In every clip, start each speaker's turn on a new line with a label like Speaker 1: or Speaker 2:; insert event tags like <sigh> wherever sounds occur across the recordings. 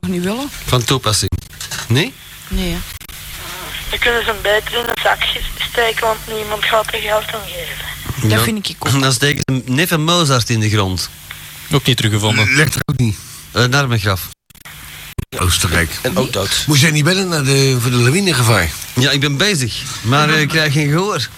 Speaker 1: vullen.
Speaker 2: Van toepassing. Nee?
Speaker 1: Nee, hè.
Speaker 3: Dan kunnen ze hem beter in een zakje steken, want niemand gaat er geld aan geven.
Speaker 1: Dat vind ik ook.
Speaker 2: Dan steken ze een neef en Mozart in de grond. Eh,
Speaker 4: Ook niet teruggevonden.
Speaker 5: Ligt er ook niet.
Speaker 2: Een armengraf.
Speaker 5: Oostenrijk.
Speaker 2: En ook dood.
Speaker 5: Moest jij niet bellen naar de, voor de lawinegevaar?
Speaker 2: Ja, ik ben bezig. Maar eh, ik krijg geen gehoor.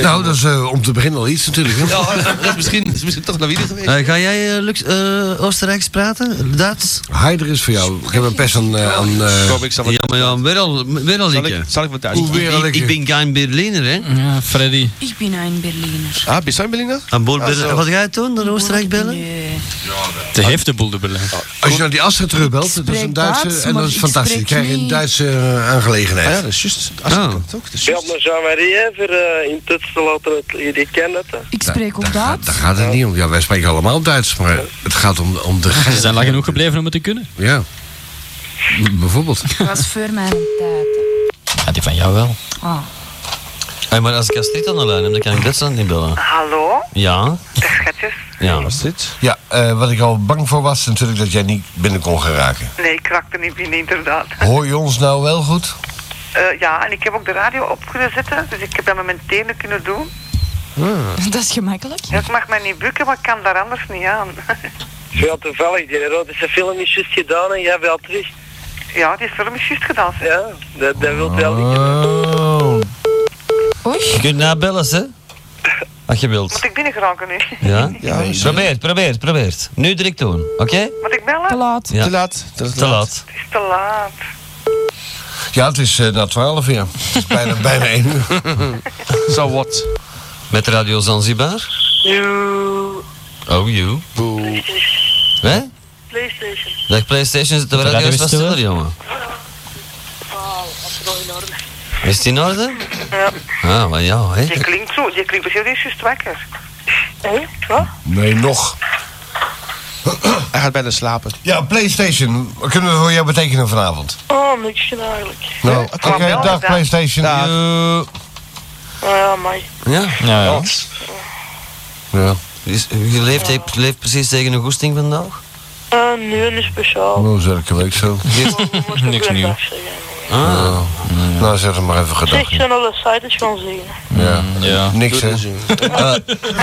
Speaker 5: Nou, dat is eh, om te beginnen al iets natuurlijk. Hè?
Speaker 4: dat is misschien, dat is misschien toch lawine geweest.
Speaker 2: Eh, ga jij eh, Lux, eh, Oostenrijks praten? Duits?
Speaker 5: Heider is voor jou. Ik heb een pest aan... eh, aan eh,
Speaker 4: Kom, ik zal,
Speaker 2: Ja, maar ja, weer al, weer al
Speaker 4: zal,
Speaker 2: ik,
Speaker 4: ik, zal ik wat thuis
Speaker 5: Hoe weer al
Speaker 2: ik,
Speaker 5: ik-
Speaker 2: ik ben geen Berliner, hè.
Speaker 4: Ja, Freddy.
Speaker 1: Ik ben een Berliner.
Speaker 4: Ah, ben jij Belinda?
Speaker 2: Aan boord
Speaker 4: Ah, zo.
Speaker 2: Wat ga jij doen? Naar Oostenrijk bellen?
Speaker 1: Nee.
Speaker 4: De heeft de boel de Berlijn.
Speaker 5: Als je naar die Astra terugbelt, dat is een
Speaker 1: spreek
Speaker 5: Duitse...
Speaker 1: Duits,
Speaker 5: En
Speaker 1: maar
Speaker 5: dat is
Speaker 1: ik
Speaker 5: fantastisch. Dan
Speaker 1: spreek
Speaker 5: krijg je een
Speaker 1: niet-
Speaker 5: Duitse eh, aangelegenheid.
Speaker 4: Ah ja, dat is juist. Ah,
Speaker 2: Ah.
Speaker 4: dat ook. Dat is
Speaker 6: Ja,
Speaker 4: juist.
Speaker 6: maar Jean-Marie, hè, voor, eh, in Tuts te laten het, jullie kennen het. hè.
Speaker 1: Ik spreek ook
Speaker 5: Daar, gaat- daar
Speaker 1: Duits.
Speaker 5: gaat het niet om. Ja, wij spreken allemaal Duits, maar het gaat om, om de
Speaker 4: Ze
Speaker 5: geest.
Speaker 4: zijn lang genoeg gebleven om het te kunnen.
Speaker 5: Ja. B- Bijvoorbeeld.
Speaker 1: Dat was voor mijn tijd. hè.
Speaker 4: Ja, die van jou wel.
Speaker 1: Ah.
Speaker 2: Hey, maar als ik Astrid aan de lijn heb, dan kan ik Duitsland niet bellen.
Speaker 3: Hallo,
Speaker 2: Ja?
Speaker 3: dag schatjes.
Speaker 2: Ja.
Speaker 4: Wat is dit?
Speaker 5: Ja, eh, wat ik al bang voor was, natuurlijk dat jij niet binnen kon gaan raken.
Speaker 3: Nee, ik raakte niet binnen, inderdaad.
Speaker 5: Hoor je ons nou wel goed?
Speaker 3: Eh, ja, en ik heb ook de radio op kunnen zetten, dus ik heb dat met mijn tenen kunnen doen.
Speaker 4: Ah.
Speaker 1: Dat is gemakkelijk.
Speaker 3: Ja, ik mag mij niet bukken, maar ik kan daar anders niet aan. <laughs>
Speaker 6: Veel toevallig, die erotische film is juist gedaan en jij belt terug.
Speaker 3: ja, die film is juist gedaan. zeg.
Speaker 6: Ja, dat, dat wil
Speaker 2: Ah.
Speaker 6: wel niet.
Speaker 5: Oh.
Speaker 2: Je
Speaker 1: Oei.
Speaker 2: kunt nabellen, hè? Als je wilt.
Speaker 3: Moet ik binnen geraken nu?
Speaker 2: Ja?
Speaker 4: Ja, is het
Speaker 2: Probeer, probeer, probeer. Nu direct doen, oké?
Speaker 3: Moet ik bellen?
Speaker 1: Te laat.
Speaker 2: Ja.
Speaker 4: te laat. Dat is
Speaker 2: Te laat.
Speaker 3: Het is te laat.
Speaker 5: Ja, het is eh na twaalf uur. Het is bijna, <laughs> bijna één uur.
Speaker 4: <laughs> Zo wat.
Speaker 2: Met Radio Zanzibar?
Speaker 6: Nieuw
Speaker 2: Oh, you.
Speaker 4: Boe.
Speaker 2: Hè?
Speaker 6: Playstation.
Speaker 2: Dag PlayStation, zit de radio
Speaker 4: radio
Speaker 2: is
Speaker 4: is
Speaker 2: wat
Speaker 4: stil, hè?
Speaker 2: stiller, jongen. Is het in orde?
Speaker 3: Ja.
Speaker 2: Ah, maar ja, hè?
Speaker 3: Je klinkt zo, je klinkt precies, die is juist wakker.
Speaker 6: Hé, wat?
Speaker 5: Nee, nog.
Speaker 4: Hij gaat bijna slapen.
Speaker 5: Ja, PlayStation. Wat kunnen we voor jou betekenen vanavond?
Speaker 3: ah,
Speaker 6: Oh, niks eigenlijk.
Speaker 5: Nou,
Speaker 4: oké.
Speaker 5: oké, dag
Speaker 3: Dag.
Speaker 5: PlayStation.
Speaker 4: Dag.
Speaker 2: Eh,
Speaker 6: Ah, amai.
Speaker 2: Ja,
Speaker 4: Ja, ja.
Speaker 5: Ja.
Speaker 2: Is- je leeft, je leeft precies tegen een goesting vandaag.
Speaker 6: Ah, nee, niet speciaal.
Speaker 5: Nou, is elke week zo.
Speaker 6: We moeten
Speaker 4: Niks
Speaker 6: een
Speaker 4: nieuw.
Speaker 6: dag zeggen.
Speaker 2: Ah,
Speaker 5: Nou, zeg er maar even
Speaker 6: Zeg,
Speaker 5: gedag.
Speaker 6: ze zijn alle sites gaan zien.
Speaker 5: Mm, Ja.
Speaker 4: ja.
Speaker 5: Niks, hè?
Speaker 2: <laughs>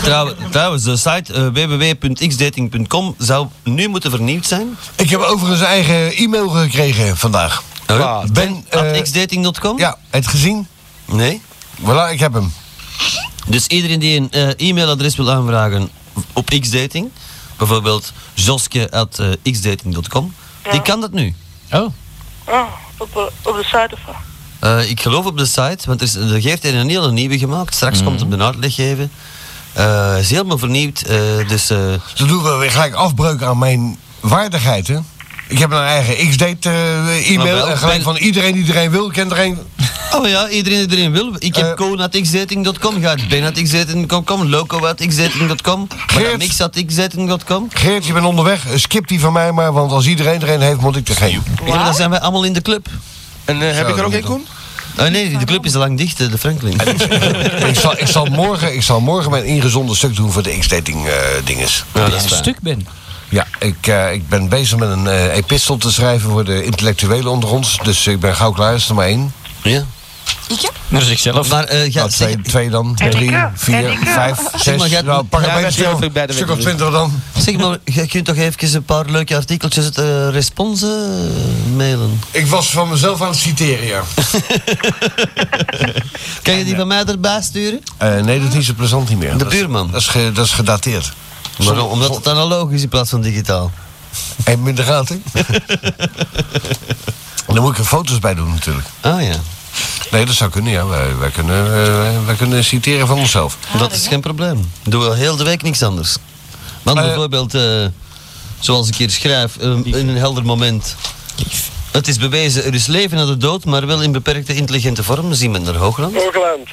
Speaker 2: Trouw- Eh, trouwens, de site eh, www.xdating.com zou nu moeten vernieuwd zijn.
Speaker 5: Ik heb overigens eigen e-mail gekregen vandaag.
Speaker 4: Huh?
Speaker 5: Ben,
Speaker 2: Oh At
Speaker 5: eh,
Speaker 2: xdating.com?
Speaker 5: ja, het gezien?
Speaker 2: Nee.
Speaker 5: Voilà, ik heb hem.
Speaker 2: Dus iedereen die een eh, e-mailadres wil aanvragen op xdating, bijvoorbeeld joske at eh, xdating.com, die kan dat nu.
Speaker 4: Oh.
Speaker 6: Ah, op, eh, op de site of wat?
Speaker 2: Eh, ik geloof op de site, want er, is, er heeft er een hele nieuwe gemaakt. Straks komt hem de uitleg geven. Eh is helemaal vernieuwd, eh, dus... eh,
Speaker 5: Dan doen we weer gelijk afbreuk aan mijn waardigheid, hè? Ik heb een eigen X-date eh,
Speaker 2: Maar
Speaker 5: e-mail.
Speaker 2: Nou wel,
Speaker 5: En gelijk
Speaker 2: ben-
Speaker 5: van iedereen die iedereen wil, kent er een.
Speaker 2: Oh ja, iedereen die erin wil. Ik
Speaker 5: Eh.
Speaker 2: heb koon.xdating.com gehad, ben.xdating.com, loco.xdating.com,
Speaker 5: Geert.
Speaker 2: mix.xdating.com.
Speaker 5: Geert, je bent onderweg. Eh, Skip die van mij maar, want als iedereen er een heeft, moet ik er geen.
Speaker 2: Ja, dan zijn wij allemaal in de club.
Speaker 4: En eh, heb
Speaker 5: Zo,
Speaker 4: ik er ook
Speaker 5: dan-
Speaker 4: een, Koen?
Speaker 2: Oh nee, de club is al lang dicht, eh, de Franklin.
Speaker 5: ik, <laughs> zal, ik, zal morgen, ik zal morgen mijn ingezonden stuk doen voor de X-dating eh, dinges.
Speaker 2: Ja,
Speaker 4: een
Speaker 2: dat is waar.
Speaker 4: stuk ben.
Speaker 5: Ja, ik, eh, ik ben bezig met een eh, epistel te schrijven voor de intellectuelen onder ons. Dus ik ben gauw klaar, is er maar één.
Speaker 2: Ja.
Speaker 1: Ik heb?
Speaker 4: Dat is ikzelf.
Speaker 2: Maar eh ja,
Speaker 5: Nou,
Speaker 2: zeg,
Speaker 5: twee, twee dan,
Speaker 3: En
Speaker 5: drie,
Speaker 3: ik, eh, en
Speaker 5: vier,
Speaker 3: ik. <laughs>
Speaker 5: vijf, zes.
Speaker 2: maar, jij-
Speaker 5: Nou, pak
Speaker 4: Ja,
Speaker 5: een
Speaker 4: dat
Speaker 5: beetje
Speaker 4: durf ik bij
Speaker 5: zo.
Speaker 4: de
Speaker 5: Stuk
Speaker 4: weg
Speaker 5: of
Speaker 4: te doen.
Speaker 5: twintig dan.
Speaker 2: zeg maar, je kunt toch even een paar leuke artikeltjes het eh, responsen eh, mailen.
Speaker 5: Ik was van mezelf aan het citeren,
Speaker 2: <laughs>
Speaker 5: ja.
Speaker 2: Kan je die van mij erbij
Speaker 5: <laughs>
Speaker 2: sturen?
Speaker 5: Eh, nee, dat is niet zo plezant niet meer.
Speaker 2: De
Speaker 5: Dat is-
Speaker 2: buurman.
Speaker 5: Dat is, ge- dat is gedateerd.
Speaker 2: Maar, omdat het analoog is in plaats van digitaal.
Speaker 5: En minder gaat,
Speaker 2: <laughs>
Speaker 5: hè? Dan moet ik er foto's bij doen, natuurlijk.
Speaker 2: Ah ja,
Speaker 5: Nee, dat zou kunnen, ja. Wij, wij kunnen, eh, wij kunnen citeren van onszelf.
Speaker 2: dat is geen probleem. Doe wel heel de week niks anders. Want
Speaker 5: Eh.
Speaker 2: bijvoorbeeld, eh, zoals ik hier schrijf, eh, in een helder moment. Het is bewezen, er is leven na de dood, maar wel in beperkte intelligente vorm. Zien we naar Hoogland.
Speaker 6: Hoogland.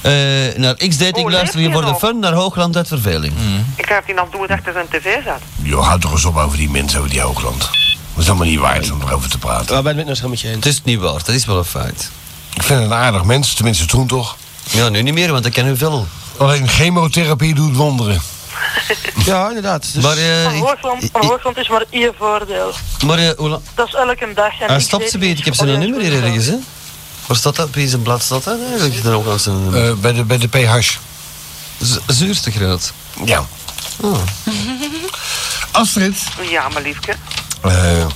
Speaker 2: Eh, naar X-dating
Speaker 3: Oh,
Speaker 2: luister je
Speaker 3: leeft
Speaker 2: voor
Speaker 3: hij
Speaker 2: de
Speaker 3: nog? Mm.
Speaker 2: fun, naar Hoogland uit verveling.
Speaker 3: Ik dacht die al doen achter zijn tv zat.
Speaker 5: Je houdt toch eens op over die mensen, over die hoogland. Dat is allemaal niet waard om erover te praten.
Speaker 4: Waar ben ik het nog helemaal met je eens?
Speaker 2: Het is niet waar, dat is wel een feit.
Speaker 5: Ik vind het een aardig mens, tenminste toen toch.
Speaker 2: Ja, nu niet meer, want ik ken u veel. <laughs>
Speaker 5: Alleen chemotherapie doet wonderen.
Speaker 4: Ja, inderdaad. Dus
Speaker 2: Maar, eh,
Speaker 3: Een
Speaker 2: ik-
Speaker 3: hoogland,
Speaker 2: ik-
Speaker 3: een hoogland is maar één voordeel.
Speaker 2: maar eh, hoe lang-
Speaker 3: Dat is elke dag. En
Speaker 2: Hij
Speaker 3: ik
Speaker 2: stapt
Speaker 3: weet
Speaker 2: Ah, ze beet.
Speaker 3: niet
Speaker 2: Ik heb
Speaker 3: of
Speaker 2: zijn
Speaker 3: dat
Speaker 2: nummer
Speaker 3: goed
Speaker 2: hier
Speaker 3: gaat.
Speaker 2: ergens, hè? Waar staat dat? Op zijn blad staat dat eigenlijk dan ook aan zijn nummer.
Speaker 5: Eh, bij, de, bij de pH.
Speaker 2: Z- zuurtegraad.
Speaker 5: Ja. Astrid.
Speaker 7: Ja, maar liefke.
Speaker 5: Eh,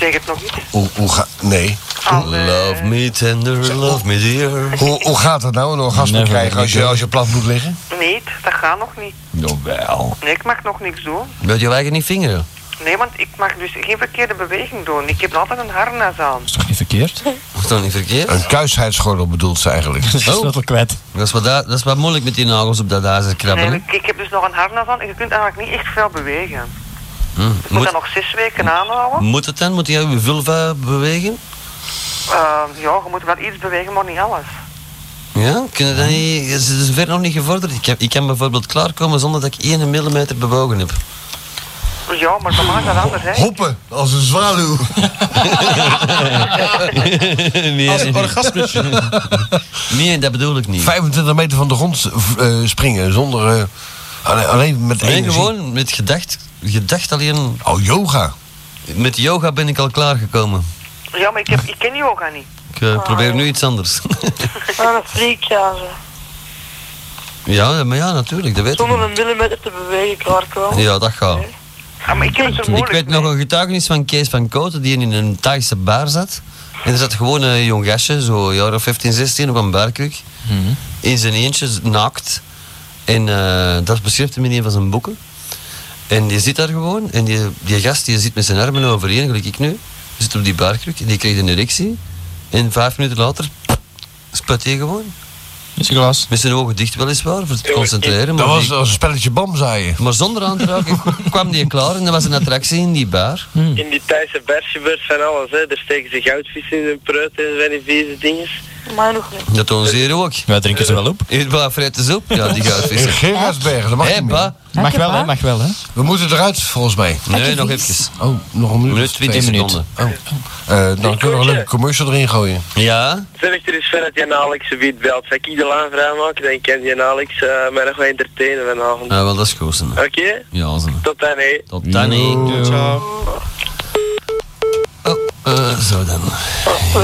Speaker 7: Zeg het nog niet.
Speaker 5: hoe, hoe ga- nee.
Speaker 7: Allee.
Speaker 2: Love me tender, love me dear.
Speaker 5: Hoe, hoe gaat dat nou, een orgasme
Speaker 2: Never
Speaker 5: krijgen als je,
Speaker 2: again.
Speaker 5: als je plat moet liggen?
Speaker 7: Nee, dat gaat nog niet.
Speaker 5: Jawel.
Speaker 7: Nee, ik mag nog niks doen.
Speaker 2: Wil je eigen niet vingeren?
Speaker 7: Nee, want ik mag dus geen verkeerde beweging doen. Ik heb altijd een harnas aan.
Speaker 8: is toch niet verkeerd?
Speaker 2: Wordt dat niet verkeerd? Oh.
Speaker 5: Een kuisheidsgordel bedoelt
Speaker 8: <laughs>
Speaker 5: ze eigenlijk.
Speaker 8: Ze is de sleutel kwijt.
Speaker 2: Dat is, wat da- dat is wat moeilijk met die nagels op dat ijzer krabben.
Speaker 7: Nee,
Speaker 2: hè?
Speaker 7: ik, ik heb dus nog een harnas aan en je kunt eigenlijk niet echt veel bewegen.
Speaker 2: Hm.
Speaker 7: Ik moet,
Speaker 2: Moet,
Speaker 7: dat nog zes weken aanhouden.
Speaker 2: moet het dan? Moet hij je vulva bewegen?
Speaker 7: Eh, ja, je moet wel iets bewegen, maar niet alles.
Speaker 2: Ja, kunnen dat niet? Is het zover nog niet gevorderd? Ik, heb, ik kan bijvoorbeeld klaarkomen zonder dat ik 1 millimeter bewogen heb.
Speaker 7: Dus Ja, maar bij mij is dat anders, hè.
Speaker 5: Hoppen, als een zwaluw.
Speaker 2: nee,
Speaker 4: Als
Speaker 2: nee,
Speaker 4: Oh, een
Speaker 2: nee.
Speaker 4: orgasmus.
Speaker 2: <laughs> Nee, dat bedoel ik niet.
Speaker 5: 25 meter van de grond eh, springen zonder... eh, alleen, alleen met
Speaker 2: Nee,
Speaker 5: energie.
Speaker 2: gewoon met gedacht. Gedacht alleen.
Speaker 5: Oh, yoga.
Speaker 2: Met yoga ben ik al klaargekomen.
Speaker 7: Ja, maar ik, heb, ik ken yoga niet.
Speaker 2: Ik eh, probeer nu iets anders. <laughs>
Speaker 3: Aan een freak, ja. ze.
Speaker 2: ja, maar ja, natuurlijk, dat weet ik.
Speaker 3: Zonder een millimeter te bewegen klaarkomen.
Speaker 2: Ja, dat gaat.
Speaker 7: Ja, maar ik heb het er
Speaker 2: Ik
Speaker 7: moeilijk
Speaker 2: weet nog een getuigenis van Kees van Kooten die in een Thaise bar zat. En er zat gewoon een jong gastje, zo een jaar of 15, 16, op een barkruk. In zijn eentje, naakt. En eh, dat beschrijft hem in een van zijn boeken. En die zit daar gewoon. En die, die gast die zit met zijn armen overeen, gelijk ik nu. Zit op die barkruk en die krijgt een erectie. En vijf minuten later spuit hij gewoon.
Speaker 8: Is een glas.
Speaker 2: Met zijn ogen dicht weliswaar, voor te concentreren.
Speaker 5: Dat
Speaker 2: Maar,
Speaker 5: was,
Speaker 2: die-
Speaker 5: dat was een spelletje bamzaaien.
Speaker 2: maar zonder aan te
Speaker 5: <laughs>
Speaker 2: raken kwam die klaar en er was een attractie in die bar.
Speaker 5: Hmm.
Speaker 6: In die Thaise bar gebeurt van alles, hè. Daar steken ze goudvissen in hun preut en zijn die vieze dinges.
Speaker 3: Maar nog niet.
Speaker 2: Dat doen ze hier ook. Eh,
Speaker 8: Wij drinken ze wel op.
Speaker 2: Eet maar frette soep. Ja, die
Speaker 5: <laughs>
Speaker 2: gaat
Speaker 5: In
Speaker 2: vissen.
Speaker 5: Gerardsbergen, dat mag
Speaker 2: Hé,
Speaker 5: niet meer.
Speaker 2: pa.
Speaker 8: Mag wel, hè? Mag wel, hè?
Speaker 5: We moeten eruit, volgens mij.
Speaker 2: Nee,
Speaker 1: Lekker
Speaker 2: nog
Speaker 1: vis.
Speaker 2: even.
Speaker 5: Oh, nog een
Speaker 2: Een
Speaker 5: minuut.
Speaker 2: minuut, 20
Speaker 8: Eén minuut.
Speaker 2: seconden.
Speaker 5: Oh. Eh, dan kunnen we wel een commercial erin gooien.
Speaker 2: Ja,
Speaker 6: Zeg er eens van dat je een Alex een wit belt. Zal ik de laan vrijmaken, dan kan je een Alex eh, mij nog wel entertainen vanavond.
Speaker 2: nou, wel, dat is goed. zo.
Speaker 6: Oké?
Speaker 2: Ja, zo.
Speaker 6: Tot dan, hè.
Speaker 2: Tot dan, hè.
Speaker 4: Ciao.
Speaker 2: Oh, eh, zo dan.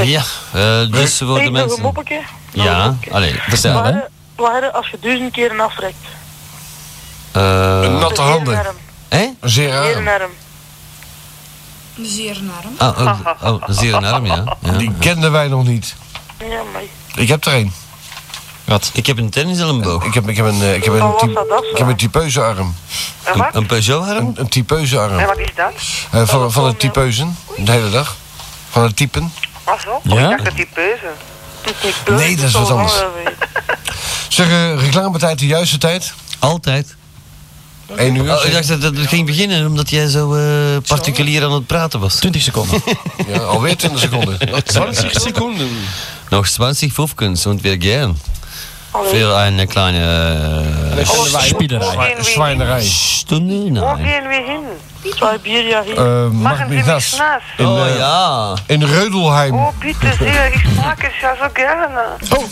Speaker 2: Ja, eh, dus voor de
Speaker 3: Ik nog een
Speaker 2: mensen...
Speaker 3: moppetje.
Speaker 2: Ja, allee, vertel.
Speaker 8: hè?
Speaker 3: Waar, waar als je duizend keren afrekt?
Speaker 5: Een
Speaker 2: Eh,
Speaker 5: natte handen.
Speaker 2: Hé?
Speaker 5: Een zeer
Speaker 3: Heren
Speaker 5: arm.
Speaker 3: arm.
Speaker 1: Zeer naar hem.
Speaker 2: Ah, oh, oh, een zeer een arm, ja. ja.
Speaker 5: Die kenden wij nog niet.
Speaker 3: Ja, maar.
Speaker 5: Ik heb er een.
Speaker 8: Wat?
Speaker 2: Ik heb een tenniselmboog.
Speaker 5: Ik heb, ik heb een, eh, ik heb een,
Speaker 3: Oh,
Speaker 5: ty-
Speaker 3: wat was dat?
Speaker 5: ik heb een typeuze arm.
Speaker 7: En
Speaker 2: Een,
Speaker 7: wat?
Speaker 2: een Peugeot-arm?
Speaker 5: Een, een typeuze arm.
Speaker 7: En wat is dat?
Speaker 5: Eh, van, van het typeuzen, de hele dag. Van het typen.
Speaker 7: Ah zo?
Speaker 8: Ja?
Speaker 7: Ik dacht dat die peuze.
Speaker 5: Nee, dat is wat anders. Zeg, eh, reclametijd de juiste tijd?
Speaker 2: Altijd.
Speaker 5: 1 uur?
Speaker 2: Oh,
Speaker 5: zeg.
Speaker 2: ik dacht dat het ging beginnen omdat jij zo eh, particulier aan het praten was.
Speaker 8: 20 seconden.
Speaker 5: <laughs> eh, ja, alweer 20 <laughs> seconden.
Speaker 4: 20 seconden.
Speaker 2: Nog 20 Fufkens und wir gehen.
Speaker 3: Allee.
Speaker 2: Für eine kleine eh,
Speaker 8: Spiederij.
Speaker 7: Geen weer in.
Speaker 5: Zwijnerij.
Speaker 2: Stunde?
Speaker 7: Hoe
Speaker 2: Nein.
Speaker 7: geen weer in?
Speaker 3: Twee bier, ja, hier.
Speaker 5: Eh,
Speaker 7: Mag een
Speaker 5: Magnitas.
Speaker 7: niks naast?
Speaker 5: In,
Speaker 2: Oh
Speaker 5: eh,
Speaker 2: ja.
Speaker 5: in Reudelheim.
Speaker 7: Oh, bitte sehr, ich mag
Speaker 3: dus
Speaker 7: es ja so gerne.
Speaker 5: Oh.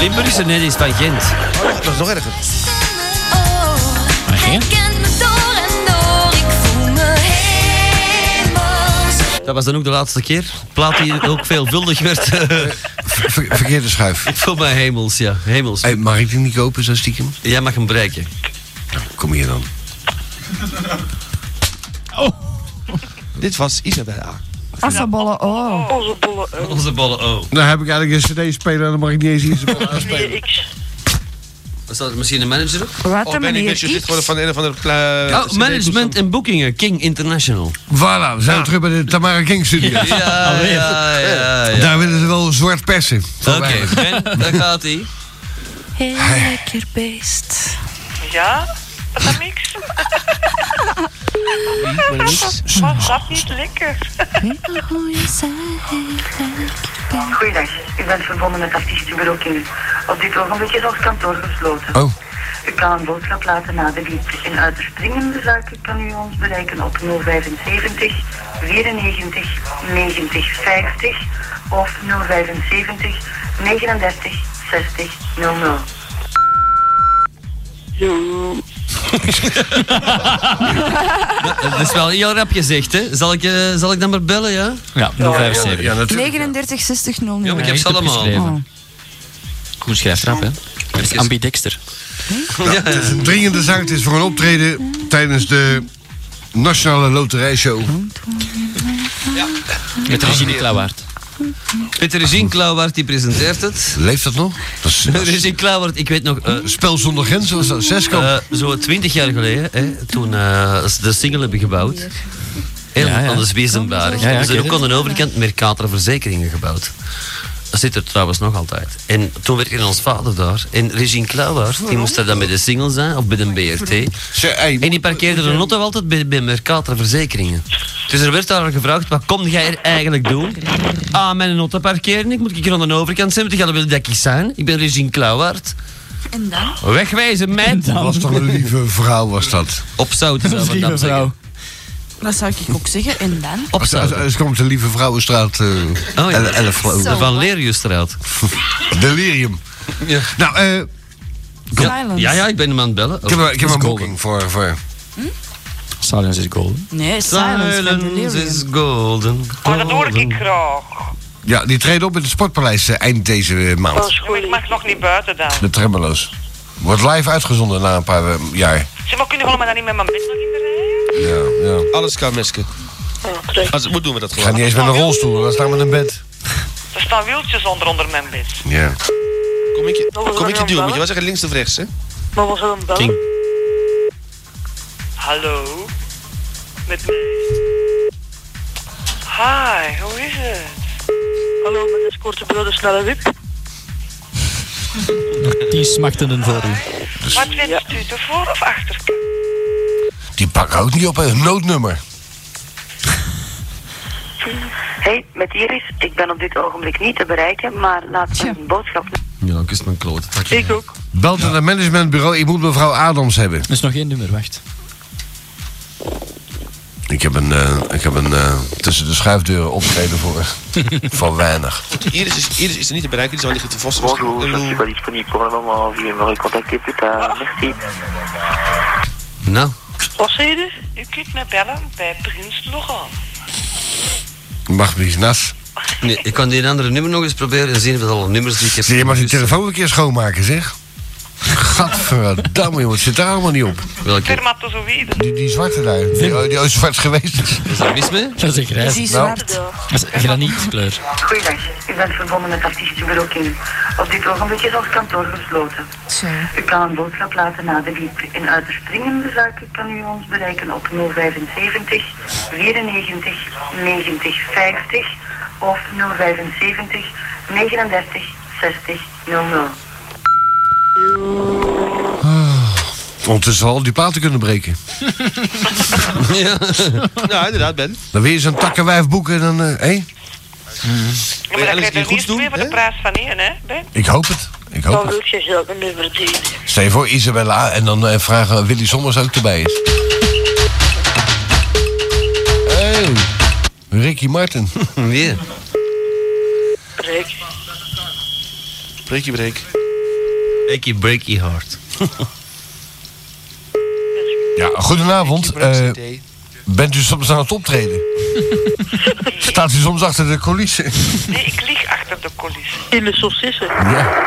Speaker 2: Limburgse, nee, die is van Gent.
Speaker 5: Oh,
Speaker 4: Dat is nog erger.
Speaker 2: Dat was dan ook de laatste keer. Plaat die ook veelvuldig werd. eh,
Speaker 5: Ver- ver- verkeerde schuif.
Speaker 2: Ik voel mij hemels, ja. Hemels.
Speaker 5: Hey, mag ik die niet kopen, zo stiekem?
Speaker 2: Jij mag hem bereiken.
Speaker 5: Kom hier dan. Oh.
Speaker 4: Dit was Isabella.
Speaker 1: Assaballen, oh.
Speaker 3: Onze bolle eh,
Speaker 2: Onze ballen, oh.
Speaker 5: Dan heb ik eigenlijk een cd-speler en dan mag ik niet eens iets aanspelen.
Speaker 3: 4X.
Speaker 2: Staat er misschien een manager op?
Speaker 1: Wat
Speaker 4: Oh,
Speaker 1: een
Speaker 4: ben ik
Speaker 1: meneer
Speaker 4: met je dit
Speaker 1: X.
Speaker 4: geworden van een of andere...
Speaker 5: eh,
Speaker 4: pla-
Speaker 2: Oh,
Speaker 4: CD <laughs>
Speaker 2: management en boekingen. King International.
Speaker 5: Voilà, we zijn terug bij de Tamara King studio.
Speaker 2: Ja, ja, ja. ja.
Speaker 5: Daar willen ze wel zwart persen. Van
Speaker 2: Oké,
Speaker 5: mij.
Speaker 2: Ben, daar gaat hij.
Speaker 1: Heel lekker beest.
Speaker 7: Ja? Wat een mix? Was dat niet lekker?
Speaker 9: Goeiedag, u bent verbonden met artiestenbureau King. Op dit ogenblik is ons kantoor gesloten.
Speaker 5: Oh.
Speaker 9: U kan een boodschap laten na de lied. In uiterst dringende zaken kan u ons bereiken op 075 94 90 50 of 075 39 60 00.
Speaker 2: Eh, Dat is wel heel rap gezegd, hè? Zal ik, eh, zal ik dan maar bellen, ja?
Speaker 8: Ja, 075.
Speaker 5: Ja, natuurlijk.
Speaker 1: 39 60 00.
Speaker 2: Ja, maar ik
Speaker 8: Ja,
Speaker 2: heb
Speaker 8: ik
Speaker 2: ze
Speaker 8: heb
Speaker 2: allemaal.
Speaker 8: geschreven.
Speaker 1: Oh.
Speaker 8: Koen schrijft rap, hè? Het is ambidexter.
Speaker 5: Ja, het is een dringende zaak. Het is voor een optreden tijdens de Nationale Loterijshow.
Speaker 8: Met Regine Klauwaard.
Speaker 2: Peter Regine Klauwaard, die presenteert het.
Speaker 5: Leeft dat nog? Dat is, dat is-
Speaker 2: <laughs> Regine Klauwaard, ik weet nog... eh,
Speaker 5: Spel zonder grenzen was dat. Zeskamp.
Speaker 2: Eh, zo twintig jaar geleden, hè, toen eh, ze de single hebben gebouwd. Heel
Speaker 8: Ja, ja.
Speaker 2: anders wezenbarig.
Speaker 8: Ja, ja,
Speaker 2: ze
Speaker 8: ik weet
Speaker 2: hebben ook aan de overkant Mercator Verzekeringen gebouwd. Dat zit er trouwens nog altijd. En toen werkte ons vader daar. En Regine Klauwaard, die moest daar dan bij de single zijn, of bij de BRT.
Speaker 5: Ze- hey,
Speaker 2: En die parkeerde de auto altijd bij, bij Mercator Verzekeringen. Dus er werd daar gevraagd, wat kom jij er eigenlijk doen? Ah, mijn auto parkeren, ik moet hier aan de overkant zijn, want ik ga willen dat ik zijn. Ik ben Regine Klauwaard.
Speaker 1: En dan?
Speaker 2: Wegwijzen, meid!
Speaker 5: was toch een lieve vrouw was dat.
Speaker 2: Opzouten zou
Speaker 8: Misschien
Speaker 2: ik dan zeggen.
Speaker 8: mevrouw.
Speaker 1: Dat zou ik ook zeggen. En dan?
Speaker 5: Ze,
Speaker 2: Opzouten.
Speaker 5: ze- ze komt de Lieve Vrouwenstraat eh
Speaker 2: Oh ja.
Speaker 5: 11 geloof ik.
Speaker 1: Zo.
Speaker 2: Van Leerjustraat.
Speaker 5: <laughs> Delirium.
Speaker 2: Ja.
Speaker 5: Nou, eh,
Speaker 2: Ja,
Speaker 1: <laughs> Silence.
Speaker 2: ja, ja, ik ben hem aan het bellen.
Speaker 5: ik heb, een- ik heb een
Speaker 8: golden.
Speaker 5: boeking voor, voor.
Speaker 1: Hm?
Speaker 8: Silence is golden.
Speaker 1: Nee, silence. van
Speaker 2: Silence
Speaker 1: Delirium.
Speaker 2: is golden.
Speaker 7: Maar dat hoor ik
Speaker 2: golden.
Speaker 7: graag.
Speaker 5: Ja, die treden op in het Sportpaleis eh, eind deze eh,
Speaker 7: Ja,
Speaker 5: maand.
Speaker 7: maar ik mag nog niet buiten dan.
Speaker 5: De Tremolo's. Wordt live uitgezonden na een paar eh, jaar.
Speaker 7: Zeg, maar kunnen jullie me dan niet met mijn bed nog in de rij?
Speaker 5: Ja, ja.
Speaker 4: Alles kan, Meske. Als, wat doen we dat
Speaker 5: Ik ga
Speaker 4: gewoon?
Speaker 5: niet eens met een rolstoel, dan staan we met een bed.
Speaker 7: Er staan wieltjes onder onder mijn bed.
Speaker 5: Ja.
Speaker 4: Kom ik je, kom ik je duwen? Moet je wel zeggen links of rechts, hè?
Speaker 3: Maar was er een bel?
Speaker 2: King.
Speaker 7: Hallo? Met mij? Hi, hoe is het?
Speaker 3: Hallo, met de korte brood, de snelle wip.
Speaker 8: Tien smachtenden voor u.
Speaker 7: Wat wenst u, de voor- of achterkant?
Speaker 5: Die pakken ook niet op, hè. een noodnummer.
Speaker 9: Hey, met Iris. Ik ben op dit ogenblik niet te bereiken, maar laat
Speaker 1: Tja.
Speaker 9: een boodschap
Speaker 2: Ja, ik is mijn klote.
Speaker 3: Ik ook.
Speaker 5: Belt naar het managementbureau, ik moet mevrouw Adams hebben.
Speaker 8: Er is nog geen nummer, wacht.
Speaker 5: Ik heb een, eh, ik heb een eh, tussen de schuifdeuren optreden voor, voor weinig.
Speaker 4: Iris is, Iris is er niet te bereiken, die zou liggen te vossen.
Speaker 6: Bonjour, je ne suis pas disponible pour le moment. Veuillez me recontacter plus
Speaker 3: Ah.
Speaker 6: tard. Merci.
Speaker 2: Nou,
Speaker 3: Wat zei je?
Speaker 7: U kunt me bellen bij Prins
Speaker 2: <laughs>
Speaker 7: Laurent.
Speaker 5: Mag niet nas.
Speaker 2: nee, ik kan die andere nummer nog eens proberen en zien of dat alle nummers die ik heb.
Speaker 5: Zie je maar die
Speaker 2: Dus
Speaker 5: telefoon een keer schoonmaken, zeg. Gadverdamme, jongen, het zit daar allemaal niet op.
Speaker 2: Welke?
Speaker 7: Dermatozoïden.
Speaker 5: Die, die zwarte daar, die, die ooit zwart geweest is.
Speaker 2: Is dat mis mee?
Speaker 8: Dat is een
Speaker 1: Is
Speaker 8: grijs.
Speaker 1: die
Speaker 5: Nou.
Speaker 1: zwart?
Speaker 8: Dat is een granietkleur.
Speaker 9: Goeiedag, u bent verbonden met artiestenbureau King. Op dit ogenblik is ons kantoor gesloten.
Speaker 1: Zo.
Speaker 9: U kan een boodschap laten na de piep. In uiterst dringende zaken kan u ons bereiken op 075 94 90 50 of 075 39 60 00.
Speaker 5: Ah, Ondertussen al die platen kunnen breken.
Speaker 2: <laughs> Ja.
Speaker 4: Ja, inderdaad, Ben.
Speaker 5: Dan weer zo'n takkenwijf boeken en dan... eh, Hé,
Speaker 7: Ja, maar
Speaker 4: Wil je
Speaker 7: dan
Speaker 4: alles
Speaker 7: krijg je
Speaker 4: hier
Speaker 7: er
Speaker 4: goed
Speaker 7: niet
Speaker 4: doen,
Speaker 7: twee voor de
Speaker 4: hè?
Speaker 7: prijs van één, hè, Ben?
Speaker 5: ik hoop het. Ik hoop
Speaker 3: Dan
Speaker 5: het.
Speaker 3: wil ik je geld niet meer verdienen.
Speaker 5: Stel je voor, Isabella en dan eh, vragen Willy Sommers ook erbij is. Hey, Ricky
Speaker 2: <laughs>
Speaker 5: Martin.
Speaker 2: Weer.
Speaker 3: Rijk.
Speaker 4: Breek je breek.
Speaker 2: Breaky, breaky heart.
Speaker 5: Ja, oh Ah, goedenavond. Eh, bent u soms aan het optreden? Staat u soms achter de coulissen?
Speaker 7: Nee, ik lig achter de coulissen.
Speaker 3: In de saucissen.
Speaker 5: Ja.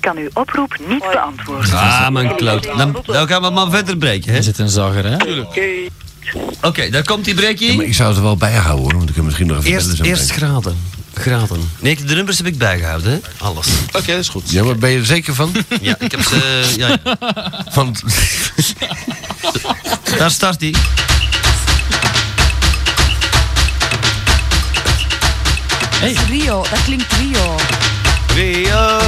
Speaker 9: Kan uw oproep niet beantwoorden.
Speaker 2: Ah, mijn kloot. Dan, dan gaan we maar verder breken, hè?
Speaker 8: Er zit een zager, hè?
Speaker 3: Oké.
Speaker 2: Oké, daar komt die
Speaker 5: maar
Speaker 2: breaky.
Speaker 5: ik zou het er wel bij houden, hoor, want ik heb misschien nog even
Speaker 2: Eerst,
Speaker 5: zo
Speaker 2: eerst
Speaker 5: meteen.
Speaker 2: graden. Graden. Nee, de nummers heb ik bijgehouden, hè? Alles.
Speaker 4: Oké, dat is goed.
Speaker 5: Ja, maar ben je er zeker van?
Speaker 2: Ja, ik heb ze... eh, Ja, ja.
Speaker 5: Want
Speaker 2: Daar start hij.
Speaker 1: Rio, dat klinkt Rio.
Speaker 2: Rio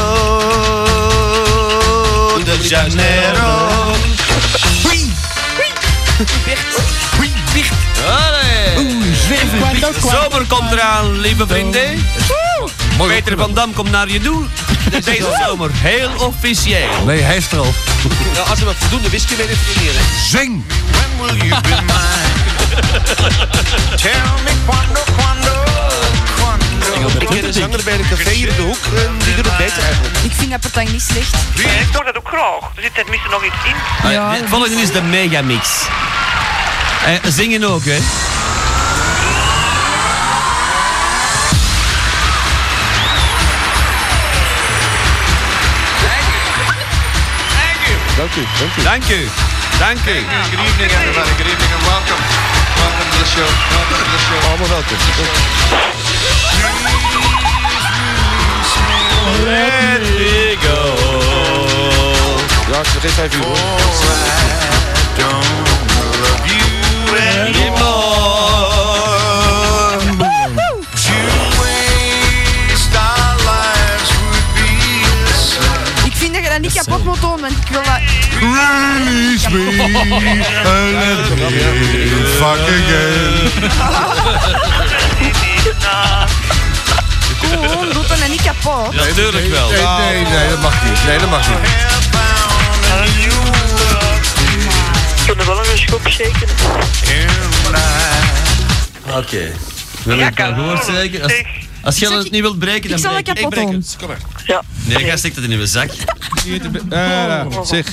Speaker 2: de Janeiro. Zomer komt eraan, lieve vrienden. Peter van Dam komt naar je toe. Deze zomer, heel officieel.
Speaker 5: Nee, hij is er al.
Speaker 4: Nou, als we maar voldoende whisky mee definiëren.
Speaker 5: Zing!
Speaker 10: Engel
Speaker 11: Ik ken een zanger bij de café hier in de hoek. eh, die doet het beter eigenlijk.
Speaker 12: Ik vind dat partij niet slecht.
Speaker 7: Ik hoor dat ook graag. Er zit tenminste nog iets in.
Speaker 12: Ja.
Speaker 13: Dit volgende is de megamix. Eh, zingen ook, hè?
Speaker 11: Dank u, dank
Speaker 13: Dank
Speaker 11: u.
Speaker 13: u. Dank u.
Speaker 9: Good evening, everybody. Good evening and welcome. Welcome to the show. Welcome to the show.
Speaker 11: Allemaal welkom.
Speaker 13: Let me go.
Speaker 11: Ja, ik vergeet vijf uur. hoor.
Speaker 12: Ik vind dat je dat niet kapot moet doen, want ik wil dat...
Speaker 5: Release me and let me fuck again.
Speaker 12: Gewoon doet dat niet kapot.
Speaker 13: Natuurlijk wel.
Speaker 5: Nee, nee, nee, dat mag niet. Nee, dat mag niet.
Speaker 14: kunnen wel een schop shaken.
Speaker 2: Oké. We hebben het wel gehoord zeker. Als, als jij
Speaker 12: zal
Speaker 2: het
Speaker 12: ik-
Speaker 2: niet wilt breken,
Speaker 12: Ik
Speaker 2: dan
Speaker 12: zal dat
Speaker 2: breek ik.
Speaker 12: kapot doen.
Speaker 11: Kom maar.
Speaker 2: Nee, ga stik dat in uw
Speaker 12: <laughs>
Speaker 2: zak.
Speaker 11: Eh, zeg.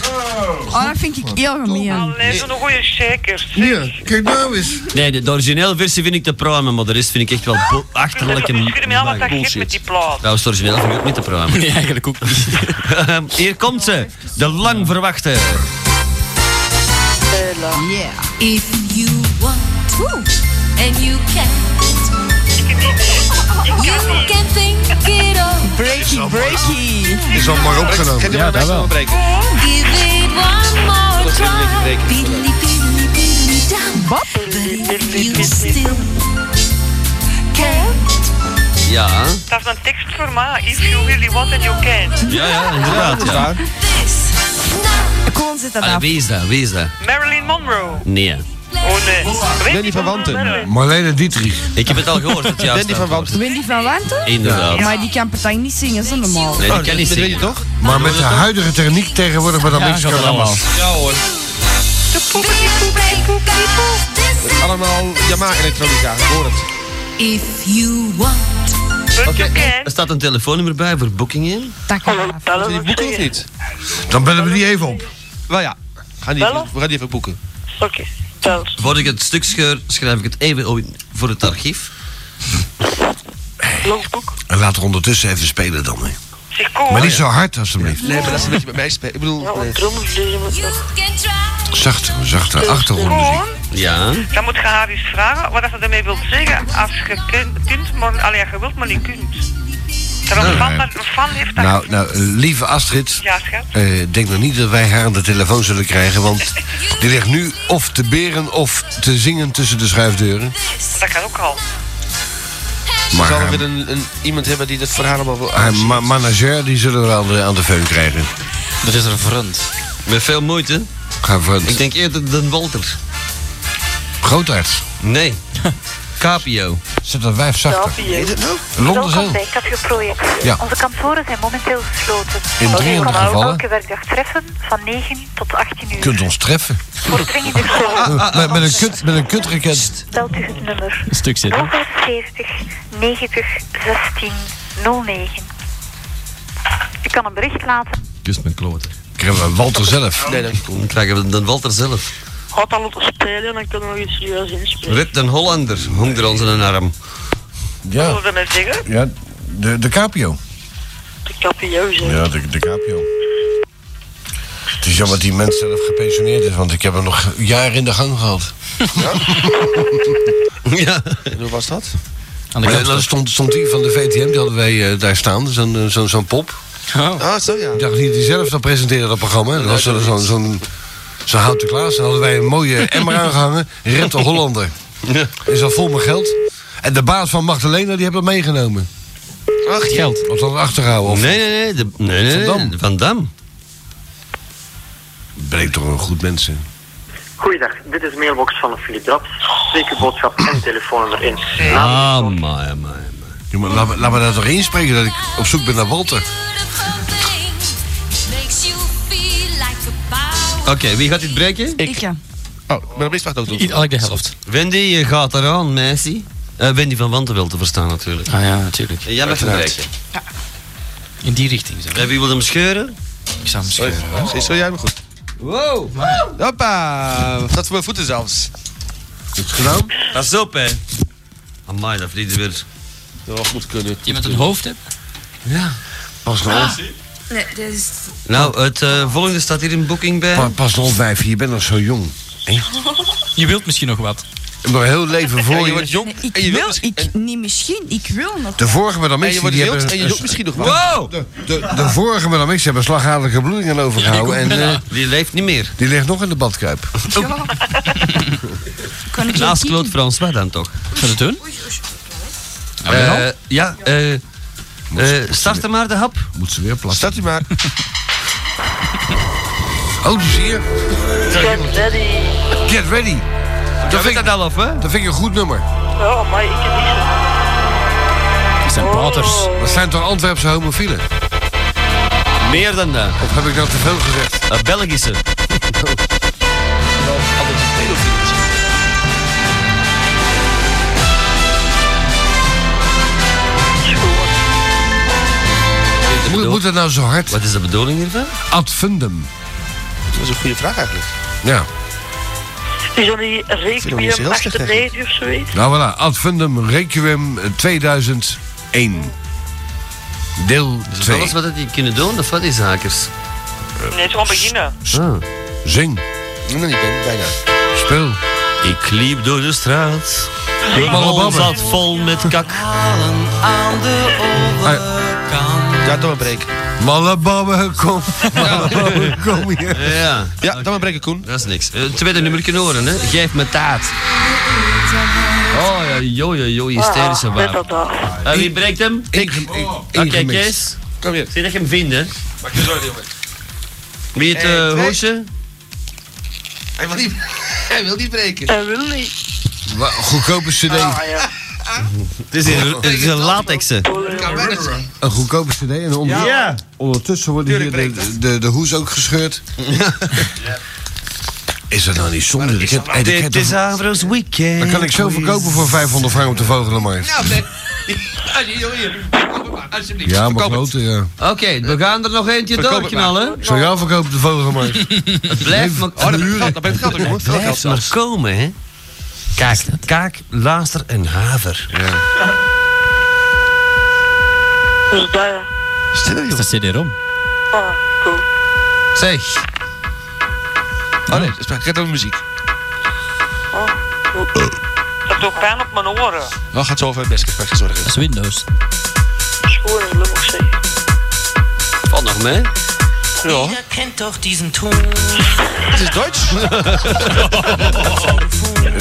Speaker 12: Oh, dat vind ik heel gemeen.
Speaker 7: Allee, zo'n goede shakers.
Speaker 9: Hier, kijk nou eens.
Speaker 2: Nee, de, de originele versie vind ik te pruimen, maar de rest vind ik echt wel bo- achterlijke
Speaker 7: Ik schuur me al wat dat geeft met die
Speaker 2: bullshit.
Speaker 7: plaat.
Speaker 2: Trouwens, het origineel vind ik ook niet te pruimen.
Speaker 10: Nee, eigenlijk ook
Speaker 2: <laughs>
Speaker 10: niet.
Speaker 2: Hier komt ze, de lang verwachte.
Speaker 12: Yeah.
Speaker 3: If you want and you can, you can think it over.
Speaker 12: Breaky, breaky.
Speaker 5: Is allemaal maar opgenomen.
Speaker 11: Ja, dat wel.
Speaker 3: Give it one more try. Piddly, piddly, piddly down.
Speaker 12: Wat?
Speaker 3: But if you still can't,
Speaker 2: Ja,
Speaker 7: Dat is een tekst voor mij. If you really want and you can.
Speaker 2: ja, ja, inderdaad. Ja.
Speaker 3: this
Speaker 12: Gewoon zet dat
Speaker 2: Allee,
Speaker 12: af.
Speaker 2: wie is dat? Wie is dat?
Speaker 7: Marilyn Monroe.
Speaker 2: Nee.
Speaker 7: Oh nee.
Speaker 11: Ben die verwanten?
Speaker 5: Marlene Dietrich.
Speaker 2: Ik heb het al
Speaker 12: <laughs>
Speaker 2: gehoord, het juiste
Speaker 11: Ben die van
Speaker 2: antwoord.
Speaker 11: Wanten?
Speaker 12: Wendy van Wanten?
Speaker 2: Inderdaad.
Speaker 12: Maar die kan partij niet zingen, zo normaal.
Speaker 2: Nee,
Speaker 5: Oh,
Speaker 2: die kan niet
Speaker 11: weet je
Speaker 2: zingen.
Speaker 11: toch?
Speaker 5: Maar met de huidige techniek tegenwoordig met dat
Speaker 13: Ja,
Speaker 5: niks
Speaker 13: gaat
Speaker 5: kan
Speaker 13: allemaal.
Speaker 5: allemaal.
Speaker 11: Ja hoor.
Speaker 3: big breakup, this is
Speaker 11: Allemaal Yamaha-elektronica, ik hoor het.
Speaker 3: if you want.
Speaker 7: But you
Speaker 11: eh,
Speaker 7: can.
Speaker 2: Er staat een telefoonnummer bij voor boekingen.
Speaker 12: Dat kan af.
Speaker 11: Is
Speaker 14: Bellen
Speaker 11: die
Speaker 14: we
Speaker 11: boeken of
Speaker 14: zingen.
Speaker 11: niet?
Speaker 5: Dan bellen we die even op.
Speaker 11: Wel ja. Gaan die
Speaker 14: Bellen?
Speaker 11: even, we gaan die even boeken.
Speaker 14: Oké, tel.
Speaker 2: Voordat ik het stuk scheur, schrijf ik het even op in- voor het archief.
Speaker 14: Logboek.
Speaker 5: En laten we ondertussen even spelen dan. hè.
Speaker 7: Zeg, kom.
Speaker 5: Maar niet
Speaker 3: Oh,
Speaker 5: zo hard alsjeblieft.
Speaker 11: Nee, maar dat is een beetje met mij spelen. Ik
Speaker 14: Ja,
Speaker 11: bedoel,
Speaker 14: wat
Speaker 11: eh,
Speaker 14: drumvliezen moet
Speaker 3: You
Speaker 14: nog.
Speaker 3: can try.
Speaker 5: Zachter, zachter. Achtergrondmuziek.
Speaker 7: Gewoon,
Speaker 2: Ja.
Speaker 7: dan moet je haar eens vragen wat dat ze ermee wilt zeggen. Als je kunt, kunt maar, allee, als je wilt, maar niet kunt. Dat een fan, dat- een fan heeft dat.
Speaker 5: eh, Nou, nou, lieve Astrid.
Speaker 7: Ja, schat.
Speaker 5: eh, denk nog niet dat wij haar aan de telefoon zullen krijgen,
Speaker 7: <laughs>
Speaker 5: want die ligt nu of te beren of te zingen tussen de schuifdeuren.
Speaker 7: Dat kan ook al.
Speaker 11: we
Speaker 5: Maar ehm,
Speaker 11: zullen weer
Speaker 5: haar,
Speaker 11: een, een, iemand hebben die dat verhaal allemaal wil
Speaker 5: haar
Speaker 11: arrangeren.
Speaker 5: ma- manager die zullen we aan de, aan de feun krijgen.
Speaker 10: Dat is een vriend.
Speaker 2: Met veel moeite.
Speaker 5: Ga voor
Speaker 2: Ik
Speaker 5: een
Speaker 2: denk eerder dan Walter.
Speaker 5: grootarts.
Speaker 2: Nee. <laughs> Capio.
Speaker 5: Zet dat wijf
Speaker 14: Ja,
Speaker 5: zachter.
Speaker 14: wie is het nou?
Speaker 5: Londen
Speaker 9: Welkom
Speaker 5: zelf.
Speaker 9: bij Café-project.
Speaker 5: Ja.
Speaker 9: Onze kantoren zijn momenteel gesloten.
Speaker 5: In 300
Speaker 9: kan
Speaker 5: gevallen.
Speaker 9: elke werkdag treffen van 9 tot 18 uur.
Speaker 5: Je kunt ons treffen. Eh, <laughs>
Speaker 9: Voor dringende vragen
Speaker 5: Met, met een kut, met een kutraket.
Speaker 9: belt u het nummer
Speaker 10: Een stuk zitten.
Speaker 9: 075 90 16 09. U kan een bericht laten.
Speaker 2: Kus mijn kloten.
Speaker 5: Krijgen we Walter zelf.
Speaker 11: Nee, dankjewel.
Speaker 2: Dan krijgen we dan Walter zelf.
Speaker 14: Had al moeten spelen en ik kan er nog iets serieus inspelen.
Speaker 2: Red den Hollander hangt er ons in een arm.
Speaker 7: Wat
Speaker 5: Ja,
Speaker 7: wil je ermee zeggen?
Speaker 5: ja de, de capio.
Speaker 14: De kapio zijn.
Speaker 5: Ja, de, de capio. Het is jammer dat die mens zelf gepensioneerd is, want ik heb hem nog jaren in de gang gehad.
Speaker 2: <laughs> ja.
Speaker 11: En hoe was dat?
Speaker 10: Aan de
Speaker 5: Maar
Speaker 10: kant.
Speaker 5: dan stond, stond die van de VTM, die hadden wij eh, daar staan, zo'n eh, zo'n- zo'n pop.
Speaker 10: Oh.
Speaker 11: Ah, zo ja.
Speaker 5: Ik dacht niet die zelf dat presenteerde, dat programma. Dat was zo'n zo'n zo'n zo'n houten klaas. Dan hadden wij een mooie
Speaker 2: <laughs>
Speaker 5: emmer aangehangen. Red de Hollander. Is al vol met geld. En de baas van Magdalena, die heeft dat meegenomen.
Speaker 11: Ach,
Speaker 10: Geld.
Speaker 5: Of dat achterhouden. Of
Speaker 2: Nee, nee, nee. de- nee, nee, nee.
Speaker 5: Van Dam.
Speaker 2: Van Dam.
Speaker 5: ben ik toch een goed mens, hè?
Speaker 15: Goeiedag, dit is mailbox van Philip Draps. Spreek uw boodschap en telefoonnummer in.
Speaker 2: Ah, amai, amai.
Speaker 5: Ja, maar laat, me- laat me daar toch inspreken dat ik op zoek ben naar Walter.
Speaker 3: Makes you feel like a power.
Speaker 2: Oké, wie gaat dit breken?
Speaker 12: Ik ja.
Speaker 11: Oh, maar dat is wat ook doen.
Speaker 10: Eigenlijk de helft.
Speaker 2: Wendy, je gaat eraan, meisje. Eh, Wendy van Wanten wil te verstaan natuurlijk.
Speaker 8: Ah ja, natuurlijk.
Speaker 2: En jij mag hem
Speaker 8: Uiteraard.
Speaker 2: breken.
Speaker 8: In die richting zo.
Speaker 2: En wie wil hem scheuren?
Speaker 8: Ik zou hem scheuren.
Speaker 16: Zie zo jij me goed. Wow. Hoppa. Dat Ehm, voor mijn voeten zelfs.
Speaker 5: Goed gedaan.
Speaker 2: Pas op, hè. Amai, dat vliegt weer.
Speaker 16: Dat moet kunnen.
Speaker 8: Je met een hoofd hebt.
Speaker 2: Ja. Ah.
Speaker 5: Pas nou
Speaker 12: Ah.
Speaker 5: op.
Speaker 1: Nee, dit is...
Speaker 2: Nou, het eh, volgende staat hier een boeking bij.
Speaker 5: Pa- pas nou op, wijfje, je bent nog zo jong.
Speaker 8: Je wilt misschien nog wat.
Speaker 5: Je hebt nog heel
Speaker 12: <laughs>
Speaker 5: leven voor je. dus-
Speaker 1: Nee, ik wil, ik, niet misschien, ik wil nog.
Speaker 5: De vorige madame
Speaker 1: En je
Speaker 5: Mixie,
Speaker 1: wordt
Speaker 5: die
Speaker 1: wild
Speaker 5: hebben...
Speaker 1: en je
Speaker 5: een-
Speaker 1: doet misschien nog
Speaker 5: de-
Speaker 1: wat.
Speaker 5: De, de, de vorige madame Mixie hebben slagadelijke bloedingen overgehouden.
Speaker 2: Ja, die
Speaker 5: en,
Speaker 2: komt
Speaker 5: eh,
Speaker 2: bijna. die leeft niet meer.
Speaker 5: die ligt nog in de badkuip. <laughs>
Speaker 1: Kan ik
Speaker 2: Naast Claude François dan toch?
Speaker 8: Gaan het doen?
Speaker 5: Ah,
Speaker 2: Eh, ja, eh eh, start hem maar de hap.
Speaker 5: Moet ze weer plassen.
Speaker 16: Start u maar.
Speaker 5: Oh, die zie je.
Speaker 3: Get ready.
Speaker 5: Get ready. Dat vind ik dat
Speaker 2: af, hè?
Speaker 5: Dat vind ik een goed nummer.
Speaker 3: Oh, maar ik heb niet zo... Oh,
Speaker 8: Dat zijn
Speaker 2: Oh.
Speaker 8: paters.
Speaker 5: Dat zijn toch Antwerpse homofielen?
Speaker 2: Meer dan dat.
Speaker 5: Of heb ik nou te veel gezegd?
Speaker 2: Eh,
Speaker 5: <laughs>
Speaker 2: Belgische.
Speaker 5: Moet, moet het nou zo hard?
Speaker 2: Wat is de bedoeling hiervan?
Speaker 5: Ad fundum.
Speaker 16: Dat is een goede vraag eigenlijk.
Speaker 5: Ja.
Speaker 3: Is dat die
Speaker 16: nog niet zo
Speaker 3: Requiem
Speaker 16: heel slecht,
Speaker 3: 98 of zoiets?
Speaker 5: Nou voilà, Ad fundum Requiem 2001. Deel
Speaker 2: Dat is
Speaker 5: 2.
Speaker 2: alles wat dat die kunnen doen, of wat die zakers?
Speaker 7: Nee, gewoon beginnen.
Speaker 2: Ah.
Speaker 5: Zing,
Speaker 16: Nee, nee, ik ben bijna.
Speaker 5: speel.
Speaker 2: Ik liep door de straat. De mond
Speaker 5: Malababber.
Speaker 2: zat vol met kak.
Speaker 17: Aan de
Speaker 5: Ah,
Speaker 17: overkant.
Speaker 16: Ja, doe maar break.
Speaker 5: Malababbe,
Speaker 16: <laughs>
Speaker 5: kom. Malababbe, kom hier.
Speaker 2: Ja,
Speaker 16: Ja, doe maar breken, Koen.
Speaker 2: dat is niks. Eh, tweede nummer horen, hè? Geef me taart. Oh ja, joh, joh, joh, hysterische
Speaker 3: Met Ah, dat
Speaker 2: waar.
Speaker 3: dan.
Speaker 2: Eh, wie breekt hem? Oké,
Speaker 5: ingemixt.
Speaker 2: Kees.
Speaker 16: Kom hier.
Speaker 2: Zie dat je hem vindt, hè?
Speaker 16: Maak je zorgen, jongen.
Speaker 2: Wie het
Speaker 16: Eén,
Speaker 2: eh
Speaker 16: twee.
Speaker 2: hoosje?
Speaker 16: Hij wil niet, <laughs> hij wil niet breken.
Speaker 3: Hij wil niet.
Speaker 5: Wa- Goedkope cd.
Speaker 3: Ah ja.
Speaker 2: Het is een, het is een latexen.
Speaker 16: Kan bijna zijn.
Speaker 5: Een goedkope cd. En onder...
Speaker 2: Ja.
Speaker 5: ondertussen worden hier
Speaker 16: Tuurlijk
Speaker 5: de, de, de, hoes ook gescheurd. Is dat nou niet zonde? Ik heb, hey, ik heb
Speaker 2: Dit is
Speaker 5: toch-
Speaker 2: Avro's Weekend.
Speaker 5: dat kan ik zo verkopen voor 500 frank op de Vogelenmarkt.
Speaker 16: Nou, nee. Alsjeblieft, Ah, jongen, hier. Kom maar, Alsjeblieft.
Speaker 5: Ja, maar
Speaker 16: Verkoop het.
Speaker 5: grote, ja.
Speaker 2: Oké, we gaan er nog eentje
Speaker 16: Verkoop het
Speaker 2: doorknallen.
Speaker 5: Zou jou verkopen op de Vogelenmarkt?
Speaker 2: <laughs> Het blijft maar,
Speaker 16: Oh, dat ben ik geld, dat ben ik geld, jongen.
Speaker 2: het blijft maar komen, hè. Kaak, kaak, laaster en haver.
Speaker 3: Dus daar.
Speaker 16: Stil,
Speaker 8: Is
Speaker 16: jongen.
Speaker 8: dat CD-ROM?
Speaker 3: Ah, cool.
Speaker 2: Zeg,
Speaker 16: Oh nee, het gaat over muziek.
Speaker 7: Dat doet pijn op mijn oren.
Speaker 16: Nou, gaat zo over het best. Ik maak je zorgen.
Speaker 8: Dat is Windows.
Speaker 3: Schoon en lullig zeggen.
Speaker 2: valt nog mee.
Speaker 16: Ja.
Speaker 17: Ihr kennt doch diesen Ton.
Speaker 16: Het is
Speaker 17: <laughs>
Speaker 16: Duits.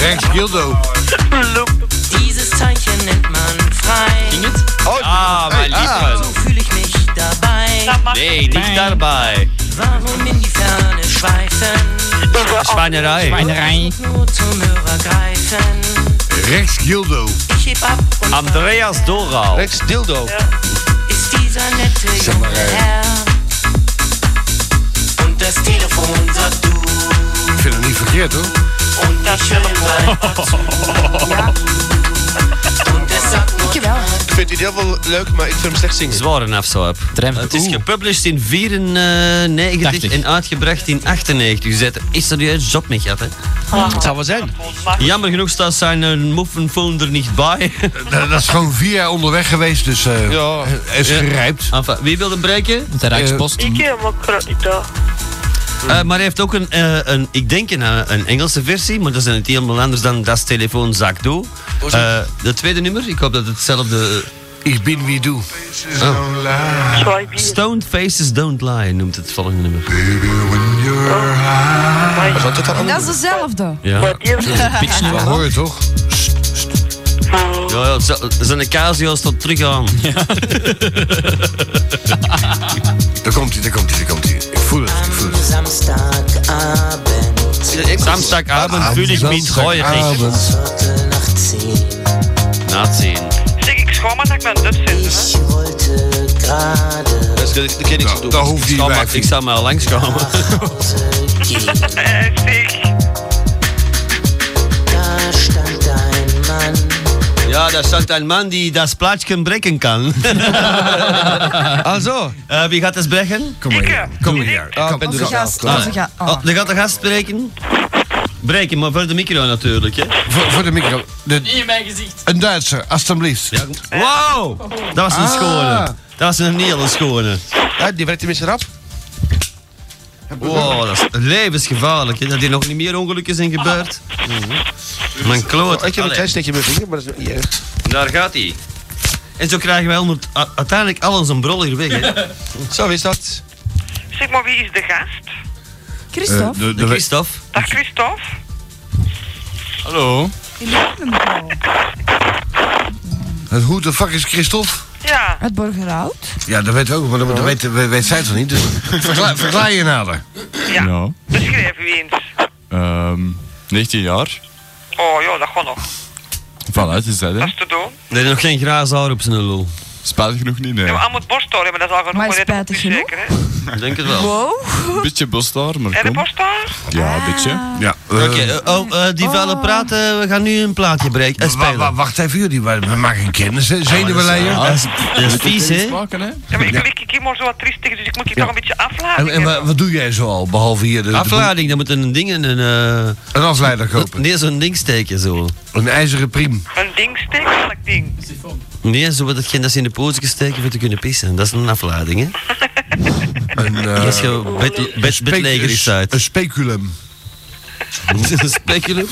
Speaker 5: Rechts Gildo.
Speaker 17: Dieses Zeichen nennt man frei.
Speaker 8: Ging het?
Speaker 16: Oh,
Speaker 2: Ah, mijn lieve.
Speaker 17: So fühle ich mich dabei.
Speaker 7: Dat mag
Speaker 2: Nee, niet daarbij.
Speaker 17: Warum in die Ferne schweifen?
Speaker 2: Schweinerei.
Speaker 8: Weinerij.
Speaker 17: Nur zum Hörer greifen.
Speaker 5: Rechts Gildo.
Speaker 17: Ich heb ab und
Speaker 2: Andreas Doral.
Speaker 16: Rex Dildo.
Speaker 17: ist dieser nette junge Herr. Und das Telefon sagt du.
Speaker 5: <laughs> Ik vind het niet verkeerd hoor.
Speaker 17: Und ich höre einfach zu. Und es sagt nur
Speaker 1: Dankjewel.
Speaker 16: Ik vind het heel wel leuk, maar ik vind hem slecht zingen.
Speaker 2: Zware afzwaap.
Speaker 8: Drempel.
Speaker 2: Het is
Speaker 8: Oeh.
Speaker 2: gepublished in 94
Speaker 8: 80.
Speaker 2: en uitgebracht in 98. Dus hij heeft er is serieus job mee gehad, hè.
Speaker 16: Het zou wel zijn.
Speaker 2: Jammer genoeg staat zijn eh, moffenfoon er niet bij.
Speaker 5: <laughs> Dat, dat is gewoon vier jaar onderweg geweest, dus eh
Speaker 16: Ja.
Speaker 5: is gerijpt.
Speaker 2: Enfin, wie wil hem breken?
Speaker 8: Met de Rijkspost.
Speaker 3: Ik heb hem ook kra- daar.
Speaker 2: Eh, maar hij heeft ook een, eh, een ik denk een, eh, een Engelse versie, maar dat is niet helemaal anders dan Das Telefoon Zak Doe. Eh de tweede nummer, ik hoop dat het hetzelfde...
Speaker 5: Ik ben wie doe.
Speaker 3: Zwaai bier.
Speaker 2: Stone Faces Don't Lie noemt het volgende nummer.
Speaker 7: Oh.
Speaker 16: Wat doet dat
Speaker 1: En dat is
Speaker 16: allemaal?
Speaker 1: dezelfde.
Speaker 2: Ja, ja,
Speaker 3: Maar die heeft
Speaker 5: Dat hoor je toch?
Speaker 2: ja z- zijn Casio's tot terug aan. <laughs>
Speaker 5: Daar komt hij, daar komt hij, daar komt hij. Ik voel het, ik voel het.
Speaker 17: Samstagabend,
Speaker 2: Samstagavond voel ik me niet heurig.
Speaker 5: Avond.
Speaker 17: Viertel nach zehn.
Speaker 2: Na zehn.
Speaker 7: Zeg ik schoon maar dat ik mijn dut vind. Hè.
Speaker 17: Ich wollte gerade
Speaker 16: Dat is- dat kan ik zo doen.
Speaker 5: Nou, Daar hoeft
Speaker 2: Ik
Speaker 5: hij
Speaker 2: zal
Speaker 5: bij.
Speaker 2: maar, ik zal maar langskomen.
Speaker 17: nach Hause
Speaker 2: <laughs>
Speaker 17: gehen.
Speaker 7: Eh, zeg.
Speaker 17: Da stand ein Mann.
Speaker 2: Ja, das sagt ein Mann, die das Platschken
Speaker 5: <laughs>
Speaker 2: brechen kann. also, äh, wie gaat het brechen? Kom maar
Speaker 12: eh,
Speaker 2: hier. Kom maar hier.
Speaker 5: Ah,
Speaker 12: Kom. Onze gast, onze ga- oh.
Speaker 2: Oh, dan gaat de gast breken. Breken, maar voor de micro natuurlijk. Hè.
Speaker 5: Voor, voor de micro.
Speaker 2: In mijn gezicht.
Speaker 5: Een Duitser, alstublieft.
Speaker 2: Wow! Dat was een
Speaker 5: Ah.
Speaker 2: schone. Dat was een hele schone.
Speaker 3: die werd tenminste rap.
Speaker 2: Wow, dat is levensgevaarlijk. Hè. Dat hier nog niet meer ongelukken zijn gebeurd. Mijn kloot.
Speaker 3: Mhm. ik heb een
Speaker 2: Allee.
Speaker 3: klein steekje met mijn vinger, maar dat is niet erg.
Speaker 2: Daar gaat hij. En zo krijgen wij onder, u- uiteindelijk al onze brol hier weg. Hè.
Speaker 3: Zo is dat.
Speaker 7: Zeg maar, wie is de gast?
Speaker 2: Eh, de- de- Christophe.
Speaker 7: Dag Christophe.
Speaker 18: Hallo.
Speaker 5: En Hoe de fuck is Christophe?
Speaker 7: Ja.
Speaker 12: Het Borgerhout.
Speaker 5: Ja, dat weet ik ook, maar dat, dat weet, weet, weet zij toch niet? Dus verklaar, verklaar je nader.
Speaker 7: Ja. Beschrijf u eens.
Speaker 18: Ehm, 19 jaar.
Speaker 7: Oh ja, dat gaat nog.
Speaker 18: Voilà, het is dat, hè?
Speaker 7: Dat is te doen.
Speaker 2: Er is nog geen graas haar op zijn lul.
Speaker 18: Spijtig genoeg niet, nee.
Speaker 7: Ja. Aan moet borsthaar hebben, dat is al genoeg. Maar spijtig genoeg. Zeker, hè?
Speaker 2: Ik denk het wel.
Speaker 18: Een beetje bosstaar, maar
Speaker 7: En de
Speaker 18: kom.
Speaker 7: borsthaar?
Speaker 18: Ja, een beetje.
Speaker 5: Ja.
Speaker 2: Oké, eh, oh, eh, die vuile praten, we gaan nu een plaatje breken, eh, spelen.
Speaker 5: wacht even, jullie, we we maken kennis, hè, zenuwleier.
Speaker 2: Ja, dat is- dat is vies, hè?
Speaker 7: Ja, maar ik lig ik hier maar zo wat triestig, dus ik moet je toch een beetje afladen.
Speaker 5: En, en wa- wat doe jij zoal, behalve hier de... de
Speaker 2: Afleiding, dan moet een ding in een... eh,
Speaker 5: boel- Een afleider kopen.
Speaker 2: nee, zo'n ding steken zo.
Speaker 5: Een ijzeren priem.
Speaker 7: Een ding steek, welk ding?
Speaker 2: Nee, zo wordt hetgeen dat ze in de pootjes steken voor te kunnen pissen. Dat is een afleiding,
Speaker 5: <laughs>
Speaker 2: hè?
Speaker 5: Een, eh,
Speaker 2: Als je bed, bed,
Speaker 5: specu-
Speaker 2: bedleger is uit.
Speaker 5: Een speculum.
Speaker 2: Een speculum?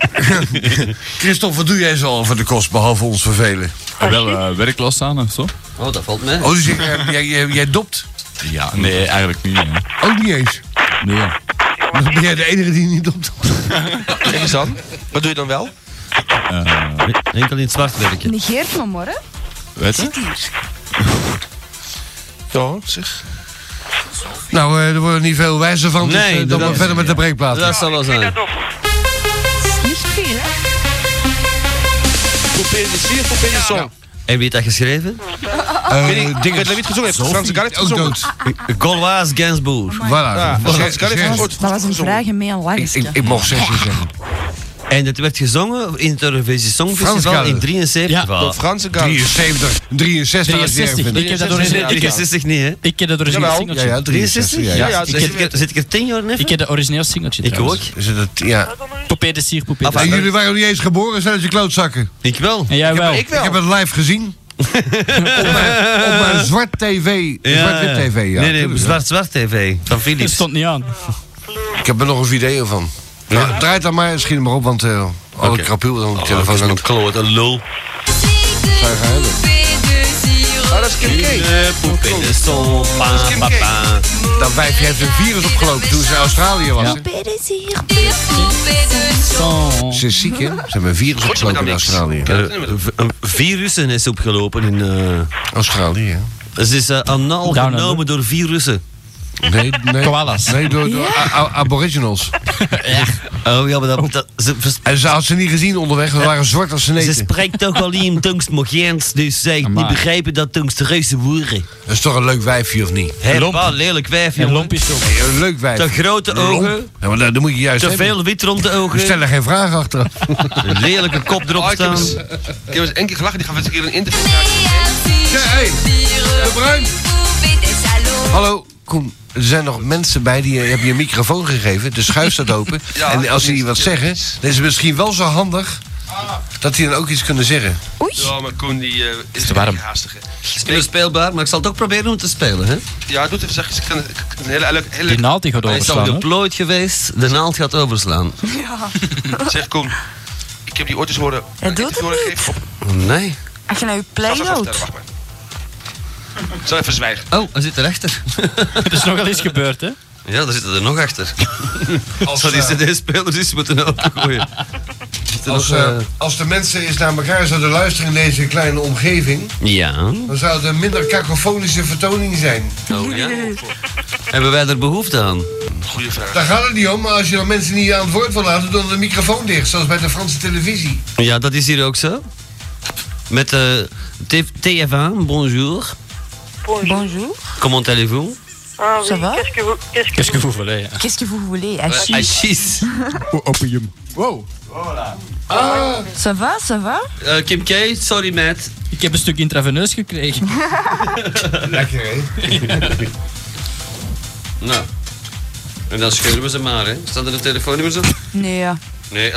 Speaker 5: <laughs> Christophe, wat doe jij zoal voor de kost, behalve ons vervelen?
Speaker 18: En wel eh, werkloos aan of zo?
Speaker 2: Oh, dat valt mee.
Speaker 5: Oh, dus jij, eh, jij, jij, jij dopt?
Speaker 18: Ja, Ah, nee, eigenlijk niet. nee.
Speaker 5: Ook niet eens.
Speaker 18: Nee.
Speaker 5: Dan ben jij de enige die niet
Speaker 2: <laughs>
Speaker 5: dopt.
Speaker 3: Kijk eens aan. Wat doe je dan wel?
Speaker 18: Eh,
Speaker 2: Enkel in het zwart werken.
Speaker 12: Negeert me maar, hè.
Speaker 18: Weet
Speaker 5: Ah,
Speaker 18: je?
Speaker 3: Ja, zeg.
Speaker 5: Nou, eh, er worden niet veel wijzer van, dus
Speaker 2: Nee,
Speaker 5: eh, dan
Speaker 2: dat
Speaker 5: maar
Speaker 2: is-
Speaker 5: verder met de breekplaat.
Speaker 2: Dat zal wel zijn.
Speaker 12: Dat is niet veel, hè.
Speaker 3: Probeer de sier, probeer de
Speaker 7: nou.
Speaker 3: song.
Speaker 2: En wie heeft dat geschreven?
Speaker 5: Eh,
Speaker 3: Ik weet niet- ik
Speaker 5: dinges.
Speaker 3: weet niet wie het gezongen heeft. Frans Garret
Speaker 5: ook
Speaker 3: gezongen.
Speaker 5: dood.
Speaker 2: Gaulois Gainsbourg.
Speaker 5: Voilà.
Speaker 3: Ja,
Speaker 5: Voilà.
Speaker 3: Frans Garret heeft
Speaker 5: Zeg-
Speaker 3: ooit
Speaker 12: Dat was een
Speaker 3: gezongen.
Speaker 12: vrij gemeen
Speaker 5: Ik, ik,
Speaker 12: lachje.
Speaker 5: ik mocht zesje zeggen.
Speaker 2: En het werd gezongen in het Eurovisie
Speaker 5: Frans
Speaker 2: Songfestival
Speaker 5: Gallagher.
Speaker 2: in 73.
Speaker 19: Ja,
Speaker 2: Wel,
Speaker 3: Door Franse Garret.
Speaker 5: 73, 63 als je erg
Speaker 19: 63.
Speaker 5: vindt.
Speaker 19: Ik heb dat door
Speaker 2: ik heb
Speaker 19: een
Speaker 2: 60 niet, hè?
Speaker 19: Ik heb dat origineel
Speaker 3: Jawel.
Speaker 5: Ja,
Speaker 19: singeltje.
Speaker 5: ja, 63.
Speaker 2: 63?
Speaker 5: Ja, ja.
Speaker 3: ja,
Speaker 2: zit, ik er, zit ik er 10 jaar in?
Speaker 19: Ik heb dat origineel singeltje.
Speaker 2: Ik ook.
Speaker 19: trouwens.
Speaker 5: Is het het, ja.
Speaker 19: Poppé de Sier, Poppé de
Speaker 2: Enfin,
Speaker 5: En
Speaker 19: Sier.
Speaker 5: jullie waren niet eens geboren, zijn dat je klootzakken.
Speaker 2: Ik wel.
Speaker 19: En jij wel.
Speaker 3: Ik
Speaker 5: Ik heb
Speaker 3: wel.
Speaker 5: het live
Speaker 2: <laughs>
Speaker 5: gezien. op, mijn, op mijn zwart tv. zwart-wit tv, ja.
Speaker 2: Nee, nee,
Speaker 5: tuurlijk,
Speaker 2: Zwart Zwart TV van
Speaker 19: Het
Speaker 2: Philips.
Speaker 19: stond niet aan.
Speaker 5: ja. Ik heb er nog een video van. Nou, draai dan maar, schiet hem maar op, want eh alle
Speaker 2: Oké.
Speaker 5: krapuw dan op de
Speaker 2: Oh,
Speaker 5: telefoon. aan
Speaker 2: dat is
Speaker 5: het-
Speaker 2: een kloot, een lul.
Speaker 3: Ah, dat is Kim K.
Speaker 5: Dat wijfje heeft een virus opgelopen toen ze in Australië was. hè. Ze is ziek, hè? Ze hebben een virus opgelopen in Australië.
Speaker 2: Eh, v- een Virussen is opgelopen in. eh
Speaker 5: Australië, hè?
Speaker 2: ze is eh, anaal
Speaker 19: Down under.
Speaker 2: genomen door virussen.
Speaker 5: Nee, nee.
Speaker 19: Koalas.
Speaker 5: Nee, door, door a- a- aboriginals.
Speaker 2: Oh ja, maar dat. dat ze, vers-
Speaker 5: En ze had ze niet gezien onderweg, ze waren zwart als ze
Speaker 2: ze
Speaker 5: neten.
Speaker 2: spreekt toch al in Tungstmogeens, dus zij heeft niet
Speaker 19: Amai.
Speaker 2: begrijpen dat Tungstereuze woeren.
Speaker 5: Dat is toch een leuk wijfje, of niet?
Speaker 2: Hé, een lelijk wijf,
Speaker 19: En
Speaker 2: jongen.
Speaker 19: lompjes ook.
Speaker 5: Hey, een leuk
Speaker 2: Te
Speaker 5: wijfje.
Speaker 2: grote
Speaker 5: Lomp.
Speaker 2: ogen,
Speaker 5: Ja, maar daar, daar moet je juist
Speaker 2: te
Speaker 5: hebben. <laughs>
Speaker 2: veel wit rond de
Speaker 5: We
Speaker 2: ogen,
Speaker 5: stellen geen vragen achteraf.
Speaker 2: een lelijke kop erop
Speaker 3: Ah, ik heb
Speaker 2: staan.
Speaker 3: eens- ik heb eens één keer gelachen, die gaan een keer een interview krijgen.
Speaker 5: Ja, hey, De Bruin. Hallo, Koen. Er zijn nog mensen bij die eh, hebben je een microfoon gegeven. De schuif staat open.
Speaker 3: Ja,
Speaker 5: en als die wat
Speaker 3: ja.
Speaker 5: zeggen, dan is het misschien wel zo handig dat die dan ook iets kunnen zeggen.
Speaker 3: Ja, maar Koen die eh, is
Speaker 19: te warm.
Speaker 3: een beetje haastig, hè.
Speaker 2: Het is speelbaar, maar ik zal het ook proberen om te spelen. Hè?
Speaker 3: Ja, doe het even zachtjes. Ik kan ik kan een hele, hele, hele
Speaker 19: Die naald die gaat
Speaker 2: Hij is al
Speaker 19: overslaan. hè.
Speaker 2: geplooid geweest, de naald gaat overslaan.
Speaker 3: <laughs> Zeg Koen, ik heb die ooit eens horen.
Speaker 12: Hij doet het niet.
Speaker 3: gegeven op.
Speaker 2: Nee.
Speaker 12: Als je naar je play
Speaker 3: Wacht, wacht, wacht,
Speaker 12: doet.
Speaker 3: wacht maar. Ik zal even zwijgen.
Speaker 2: Oh, hij zit
Speaker 3: <laughs>
Speaker 2: erachter.
Speaker 19: Het is nogal eens gebeurd, hè?
Speaker 2: Ja, daar zitten er nog
Speaker 3: <laughs>
Speaker 2: achter. Als dat die
Speaker 3: eh,
Speaker 2: cd-spelers is, moeten we opgooien.
Speaker 5: Als, eh, als de mensen eens naar elkaar zouden luisteren in deze kleine omgeving,
Speaker 2: Ja.
Speaker 5: dan zou er minder kakofonische vertoning zijn.
Speaker 2: Oh,
Speaker 3: <laughs>
Speaker 2: ja. Hebben wij er behoefte aan?
Speaker 3: Goeie vraag.
Speaker 5: Daar gaat het niet om, maar als je dan mensen niet aan het woord wil laten, doe dan de microfoon dicht, zoals bij de Franse televisie.
Speaker 2: Ja, dat is hier ook zo. Met eh, T- TF1, bonjour.
Speaker 12: Bonjour.
Speaker 2: Comment allez-vous?
Speaker 7: Ah,
Speaker 12: Ça va?
Speaker 7: Qu'est-ce que vous... Qu'est-ce que
Speaker 19: Qu'est-ce que vous voulez?
Speaker 12: Qu'est-ce que vous voulez?
Speaker 2: Ah, chies.
Speaker 19: Opium. Wow.
Speaker 12: Ah. Ça va, ça va?
Speaker 20: Eh, Kim K, sorry Matt.
Speaker 10: Ik heb een stuk intraveneus gekregen.
Speaker 5: Lekker, hè?
Speaker 2: <laughs> Nou. En dan scheuren we ze maar, hè. Staan er de telefoonnummers op?
Speaker 12: Nee, ja.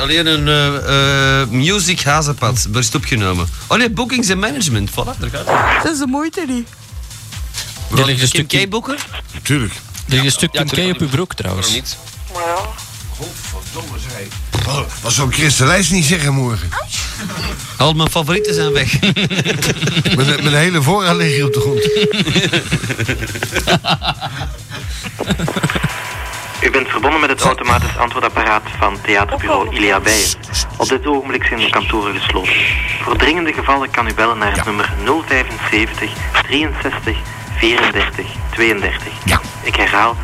Speaker 2: Nee, alleen een eh eh music hazenpad. Best opgenomen. Oh nee, bookings en management. Voilà, daar gaat het.
Speaker 12: Dat is de moeite
Speaker 7: <laughs>
Speaker 12: niet.
Speaker 10: Er ligt een stuk
Speaker 2: Kim K boeken?
Speaker 5: Tuurlijk.
Speaker 10: Er ligt een stuk Kim K op uw broek trouwens.
Speaker 2: Waarom niet?
Speaker 5: Godverdomme, zei Wat zo'n Christenlijst niet zeggen morgen.
Speaker 2: Al mijn favorieten zijn
Speaker 5: <laughs>
Speaker 2: weg.
Speaker 5: Met, met een hele voorraad liggen hier op de grond.
Speaker 19: <laughs>
Speaker 3: U bent verbonden met het automatisch antwoordapparaat van
Speaker 2: Oh,
Speaker 3: theaterbureau Ilia Beijer. Op dit ogenblik zijn de kantoren gesloten. Voor dringende gevallen kan u bellen naar het nummer 075 63 34 32. Ik herhaal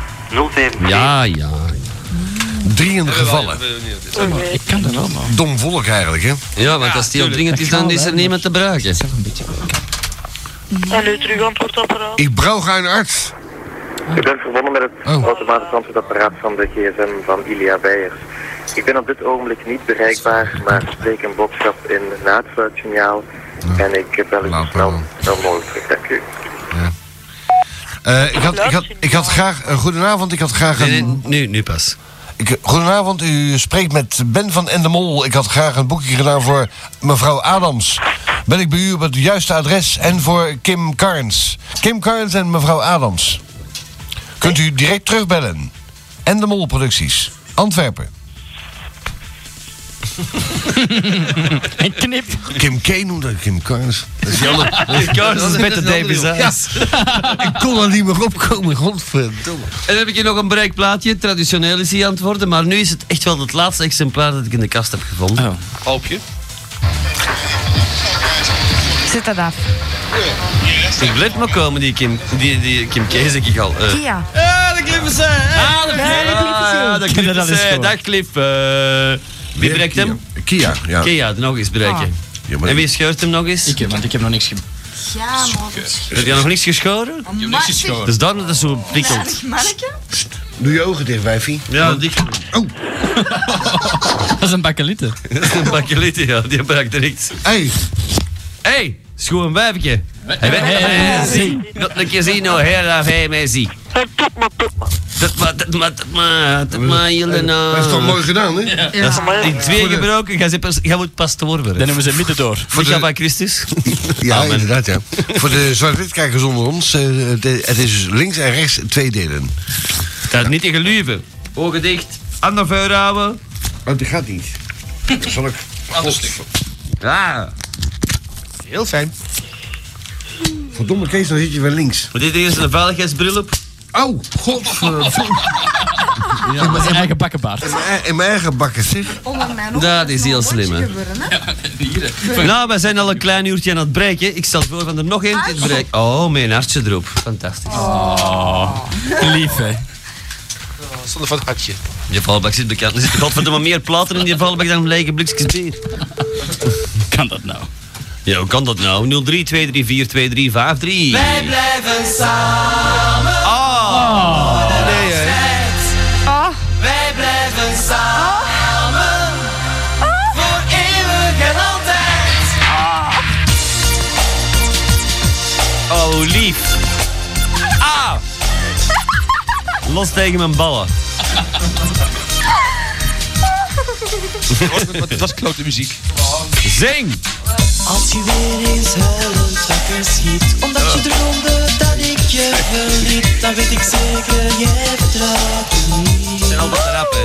Speaker 3: 075...
Speaker 2: Ja, ja.
Speaker 5: Dringende gevallen.
Speaker 10: Ik kan dat wel, man.
Speaker 5: Dom volk eigenlijk, hè?
Speaker 2: Ja, want als die opdringend is, dan is er niemand te gebruiken.
Speaker 21: En nu terug antwoord op haar.
Speaker 5: Ik brouw geen arts. Oh.
Speaker 3: U bent verbonden met het automatisch antwoordapparaat van de gsm van Ilia Beijers. Ik ben op dit ogenblik niet bereikbaar, maar spreek een boodschap in na het fluitsignaal. En ik bel u zo snel, snel mogelijk terug. Dank u.
Speaker 5: Eh, ik, had, ik, had, ik had graag... eh, goedenavond, ik had graag een...
Speaker 2: nu, nu pas.
Speaker 5: Ik, goedenavond, u spreekt met Ben van Endemol. Ik had graag een boekje gedaan voor mevrouw Adams. Ben ik bij u op het juiste adres en voor Kim Carnes. Kim Carnes en mevrouw Adams. Kunt u direct terugbellen. Endemol Producties, Antwerpen.
Speaker 10: En knip.
Speaker 5: Kim K noemde ik Kim Carnes. Dat is jammer.
Speaker 2: Kim Carnes is met de Davies, hè?
Speaker 5: Ja, ik kon er niet meer opkomen, godverdomme.
Speaker 2: En dan heb ik hier nog een bereik plaatje. Traditioneel is die antwoorden, maar nu is het echt wel het laatste exemplaar dat ik in de kast heb gevonden.
Speaker 10: Oh.
Speaker 7: Hoop je?
Speaker 12: Zet dat af.
Speaker 2: Ik blijf maar komen, die Kim, die, die Kim K, zeg ik al. Eh,
Speaker 12: Kia.
Speaker 20: Ah, de klippen zijn. Ah, de
Speaker 2: Ah, dat
Speaker 20: Ken je
Speaker 2: Clip
Speaker 20: dat
Speaker 2: is,
Speaker 20: eens
Speaker 2: eh,
Speaker 20: gewoon?
Speaker 2: Dag Clip. eh, wie bereikt hem?
Speaker 5: Kia, ja.
Speaker 2: Kia, nog eens bereiken. En wie scheurt hem nog eens? Ik
Speaker 10: heb, want ik heb nog niks ge...
Speaker 22: Ja, man.
Speaker 2: Heb jij nog niks geschoren?
Speaker 22: niks geschoren.
Speaker 2: Dus daarom dat het zo prikkelt.
Speaker 22: Merken?
Speaker 5: Doe je ogen dicht, wijfie.
Speaker 2: Ja, dicht.
Speaker 10: Dat is een bakkelieten.
Speaker 2: <laughs> Dat is een bakkelitje, ja. Die bereikt direct.
Speaker 5: Hey.
Speaker 2: Hey, schoon een wijfje. Hey, hey, hey, zie. Dat een keer zien, nou, heel af, hey, mij zie. Dat maar, dat maar, dat maar, dat maar, Jelena.
Speaker 5: Dat is toch mooi gedaan, hè? Ja.
Speaker 2: Dat is in twee
Speaker 5: Voor de-
Speaker 2: gebroken, jij zit pas- jij wordt pastoor worden.
Speaker 10: Dan hebben ze midden door.
Speaker 2: Voor
Speaker 5: de-
Speaker 2: jou bij Christus.
Speaker 5: Ja, inderdaad, ja. Voor de zwart-witkijkers onder ons, eh, de- het is links en rechts twee delen.
Speaker 2: Dat is niet in geluven. Ogen dicht, ander vuur houden.
Speaker 5: Oh, die gaat niet. Zal
Speaker 2: <laughs>
Speaker 5: ik...
Speaker 2: Ja. Heel fijn.
Speaker 5: Verdomme Kees, dan zit je weer links.
Speaker 2: Maar dit is een veiligheidsbril op.
Speaker 5: Oh,
Speaker 2: <laughs>
Speaker 5: godverdomme.
Speaker 10: Ja, met zijn eigen bakkenbaard.
Speaker 5: In mijn- In mijn eigen bakken, zeg.
Speaker 22: Onder mijn
Speaker 2: Dat is heel slim, hè. Nou, wij zijn al een klein uurtje aan het breken. Ik stel voor van er nog eentje te breken. Oh, mijn hartje erop. Fantastisch.
Speaker 10: Oh, lief hè.
Speaker 7: Zonder van het hartje.
Speaker 2: Je valbak zit bekend. Er zitten godverdomme meer platen in die valbak dan lege blikjes bier.
Speaker 10: Kan dat nou?
Speaker 2: Ja, hoe kan dat nou? 03 234 2353.
Speaker 22: Wij blijven samen.
Speaker 2: Oh. Nee, hè.
Speaker 22: Oh. Wij blijven samen. Voor eeuwig en altijd.
Speaker 2: Oh, lief. Ah! Los tegen mijn ballen.
Speaker 7: Dat was klote muziek.
Speaker 2: Zing!
Speaker 22: Als je weer eens huilend wakker schiet, omdat je droomde dat ik je verliet, dan weet ik zeker, jij vertrouwt me niet.
Speaker 2: zijn allemaal rappen.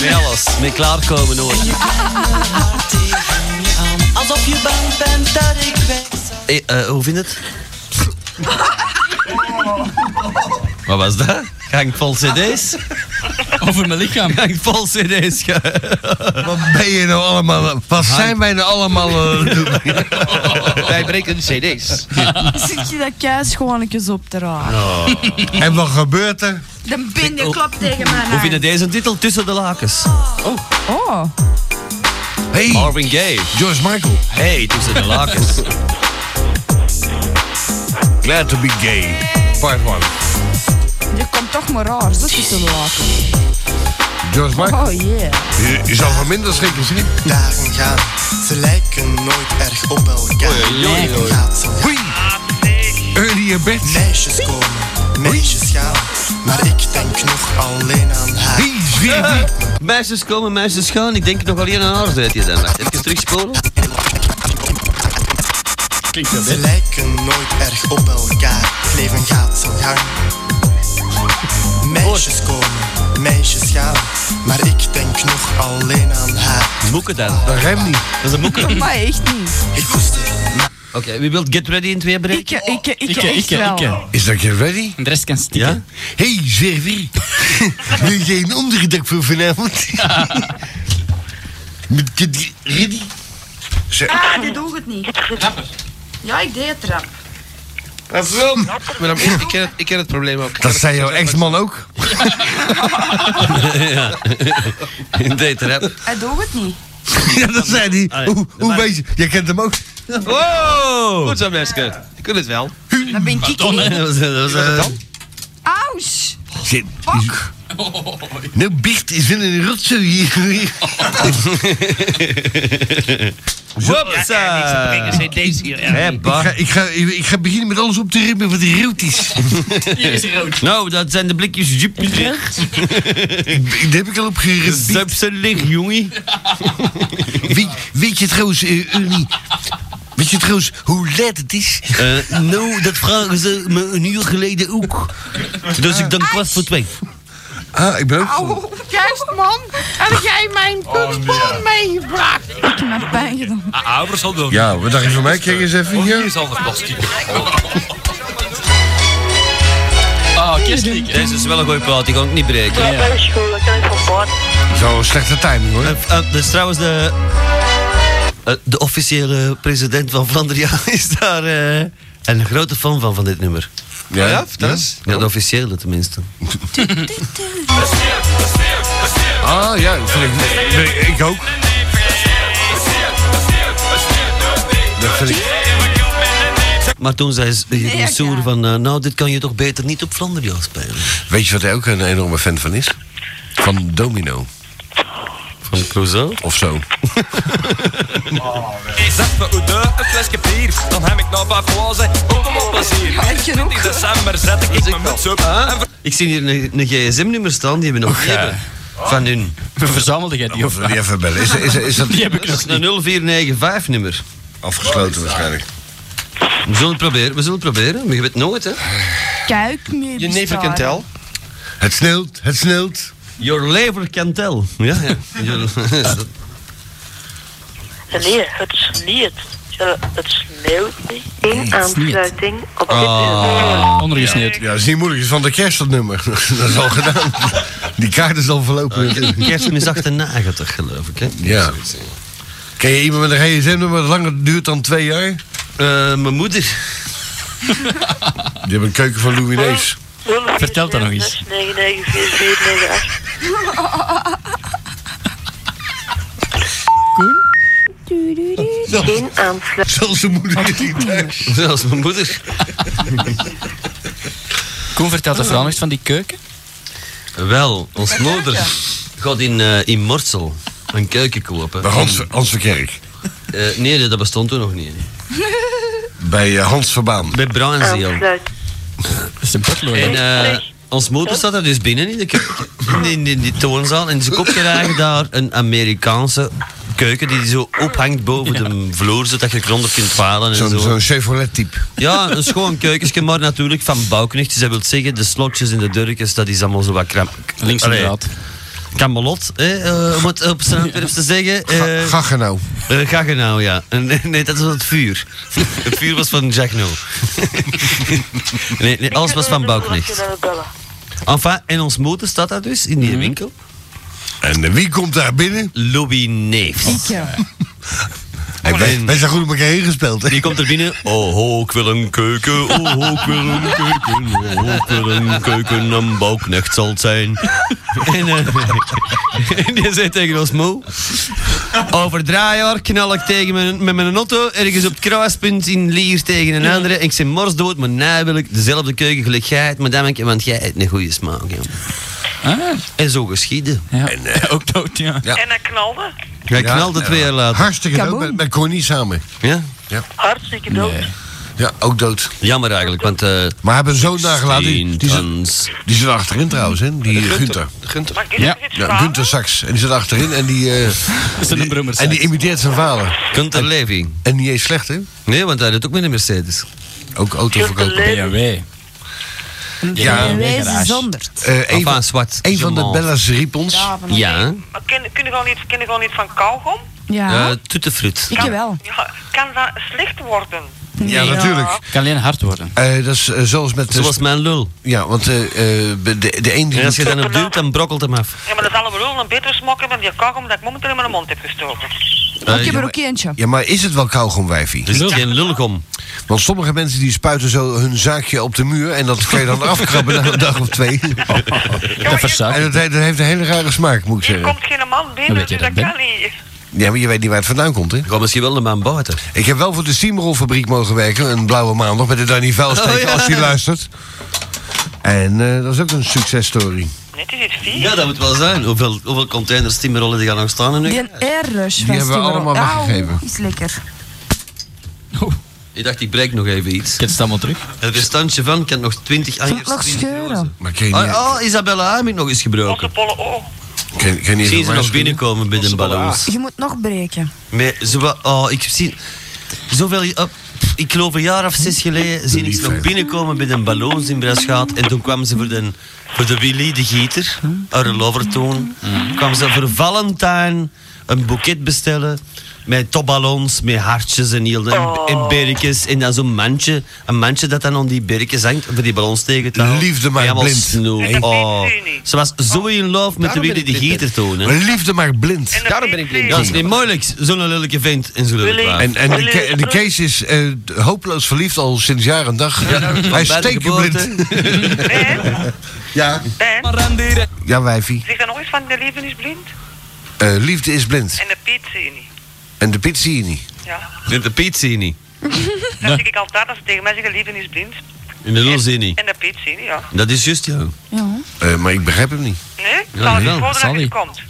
Speaker 2: Met alles. Met klaarkomen hoor.
Speaker 22: Je kijkt maar tegen je aan, alsof je bang bent dat ik weg zou
Speaker 2: Hey, eh, hoe vind je het? Wat was dat? Gang vol cd's?
Speaker 10: Over mijn lichaam.
Speaker 2: Gang vol cd's. ja.
Speaker 5: Wat ben je nou allemaal... aan- Wat zijn wij nou allemaal... eh, aan het
Speaker 2: <laughs>
Speaker 5: doen?
Speaker 7: Wij breken de cd's.
Speaker 22: <laughs>
Speaker 12: Zit je dat kaas gewoon een keer op te raken? <laughs>
Speaker 5: Oh. en wat gebeurt er?
Speaker 12: Dan ben je klap tegen mijn
Speaker 2: Hoe vind je deze titel? Tussen de lakens.
Speaker 12: Oh.
Speaker 5: Hey,
Speaker 2: Marvin Gaye.
Speaker 5: George Michael.
Speaker 2: Hey, tussen de lakens.
Speaker 5: Glad to be gay. Part one.
Speaker 12: Je komt toch maar raar, zo tussen laten.
Speaker 5: George Michael.
Speaker 12: Oh yeah.
Speaker 5: Je, je zou van minder schrikken zien.
Speaker 3: Dagen gaan, ze lijken nooit erg op elkaar. Lijken gaat zo
Speaker 5: Early in bed.
Speaker 3: Meisjes komen, meisjes gaan, maar ik denk nog alleen aan haar.
Speaker 2: Meisjes komen, meisjes gaan. Ik denk nog alleen aan haar, zei hij dan. Wacht, even terugspoelen.
Speaker 3: Ze lijken nooit erg op elkaar. Het leven gaat zijn gang. Meisjes komen, meisjes gaan. Maar ik denk nog alleen aan haar.
Speaker 2: Moeken dan.
Speaker 5: Dat rijmt niet.
Speaker 2: Dat is een moeken.
Speaker 12: <laughs> Maar echt niet.
Speaker 2: Oké, wie wilt Get Ready in twee breken?
Speaker 12: Ik, ik, eh, ik, ik, echt wel.
Speaker 5: Is dat je ready?
Speaker 23: En de rest kan stikken.
Speaker 5: hey,
Speaker 2: <laughs>
Speaker 5: Zervi. Wil jij een onderdak voor vanavond? Met je ready? Zeg.
Speaker 12: Ah, die doet het niet. Ja, ik deed het trap.
Speaker 24: Waarom? Maar dan, ik, ik, ken het, ik ken het probleem ook. Ik ken
Speaker 5: Dat
Speaker 24: het
Speaker 5: zei jouw
Speaker 24: probleem
Speaker 5: ex-man ook.
Speaker 2: <laughs> ja. In date rap.
Speaker 12: Hij doet het niet.
Speaker 5: <laughs> ja, dat zei hij. Hoe, hoe weet je? Jij kent hem ook.
Speaker 2: Wow!
Speaker 5: Oh.
Speaker 24: Goed zo, Meske. Ik kan het wel.
Speaker 12: Dan ben ik niet.
Speaker 2: Dat was-
Speaker 24: Wat
Speaker 2: dat was,
Speaker 24: is
Speaker 2: eh,
Speaker 24: dat dan?
Speaker 12: Aus!
Speaker 5: Zit. is- Nou, Bicht is wel een rotzooi hier.
Speaker 2: Hopsa!
Speaker 24: Zijn deze hier. Ja.
Speaker 2: Hé,
Speaker 5: Ik
Speaker 2: Bart.
Speaker 5: ga, ik, ga, ik ga beginnen met alles op te rimmen wat rood is.
Speaker 23: Hier is rood.
Speaker 2: Nou, dat zijn de blikjes <laughs> Jupiter.
Speaker 5: Daar heb ik al op gerimd.
Speaker 2: Subselig,
Speaker 5: <laughs>
Speaker 2: jongen.
Speaker 5: Weet, weet je trouwens, eh, Ernie... Weet je trouwens hoe laat het is?
Speaker 2: nou, dat vragen ze me een uur geleden ook. Dus ik dan kwast voor twee.
Speaker 5: Ah, ik ben ook...
Speaker 12: Au, juist man. Heb jij mijn
Speaker 15: Oh,
Speaker 12: kunstbal meegebracht? Ik heb mijn pijn gedaan.
Speaker 15: Ouders al doen.
Speaker 5: Ja, wat dacht je van mij? Kijk eens even
Speaker 15: Oh, Hier
Speaker 5: hier.
Speaker 15: is anders plastic.
Speaker 23: Oh, kerstlieken.
Speaker 2: Ah, Deze is wel een goeie plaat, die kan ik niet breken.
Speaker 25: Ja, dat is goed, dat kan ik van boord.
Speaker 5: Zo, slechte timing hoor.
Speaker 2: Eh, dus trouwens, de, eh, de officiële president van Vlaanderen <laughs> is daar eh, een grote fan van, van dit nummer.
Speaker 24: Ja, ja, vertel eens.
Speaker 2: Ja, de officiële tenminste.
Speaker 5: <laughs> Ah, ja, dat vind ik... nee, ik ook. Dat vind ik...
Speaker 2: Maar toen zei ze- eh,
Speaker 12: Nee,
Speaker 2: Soer
Speaker 12: ja.
Speaker 2: van, eh, nou, dit kan je toch beter niet op Vlaanderen spelen.
Speaker 5: Weet je wat hij ook een enorme fan van is? Van Domino.
Speaker 2: Van Clouseau?
Speaker 5: Of zo.
Speaker 15: Zet me hoe de een flesje bier. Dan heb ik nog wat glazen. Ook om op plezier.
Speaker 12: Heb je ook?
Speaker 15: 20 december zet ik mijn muts op. En ver-
Speaker 2: Ik zie hier een, een gsm-nummer staan, die hebben we nog niet hebben. Van hun.
Speaker 23: <laughs> Verzamelde jij die
Speaker 5: Of
Speaker 23: of
Speaker 5: wil die even bellen. Is, is, is dat
Speaker 23: <laughs> Die heb ik
Speaker 2: Dat
Speaker 23: nog
Speaker 2: is een 0495-nummer.
Speaker 5: afgesloten waarschijnlijk?
Speaker 2: We zullen het proberen, we zullen het proberen. Maar je weet nooit, hè.
Speaker 12: Kijk meer
Speaker 24: Je never can tell.
Speaker 5: Het sneeuwt, het sneeuwt.
Speaker 2: Your lever can tell. Ja, ja.
Speaker 5: <laughs>
Speaker 2: Your-
Speaker 25: Nee, het sneeuwt. Ja, Het sneeuwt niet.
Speaker 9: Eén
Speaker 15: <laughs>
Speaker 9: aansluiting op dit uur.
Speaker 23: Ah, ondergesneeuwd.
Speaker 5: Ja, dat is niet moeilijk. Het is van de kerst dat nummer. <laughs> dat is al gedaan. Die kaart is al verlopen.
Speaker 2: <laughs> Kerstmis 98, geloof ik, hè.
Speaker 5: Ja. Ken je iemand met een gsm-nummer dat langer duurt dan twee jaar?
Speaker 2: Eh, mijn moeder. Oh.
Speaker 5: Die hebben een keuken van Louis Nees.
Speaker 23: Vertel dat nog eens.
Speaker 25: 99448.
Speaker 9: Eén aansluiting.
Speaker 5: Zelfs zijn moeder is niet thuis.
Speaker 2: <laughs> Zelfs mijn moeder.
Speaker 23: Koen vertelt de verhaal nog eens van die keuken.
Speaker 2: Wel, ons moeder gaat in, eh, in Mortsel een keuken kopen.
Speaker 5: Bij Hans, Hans Verkerk.
Speaker 2: Eh, nee, nee, dat bestond toen nog niet.
Speaker 5: <laughs> Bij eh, Hans Verbaan.
Speaker 2: Bij Bruinsdeel.
Speaker 5: <laughs>
Speaker 9: Aansluiting.
Speaker 23: Dat is een potlood.
Speaker 2: En eh, ons moeder zat daar dus binnen in, de keuken, in, in die toonzaal. En ze koopt er eigenlijk daar een Amerikaanse keuken die zo ophangt boven de vloer, zodat je eronder kunt varen en zo.
Speaker 5: Zo'n zo'n Chevrolet-type.
Speaker 2: Ja, een schoon keukentje, maar natuurlijk van bouwknecht. Dus dat wil zeggen, de slotjes en de durkjes, dat is allemaal zo wat kramp.
Speaker 23: Links
Speaker 2: Allee,
Speaker 23: inderdaad.
Speaker 2: Kamelot, hè, eh, om het op zijn Antwerps te zeggen.
Speaker 5: Ga,
Speaker 2: Eh,
Speaker 5: ga nou.
Speaker 2: Eh, Gaggenau, ja. En, nee, nee, dat was het vuur. het vuur was van Jack No. <laughs> nee, nee, alles was van Bouwknecht. Enfin, en ons motor staat daar dus, in die winkel.
Speaker 5: Mhm. En eh, wie komt daar binnen?
Speaker 2: Louis Neefs.
Speaker 12: Ik ja.
Speaker 5: Hey, wij, wij zijn goed op elkaar heen gespeeld. hè?
Speaker 2: Die komt er binnen. Oh, ho, ik wil een keuken. Oh, ho, ik wil een keuken. Oh, ho, ik wil een keuken. Een bouwknecht zal het zijn. En, eh, <laughs> en die zei tegen ons moe. Over drie jaar knal ik tegen mijn, met mijn auto ergens op het kruispunt in Lier tegen een andere. En ik zei mors dood, maar nu wil ik dezelfde keuken gelijk jij het, maar dan ben ik, want jij hebt een goede smaak. jongen. En zo geschieden.
Speaker 26: En,
Speaker 5: eh,
Speaker 2: ook dood, ja.
Speaker 7: En dat knalde.
Speaker 2: Hij knalde twee jaar later.
Speaker 5: Hartstikke dood, met, met Connie samen.
Speaker 2: Ja?
Speaker 5: Ja.
Speaker 7: Hartstikke dood.
Speaker 5: Ja, ook dood.
Speaker 2: Jammer eigenlijk, want... eh,
Speaker 5: maar hebben zoon nagelaten. Die, die, zit, die zit achterin trouwens, hè? Die eh,
Speaker 4: Gunther. De
Speaker 5: Gunther.
Speaker 4: Gunther.
Speaker 5: Ja, ja Gunther Sachs. En die zit achterin en die... eh, die- en die imiteert zijn vader.
Speaker 2: Gunther Levy.
Speaker 5: En niet eens slecht, hè?
Speaker 2: Nee, want hij doet ook met een Mercedes.
Speaker 5: Ook autoverkoper.
Speaker 2: BMW.
Speaker 5: Ja. Eh, een,
Speaker 2: Enfin,
Speaker 5: van,
Speaker 2: zwart.
Speaker 5: een van de
Speaker 2: Jamal.
Speaker 5: Bella's Riepons.
Speaker 2: Ja.
Speaker 7: Maar kunnen kun je gewoon iets, kun je gewoon iets van kauwgom?
Speaker 2: Ja. Toetefrut.
Speaker 7: wel. Ja, kan dat slecht worden?
Speaker 5: Ja, natuurlijk. Kan alleen hard worden. dat is eh, zoals met...
Speaker 2: Zoals mijn lul.
Speaker 5: Ja, want eh, eh, de, de een die...
Speaker 2: En als je dan op duwt, dan brokkelt hem af.
Speaker 7: Ja, maar dat zal allemaal wel een betere smaak hebben dan die kauwgom dat ik momenteel in mijn mond heb gestoken.
Speaker 5: Eh, ja, maar-
Speaker 12: eentje.
Speaker 5: Ja, maar is het wel kauwgomwijfie?
Speaker 2: Het is geen lulgom.
Speaker 5: Want sommige mensen die spuiten zo hun zaakje op de muur... en dat kan je dan <laughs> afkrabben na een dag of
Speaker 2: <laughs>
Speaker 5: twee.
Speaker 26: Dat
Speaker 5: En dat, he- dat heeft een hele rare smaak, moet ik zeggen.
Speaker 7: Komt geen man binnen,
Speaker 5: Nou, weet je
Speaker 7: dus dat
Speaker 5: dat,
Speaker 7: kan niet.
Speaker 5: Ja, maar je weet niet waar het vandaan komt, hè? Ik
Speaker 2: kom misschien wel de maan buiten.
Speaker 5: Ik heb wel voor de Steamrollfabriek mogen werken... een blauwe maandag met de Danny Vuilsteek,
Speaker 2: Oh, ja.
Speaker 5: als die luistert. En eh, dat is ook een successtory.
Speaker 2: Ja, dat moet wel zijn. Hoeveel, hoeveel containers timmerrollen die gaan nog staan nu?
Speaker 12: Die een airrush
Speaker 5: Die hebben
Speaker 12: van
Speaker 5: we
Speaker 12: Stimmerol.
Speaker 5: allemaal
Speaker 12: Auw,
Speaker 5: weggegeven.
Speaker 12: is lekker.
Speaker 2: Ik dacht, ik breek nog even iets. Ik het allemaal terug. Het bestandje van, ik heb nog 20 anjers.
Speaker 12: Nog scheuren.
Speaker 5: Maar ken je niet-
Speaker 2: Oh, oh, Isabella heb ik nog eens gebroken.
Speaker 5: Ken, ken je
Speaker 2: Zien ze
Speaker 5: even
Speaker 2: nog
Speaker 5: waarschuwen?
Speaker 2: binnenkomen bij de ballons?
Speaker 12: Je moet nog breken.
Speaker 2: Maar zo, wa- oh, ik zie zoveel. eh, ik geloof een jaar of zes
Speaker 5: Hm?
Speaker 2: geleden zie ik ze nog binnenkomen bij de ballons in Braschaat. En toen kwamen ze voor de, voor de Willy de Gieter,
Speaker 5: Hm?
Speaker 2: uit de Lovertoon. Kwamen ze voor Valentijn een boeket bestellen. Met topballons, met hartjes en, heel, en,
Speaker 5: Oh.
Speaker 2: en berkjes. En dan zo'n mandje. Een mandje dat dan om die berkjes hangt. Voor die ballons tegen te houden.
Speaker 5: Liefde maar
Speaker 2: En allemaal
Speaker 5: blind.
Speaker 2: snoep.
Speaker 5: Hey.
Speaker 2: Oh. Ze was zo in love met de
Speaker 5: Daarom ben
Speaker 2: Willy de
Speaker 5: ik blind,
Speaker 2: Gieter
Speaker 5: hè.
Speaker 2: toen. hè.
Speaker 5: Liefde maar blind.
Speaker 2: Daarom ben ik blind. Dat is niet moeilijk. Zo'n lelijke vent en zo'n lelijke
Speaker 5: En, en de, Ke- de Kees is eh, hopeloos verliefd al sinds jaar en dag.
Speaker 2: Ja, nou,
Speaker 5: Hij is
Speaker 2: bij de
Speaker 5: stekenblind.
Speaker 7: <laughs>
Speaker 5: ja. ja, wijfie.
Speaker 7: Zeg dan nog eens van de leven is blind.
Speaker 5: Eh, liefde is blind.
Speaker 7: En de Piet zie je niet.
Speaker 5: En de pit zie je niet.
Speaker 12: <laughs>
Speaker 7: Ja.
Speaker 2: In de piet zie je niet.
Speaker 7: Dat zeg ik altijd als ze tegen mij zeggen, leven is blind.
Speaker 2: In de lul zie je niet.
Speaker 7: En de Piet zie je niet, ja.
Speaker 2: Dat is juist, ja.
Speaker 12: Ja.
Speaker 5: Eh, maar ik begrijp hem niet.
Speaker 7: Nee?
Speaker 5: Ja,
Speaker 7: zal ik
Speaker 5: nee,
Speaker 7: het
Speaker 5: dat
Speaker 7: voordat
Speaker 5: zal
Speaker 7: je
Speaker 5: niet.
Speaker 7: komt?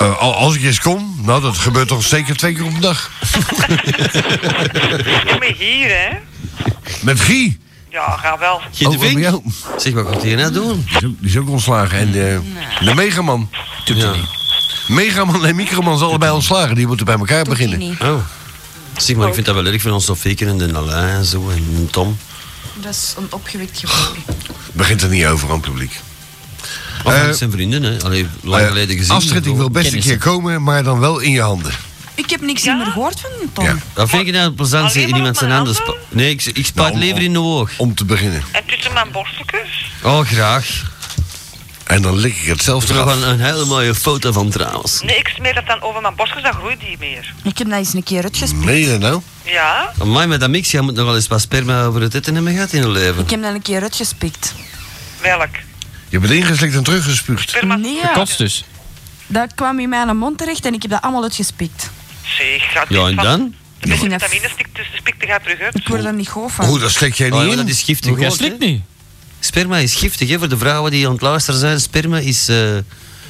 Speaker 5: Eh, al- als ik eens kom, nou dat gebeurt toch zeker twee keer op een
Speaker 7: <laughs>
Speaker 5: dag.
Speaker 7: Ja, maar hier, hè.
Speaker 5: Met Guy.
Speaker 7: Ja, ga wel.
Speaker 2: Geen de Vink? Zeg, wat komt hij nou doen?
Speaker 5: Die is ook, die is ook ontslagen. En de, de Megaman.
Speaker 2: Ja.
Speaker 5: Megaman en Microman zijn allebei ontslagen. Die moeten bij elkaar beginnen.
Speaker 2: Oh. Zeg, maar ik vind dat wel erg van ons Sofieke en de Alain en zo en Tom.
Speaker 12: Dat is een opgewekt gevoel.
Speaker 5: Begint er niet over aan het publiek.
Speaker 2: Of
Speaker 5: Eh,
Speaker 2: het zijn vrienden, hè. Allee, lang
Speaker 5: Eh,
Speaker 2: geleden gezien.
Speaker 5: Astrid, ik wil best een keer komen, maar dan wel in je handen.
Speaker 12: Ik heb niks meer gehoord van Tom.
Speaker 5: Ja.
Speaker 2: Dat vind ik nou plezant, zeker iemand zijn handen... spa- Nee, ik, ik spuit liever in de oog.
Speaker 5: Nou, Om te beginnen.
Speaker 7: En tussen mijn borstjes.
Speaker 2: Oh, graag.
Speaker 5: En dan lik ik het zelf
Speaker 2: Er is nog een, een hele mooie foto van trouwens.
Speaker 7: Nee, ik smeer dat dan over mijn borstjes, dan groeit die meer.
Speaker 12: Ik heb dat eens een keer uitgespeeld.
Speaker 5: Nee, dat nou?
Speaker 7: Ja?
Speaker 2: Amai, met dat mix, jij moet nog wel eens wat sperma over het eten hebben gehad in je leven.
Speaker 12: Ik heb dat een keer uitgespikt.
Speaker 7: Welk?
Speaker 5: Je bent ingeslikt en teruggespuugd.
Speaker 12: Nee, ja.
Speaker 2: dus.
Speaker 12: dat kwam in mijn mond terecht en ik heb dat allemaal uitgespikt.
Speaker 7: Zeg, gaat
Speaker 2: Ja, en dan?
Speaker 7: Er is een vitaminestik tussen de spikte gaat terug uit.
Speaker 12: Ik word er niet goed van.
Speaker 5: Hoe, dat slik jij niet
Speaker 2: Oh, ja,
Speaker 5: in?
Speaker 2: dat is giftig.
Speaker 5: Hoe, jij
Speaker 2: hoor,
Speaker 5: slikt
Speaker 2: hè? Sperma is giftig, hè? Voor de vrouwen die aan het luisteren zijn, sperma is... eh,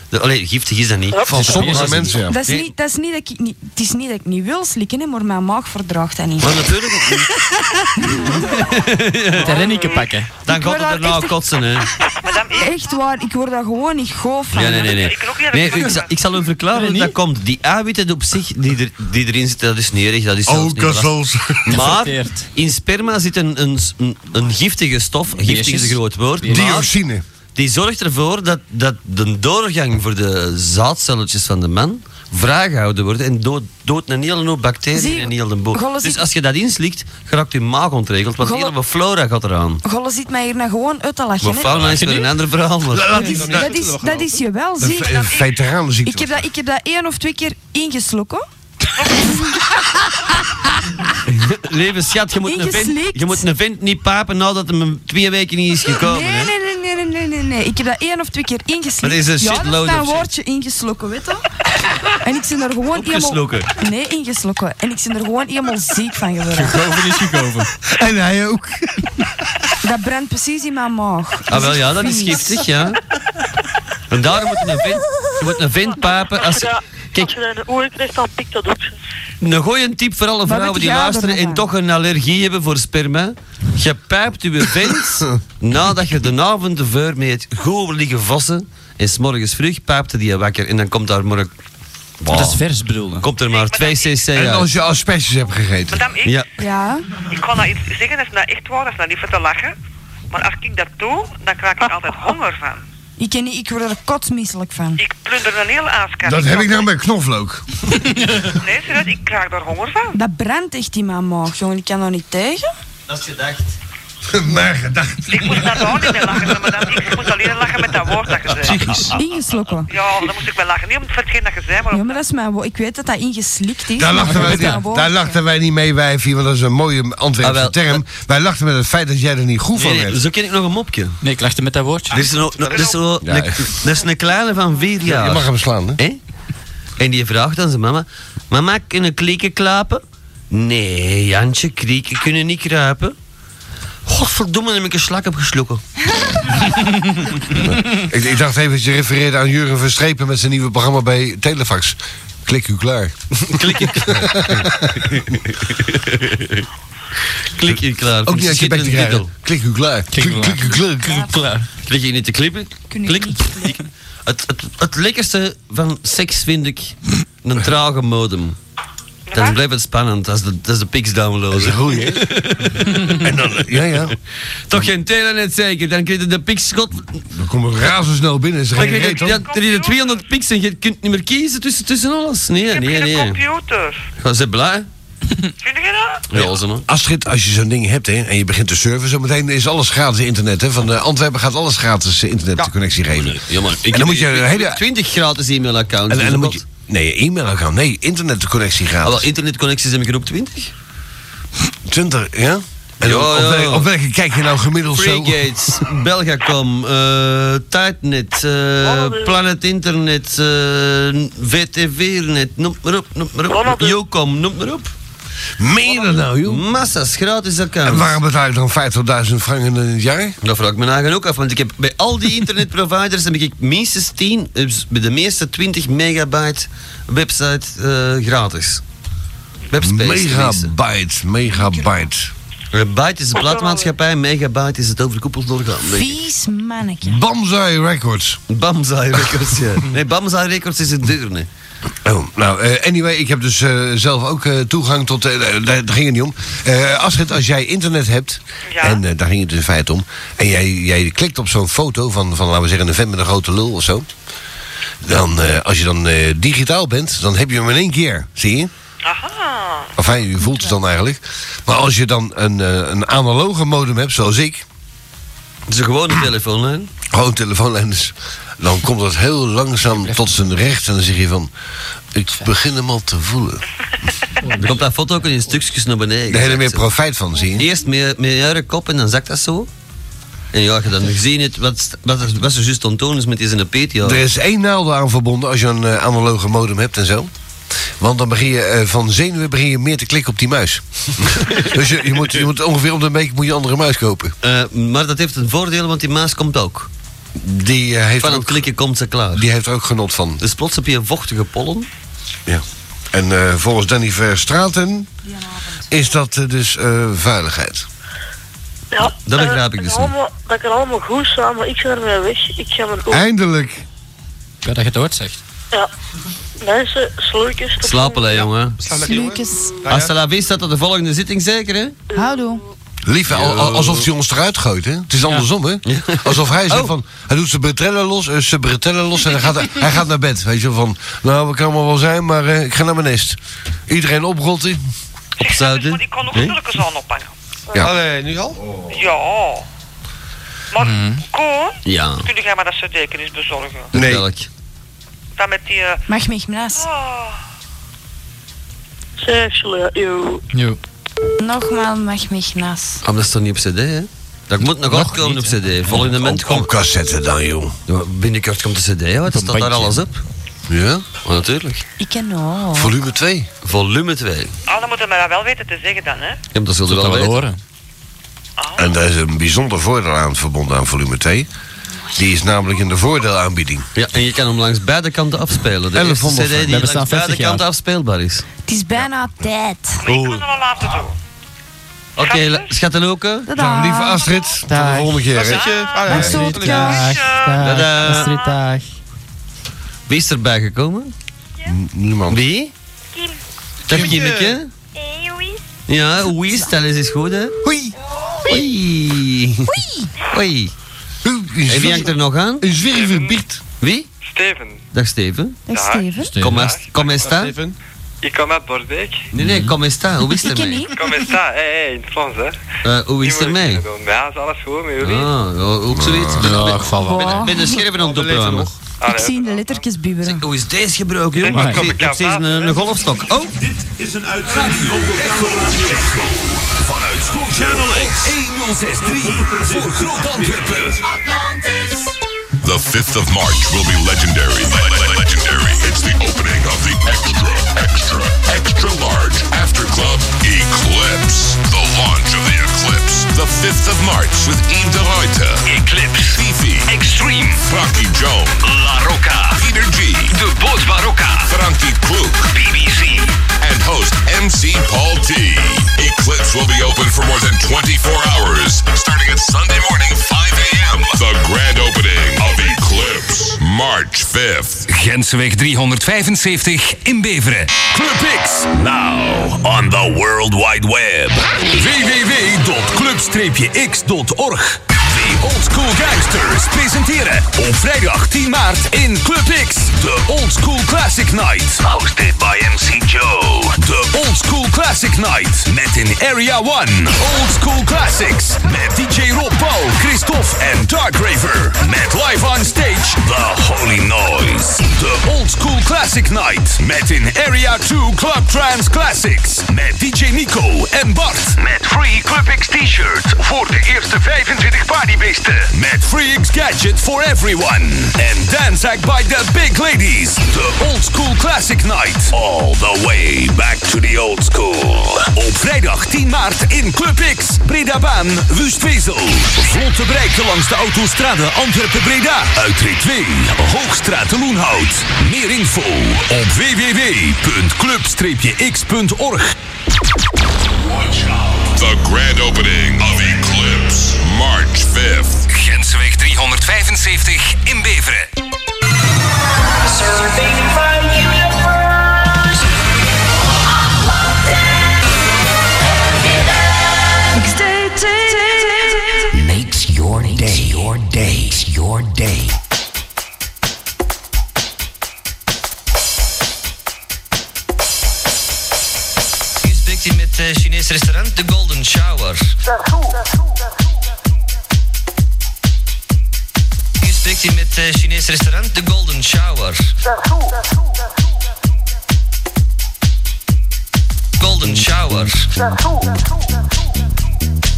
Speaker 2: de, allee, giftig is dat niet.
Speaker 5: Van sommige mensen, ja.
Speaker 12: Dat is, niet, dat is niet dat ik niet, het is niet dat ik niet wil slikken, hè, maar mijn maag verdraagt dat niet.
Speaker 2: Maar natuurlijk ook
Speaker 5: <laughs>
Speaker 2: niet.
Speaker 26: De renneken pakken.
Speaker 2: Dan gaat het erna kotsen, hè.
Speaker 12: Echt waar, ik word daar gewoon niet goed van.
Speaker 2: Ja, nee, nee, nee. nee ik, zal, ik zal u verklaren hoe dat komt. Die eiwitten op zich die, er, die erin zitten, dat is nerig, dat is zelfs niet
Speaker 5: Alka-Seltzer.
Speaker 2: belastend. <laughs> Maar in sperma zit een, een, een, een giftige stof, giftig is een groot woord. maar
Speaker 5: Dioxine.
Speaker 2: Die zorgt ervoor dat, dat de doorgang voor de zaadcelletjes van de man vraag gehouden wordt en dood, dood een hele hoop bacteriën
Speaker 12: Zie,
Speaker 2: en heel de boel.
Speaker 12: Gollus,
Speaker 2: Dus
Speaker 12: ik-
Speaker 2: als je dat inslikt, geraakt je maag ontregeld, want
Speaker 12: Gollus-
Speaker 2: heel veel flora gaat eraan.
Speaker 12: Golle ziet mij hier nou gewoon uit te lachen.
Speaker 2: Maar
Speaker 12: hè.
Speaker 2: fauna is weer een ander verhaal. maar-
Speaker 12: Dat is, dat is, dat is je wel, zie.
Speaker 5: Een veteranenziekte.
Speaker 12: <laughs> Ik heb, dat, ik heb dat één of twee keer ingeslokken.
Speaker 2: Lieve schat, je moet, een vent,
Speaker 12: Ingeslikt.
Speaker 2: je moet een vent niet papen nadat hem hem twee weken niet is gekomen.
Speaker 12: Nee,
Speaker 2: hè.
Speaker 12: nee, nee, nee, nee, nee, nee, nee. Ik heb dat één of twee keer ingeslokt.
Speaker 2: Maar dat is een
Speaker 12: ja, dat
Speaker 2: shitload
Speaker 12: is een
Speaker 2: of shit.
Speaker 12: woordje ingeslokken, weet je. En ik ben er gewoon
Speaker 2: Opgeslokken.
Speaker 12: helemaal... Nee, ingeslokken. En ik ben er gewoon helemaal ziek van geworden.
Speaker 26: Gekoven is gekoven.
Speaker 5: En hij ook.
Speaker 12: Dat brandt precies in mijn maag.
Speaker 2: Ah wel ja, dat is
Speaker 12: Vies.
Speaker 2: giftig ja. En daarom moet je een vent, je moet een vent papen. Als,
Speaker 3: Als je een oor krijgt, dan pikt dat op.
Speaker 2: een goeie tip voor alle
Speaker 3: Wat
Speaker 2: vrouwen
Speaker 3: moet
Speaker 2: die
Speaker 3: jij
Speaker 2: luisteren
Speaker 3: ervan?
Speaker 2: en toch een allergie hebben voor sperma. Je pijpt je
Speaker 5: <laughs>
Speaker 2: vent nadat je de avond ervoor met het goed liggen vossen. En s'morgens vroeg pijpte die je wakker en dan komt daar maar... een-
Speaker 8: Dat is vers bedoelen.
Speaker 2: Komt er maar 2 cc uit.
Speaker 5: En als je asperges hebt gegeten.
Speaker 7: Madame, ik,
Speaker 2: Ja.
Speaker 12: Ja.
Speaker 7: ik kan dat iets zeggen, dat is nou echt waar, dat is nou niet voor te lachen. Maar als ik dat doe, dan krijg ik altijd honger van.
Speaker 12: Ik, ken niet- ik word er kotsmisselijk van.
Speaker 7: Ik plunder een hele aaskast.
Speaker 5: Dat heb ik nou bij knoflook.
Speaker 7: Nee, serieus, ik krijg daar honger van.
Speaker 12: Dat brandt echt in mijn maag, jongen. Ik kan daar niet tegen.
Speaker 2: Dat is gedacht.
Speaker 5: Mijn gedacht.
Speaker 7: Ik moest daar nou niet mee lachen, maar dan, ik moest alleen lachen met dat woord dat je zei.
Speaker 12: Ingeslokken.
Speaker 7: Ah. Ja, dan moest ik wel lachen. Niet om het voor hetgeen dat je zei, maar
Speaker 12: Ja, maar dat is mijn woord. Ik weet dat dat ingeslikt is.
Speaker 5: Daar
Speaker 12: maar
Speaker 5: lachten,
Speaker 12: dat
Speaker 5: wij,
Speaker 12: is mijn
Speaker 5: niet-
Speaker 12: woord.
Speaker 5: daar lachten wij niet mee, wijfie, want dat is een mooie Antwerpse
Speaker 2: Ah, wel,
Speaker 5: term. Wij lachten met het feit dat jij er niet goed van
Speaker 2: Nee, nee,
Speaker 5: werd.
Speaker 2: zo ken ik nog een mopje.
Speaker 8: Nee, ik lachte met dat woordje.
Speaker 2: Er is, een, er is, zo-
Speaker 5: Ja.
Speaker 2: een- er is een kleine van vier jaar.
Speaker 5: je mag hem slaan, hè?
Speaker 2: Hè? En die vraagt aan zijn mama: Mama, kunnen klieken klapen? Nee, Jantje, krieken kunnen niet kruipen. Godverdomme, heb ik een slak opgeslokken.
Speaker 5: Ik, ik dacht even dat je refereerde aan Jurgen Verstrepen met zijn nieuwe programma bij Telefax. Klik u klaar.
Speaker 2: <laughs> Klik u klaar. Klik je klaar.
Speaker 5: Ook niet als je bek te krijgen.
Speaker 2: Schitterende
Speaker 5: Klik u klaar. Klik u klaar. Klik u klaar.
Speaker 2: titel. Klik je niet te klippen? Klik. Het, het, het lekkerste van seks vind ik een trage modem. Dan blijft het spannend als de, als de pics downloaden. Dat is
Speaker 5: goed, hè?
Speaker 2: <laughs>
Speaker 5: En dan, ja, ja.
Speaker 2: Toch geen telenet zeker, dan krijg je de pics... God...
Speaker 5: Dan komen we razendsnel binnen. Is er
Speaker 2: Dan
Speaker 5: geen
Speaker 2: krijg
Speaker 5: reet,
Speaker 2: je,
Speaker 5: hoor.
Speaker 2: ja, er is 200 pics en je kunt <laughs> niet meer kiezen tussen, tussen alles. Nee, nee, nee.
Speaker 7: computer.
Speaker 2: Gaan ze blij?
Speaker 7: Vind je
Speaker 2: Ja, ze man.
Speaker 5: Astrid, als je zo'n ding hebt hè, en je begint te surfen, zo meteen is alles gratis internet. Hè? Van eh, Antwerpen gaat alles gratis eh, internetconnectie geven.
Speaker 2: Ja, maar ik
Speaker 5: En dan moet je
Speaker 2: ik-
Speaker 5: een hele-
Speaker 2: 20 gratis e-mailaccounts.
Speaker 5: En, en
Speaker 2: dus
Speaker 5: dan moet
Speaker 2: dat-
Speaker 5: je. Nee, e-mail Nee, internetconnectie
Speaker 2: Ah, wel,
Speaker 5: gratis.
Speaker 2: internetconnecties heb ik er ook 20.
Speaker 5: 20, ja? En
Speaker 2: Ja,
Speaker 5: op,
Speaker 2: ja.
Speaker 5: welke, op welke kijk je nou gemiddeld zo? <laughs>
Speaker 2: Freegates, Belgacom, eh Tijdnet, eh, Planet Internet, eh, VTV-net, noem maar op, noem maar op. Jocom, noem maar op.
Speaker 5: Meen je dat nou, joh?
Speaker 2: Massa's gratis accounts.
Speaker 5: En waarom betaal ik dan 50.000 frank in het jaar?
Speaker 2: Dat vraag ik me nagaan ook af, want ik heb bij al die internetproviders heb ik minstens 10, dus bij de meeste 20 megabyte website eh, gratis. Webspace. tenminste.
Speaker 5: Megabyte, megabyte.
Speaker 2: Eh, Byte is de platenmaatschappij, megabyte is het overkoepeld orgaan. denk ik.
Speaker 12: Vies manneke.
Speaker 5: Bamzai Records. <laughs>
Speaker 2: Bamzai Records, ja. Nee, Bamzai Records is het duur, nee.
Speaker 5: Oh, nou, eh, anyway, ik heb dus eh, zelf ook eh, toegang tot... eh, daar- daar ging het niet om. Eh Astrid, als jij internet hebt, en eh, daar ging het in feite om... en jij, jij klikt op zo'n foto van, van, laten we zeggen, een vent met een grote lul of zo... dan, eh, als je dan eh, digitaal bent, dan heb je hem in één keer, zie je?
Speaker 7: Aha.
Speaker 5: Enfin, je voelt het dan eigenlijk. Maar als je dan een, eh, een analoge modem hebt, zoals ik...
Speaker 2: Het is een gewone telefoonlijn.
Speaker 5: <clears throat> Gewoon telefoonlijn. dus Dan komt dat heel langzaam tot zijn recht. En dan zeg je van... Ik begin hem al te voelen.
Speaker 2: Er komt dat foto ook in stukjes naar beneden.
Speaker 5: Daar heb je meer
Speaker 2: gezakt, zo.
Speaker 5: profijt van, zie je?
Speaker 2: Eerst met, met je eigen kop en dan zakt dat zo. En ja, als je dan gezien hebt wat, st- wat, er- wat ze juist ontoon is met die zijn peet, ja.
Speaker 5: Er is één naald aan verbonden als je een eh, analoge modem hebt en zo. Want dan begin je eh, van zenuwen begin je meer te klikken op die
Speaker 2: <laughs>
Speaker 5: muis. dus je, je, moet, je moet ongeveer om de week moet je een andere muis kopen.
Speaker 2: Eh, maar dat heeft een voordeel, want die maas komt ook.
Speaker 5: Die eh, heeft
Speaker 2: Van het
Speaker 5: ook,
Speaker 2: klikken komt ze klaar.
Speaker 5: die heeft er ook genot van.
Speaker 2: Dus plots heb je een vochtige pollen.
Speaker 5: Ja. En eh, volgens Danny Verstraten is dat eh, dus eh, veiligheid.
Speaker 3: Ja,
Speaker 5: Dat
Speaker 3: eh,
Speaker 5: begrijp ik dus niet.
Speaker 3: allemaal, Dat kan allemaal goed zijn, maar ik ga ermee weg. Ik ga er ook.
Speaker 5: Eindelijk.
Speaker 8: Ja, dat je het woord zegt.
Speaker 3: Ja. Mensen, slurkers. tot-
Speaker 2: Slapen, hè, jongen.
Speaker 12: Slukes.
Speaker 2: Hasta la vista tot de volgende zitting, zeker, hè?
Speaker 12: Houdoe.
Speaker 5: Lief, al- al- alsof hij ons eruit gooit, hè? Het is andersom, hè? Alsof hij
Speaker 2: Oh.
Speaker 5: zegt van, hij doet zijn bretellen los, eh, zijn bretellen los en hij
Speaker 2: <laughs>
Speaker 5: gaat, hij gaat naar bed. Weet je, van, nou, we kan allemaal wel zijn, maar eh, ik ga naar mijn nest. Iedereen oprotten.
Speaker 2: Opzouten.
Speaker 7: Ik kan ook
Speaker 5: Nee?
Speaker 7: zulke zon ophangen. Eh,
Speaker 5: Ja.
Speaker 4: Allee, nu al?
Speaker 7: Ja. Maar,
Speaker 5: Mm. Hm?
Speaker 7: Koen,
Speaker 2: Ja.
Speaker 7: kun jij maar dat cd-kennis bezorgen?
Speaker 5: Nee.
Speaker 7: Dan met die... eh,
Speaker 12: Mag mij mnaas.
Speaker 3: Sexually, eeuw.
Speaker 2: Ja.
Speaker 12: Nogmaals, mag mij mnaas.
Speaker 2: Ah, Maar dat is toch niet op cd, hè? Dat moet nog, uitkomen op cd. Volgende moment komt...
Speaker 5: Op cassette dan, joh.
Speaker 2: Binnenkort komt de cd uit, staat daar
Speaker 5: bandje.
Speaker 2: alles op.
Speaker 5: Ja?
Speaker 2: Oh, natuurlijk.
Speaker 12: Ik ken nou.
Speaker 5: Volume 2.
Speaker 2: Volume 2.
Speaker 7: Ah, dan moeten we dat wel weten te zeggen dan, hè.
Speaker 2: Ja, maar dat zullen we wel weten.
Speaker 7: Ah.
Speaker 5: En daar is een bijzonder voordeel aan verbonden aan volume 2. Die is namelijk in de voordeelaanbieding.
Speaker 2: Ja, en je kan hem langs beide kanten afspelen. De
Speaker 5: En
Speaker 2: eerste
Speaker 5: een
Speaker 2: cd
Speaker 5: Vondelfan.
Speaker 2: die
Speaker 5: We
Speaker 2: langs
Speaker 5: bestaan
Speaker 2: beide
Speaker 5: 50 jaar.
Speaker 2: kanten afspeelbaar is.
Speaker 27: Het is bijna tijd.
Speaker 2: Oeh.
Speaker 28: wel later doen.
Speaker 2: Oké, la- schattenloken.
Speaker 27: Dadah. Nou, lieve
Speaker 5: Astrid, tot de volgende keer. hè.
Speaker 2: Dag,
Speaker 29: Astrid, dag.
Speaker 2: Dag,
Speaker 29: Dag, Astrid, dag.
Speaker 2: Wie is erbij gekomen?
Speaker 5: Niemand.
Speaker 2: Wie?
Speaker 30: Kim.
Speaker 2: Dag Kimmeke.
Speaker 30: Hey, Louis.
Speaker 2: Ja, oei, stel eens eens goed, hè. Hoi. <laughs> Hoi. Hoi. En wie hangt er nog aan?
Speaker 5: Een zwervenbiet.
Speaker 2: Wie?
Speaker 15: <laughs> Steven.
Speaker 2: Dag Steven.
Speaker 15: Dag, Dag. Steven.
Speaker 2: Kom eens, kom eens staan.
Speaker 15: Steven. Ik kom uit Borbeek.
Speaker 2: Nee, nee, kom eens staan. Hoe is het ermee?
Speaker 15: Kom eens staan, hé, hé, in het Frans, hè.
Speaker 2: Eh, hoe is het ermee?
Speaker 15: Ja, is alles goed met jullie?
Speaker 2: Ah, ja, ook zoiets. Ik ben, ben, ben, ben de scherven aan het opruimen.
Speaker 27: Ik zie de lettertjes bibberen.
Speaker 2: Hoe is deze gebroken, jongen?
Speaker 27: Amai.
Speaker 2: Ah, Ik zie- Ik heb steeds een, een golfstok. Oh!
Speaker 12: Dit is een uitzending over Radio Expo. Vanuit School Channel X. 1063 voor Groot Antwerpen.
Speaker 31: The 5th of March will be legendary. Le- le- Legendary. It's the opening of the extra, extra, extra large after club Eclipse. The launch of the Eclipse. The 5th of March with Yves de Ruyter. Eclipse. Fifi. Extreme. Rocky Joe. La Roca. Peter G. De Boot Barocca. Frankie Klug. BBC. And host MC Paul T. Eclipse will be open for more than 24 hours starting at Sunday morning 5 a.m. The grand opening of Eclipse. March 5th.
Speaker 11: Grensweg 375 in Beveren.
Speaker 31: Club X. Now on the World Wide Web.
Speaker 11: www.club-x.org The Old School Gangsters presenteren op vrijdag 10 maart in Club X de Old School Classic Night. Hosted by MC Joe. De Old School Classic Night met in Area 1 Old School Classics met DJ Rob Paul, Christophe en Dark Raver. Met live on stage The Holy Noise. De Old School Classic Night met in Area 2 Club Trans Classics met DJ Nico en Bart. Met Free Club X T-shirt voor de eerste 25 partybeesten. Met Free X Gadget for everyone. En Dance Act by the Big Ladies. De Old School Classic Night. All the way back to the old school. Op vrijdag 10 maart in Club X. Bredabaan, Wustwezel. Vlot te bereiken langs de autostrade Antwerpen-Breda. Uitrit 2, Hoogstraat de Loenhout. Meer info op www.club-x.org.
Speaker 31: Watch out. The grand opening of Eclipse. March 5th.
Speaker 11: Grensweg 375 in Beveren.
Speaker 12: Surfing from universe.
Speaker 11: Makes your day, your day, your day.
Speaker 3: Inspectie met eh Chinees restaurant The Golden Shower. Inspectie met eh Chinees restaurant The Golden Shower. Golden Shower.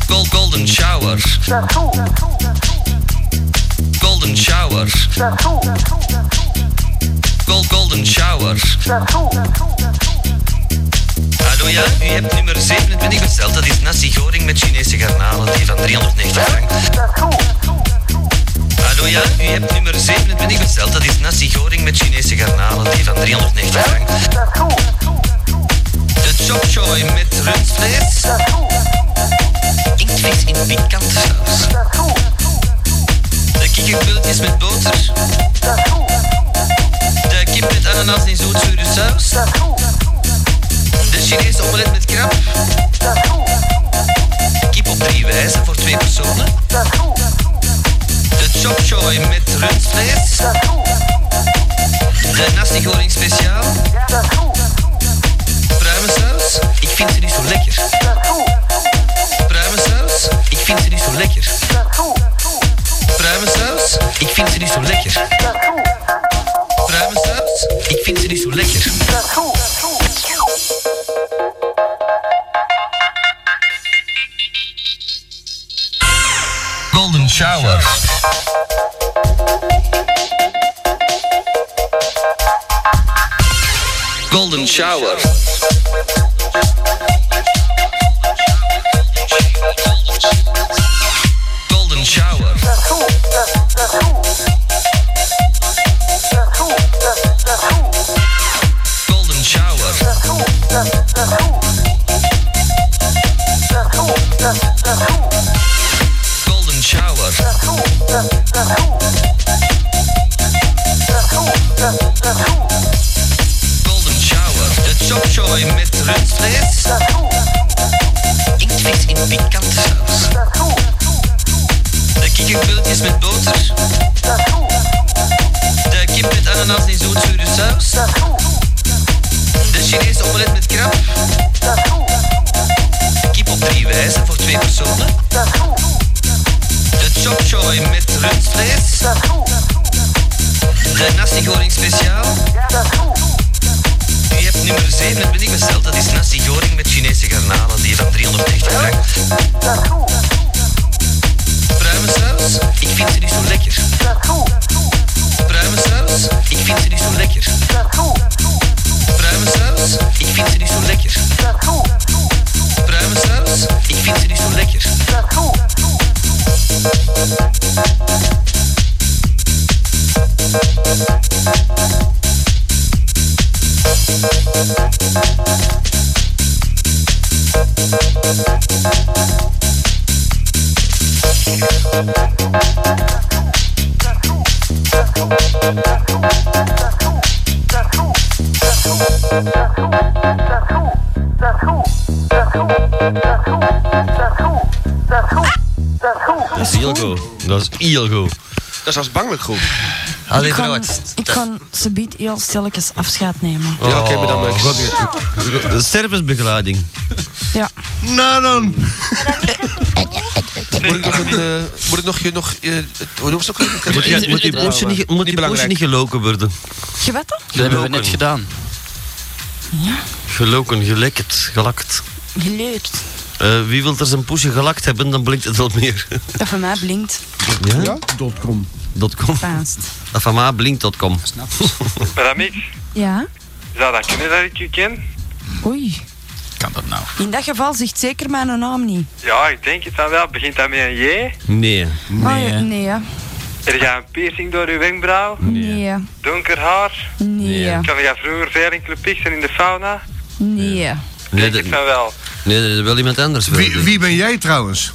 Speaker 3: Gold Golden Shower. Golden Shower. Gold Golden Shower. Hallo ja, u hebt nummer 27 besteld. Dat is nasi goring met Chinese garnalen, die van 390 frank. Hallo ja, u hebt nummer 27 besteld. Dat is nasi goring met Chinese garnalen, die van 390 frank. De chop choy met rundvlees. Inktvis in pikante saus. De kikkerpultjes met boter. De kip met ananas in zoetzure saus. De Chinese omelet met krab. Kip op drie wijzen voor twee personen. De chop choy met rundvlees. De nasi goreng speciaal. Pruimensaus, ik vind ze niet zo lekker. Pruimensaus, ik vind ze niet zo lekker. Pruimensaus, ik vind ze niet zo lekker. Pruimensaus, ik vind ze niet zo lekker. Golden Shower. Golden Shower. Golden Shower.
Speaker 32: chopchoy met rundvlees. Inktvis in pikante saus. De kikkerpultjes met boter. De kip met ananas in zootzure saus. De Chinese omelet met krab. Kip op drie wijzen voor twee personen. De chopchoy met rundvlees. De nasi goreng speciaal. U hebt nummer 7, dat ben ik besteld. Dat is nasi goreng met Chinese garnalen, die van 390 frank. Pruimensaus, ik vind ze niet zo lekker. Pruimensaus, ik vind ze niet zo lekker. Pruimensaus, ik vind ze niet zo lekker. Pruimensaus, ik vind ze niet zo lekker.
Speaker 2: Dat is heel goed. Dat is heel goed.
Speaker 4: Dat is bangelijk goed.
Speaker 2: Allee,
Speaker 12: ik kan,
Speaker 2: trouwens.
Speaker 12: ik kan ze biedt heel stilletjes afscheid nemen.
Speaker 2: Ja,
Speaker 4: oké, maar dan ben ik-
Speaker 2: De stervensbegeleiding.
Speaker 12: Ja.
Speaker 5: Nou dan.
Speaker 4: Moet ik nog, een, eh, moet ik nog je nog. eh, het- hoe noem je het ook?
Speaker 2: Moet die- moet die poosje niet, moet die poosje niet geloken worden?
Speaker 12: Je weet dat?
Speaker 2: Dat hebben we net gedaan.
Speaker 12: Ja.
Speaker 2: Geloken, gelekkerd, gelakt.
Speaker 12: Geleerd.
Speaker 2: Eh, wie wil er zijn poesje gelakt hebben, dan blinkt het wel meer.
Speaker 12: Dat van mij blinkt.
Speaker 2: Ja? .com. .com.
Speaker 12: Paast.
Speaker 2: Dat van mij blinkt .com.
Speaker 15: Paramix,
Speaker 12: Ja.
Speaker 15: zou dat kunnen dat ik u ken?
Speaker 12: Oei.
Speaker 15: Kan dat nou?
Speaker 12: In dat geval zegt zeker mijn naam niet.
Speaker 15: Ja, ik denk het dan wel. Begint dat met een J?
Speaker 2: Nee.
Speaker 12: Oh, ja, nee. hè.
Speaker 15: Er gaat een piercing door uw wenkbrauw.
Speaker 12: Nee.
Speaker 15: Donker haar.
Speaker 12: Nee.
Speaker 15: Kan je vroeger veel in clubpics en in de fauna?
Speaker 12: Nee.
Speaker 2: Nee, dat,
Speaker 15: Dan wel.
Speaker 2: nee, dat is wel iemand anders. Wie,
Speaker 5: wie ben jij trouwens?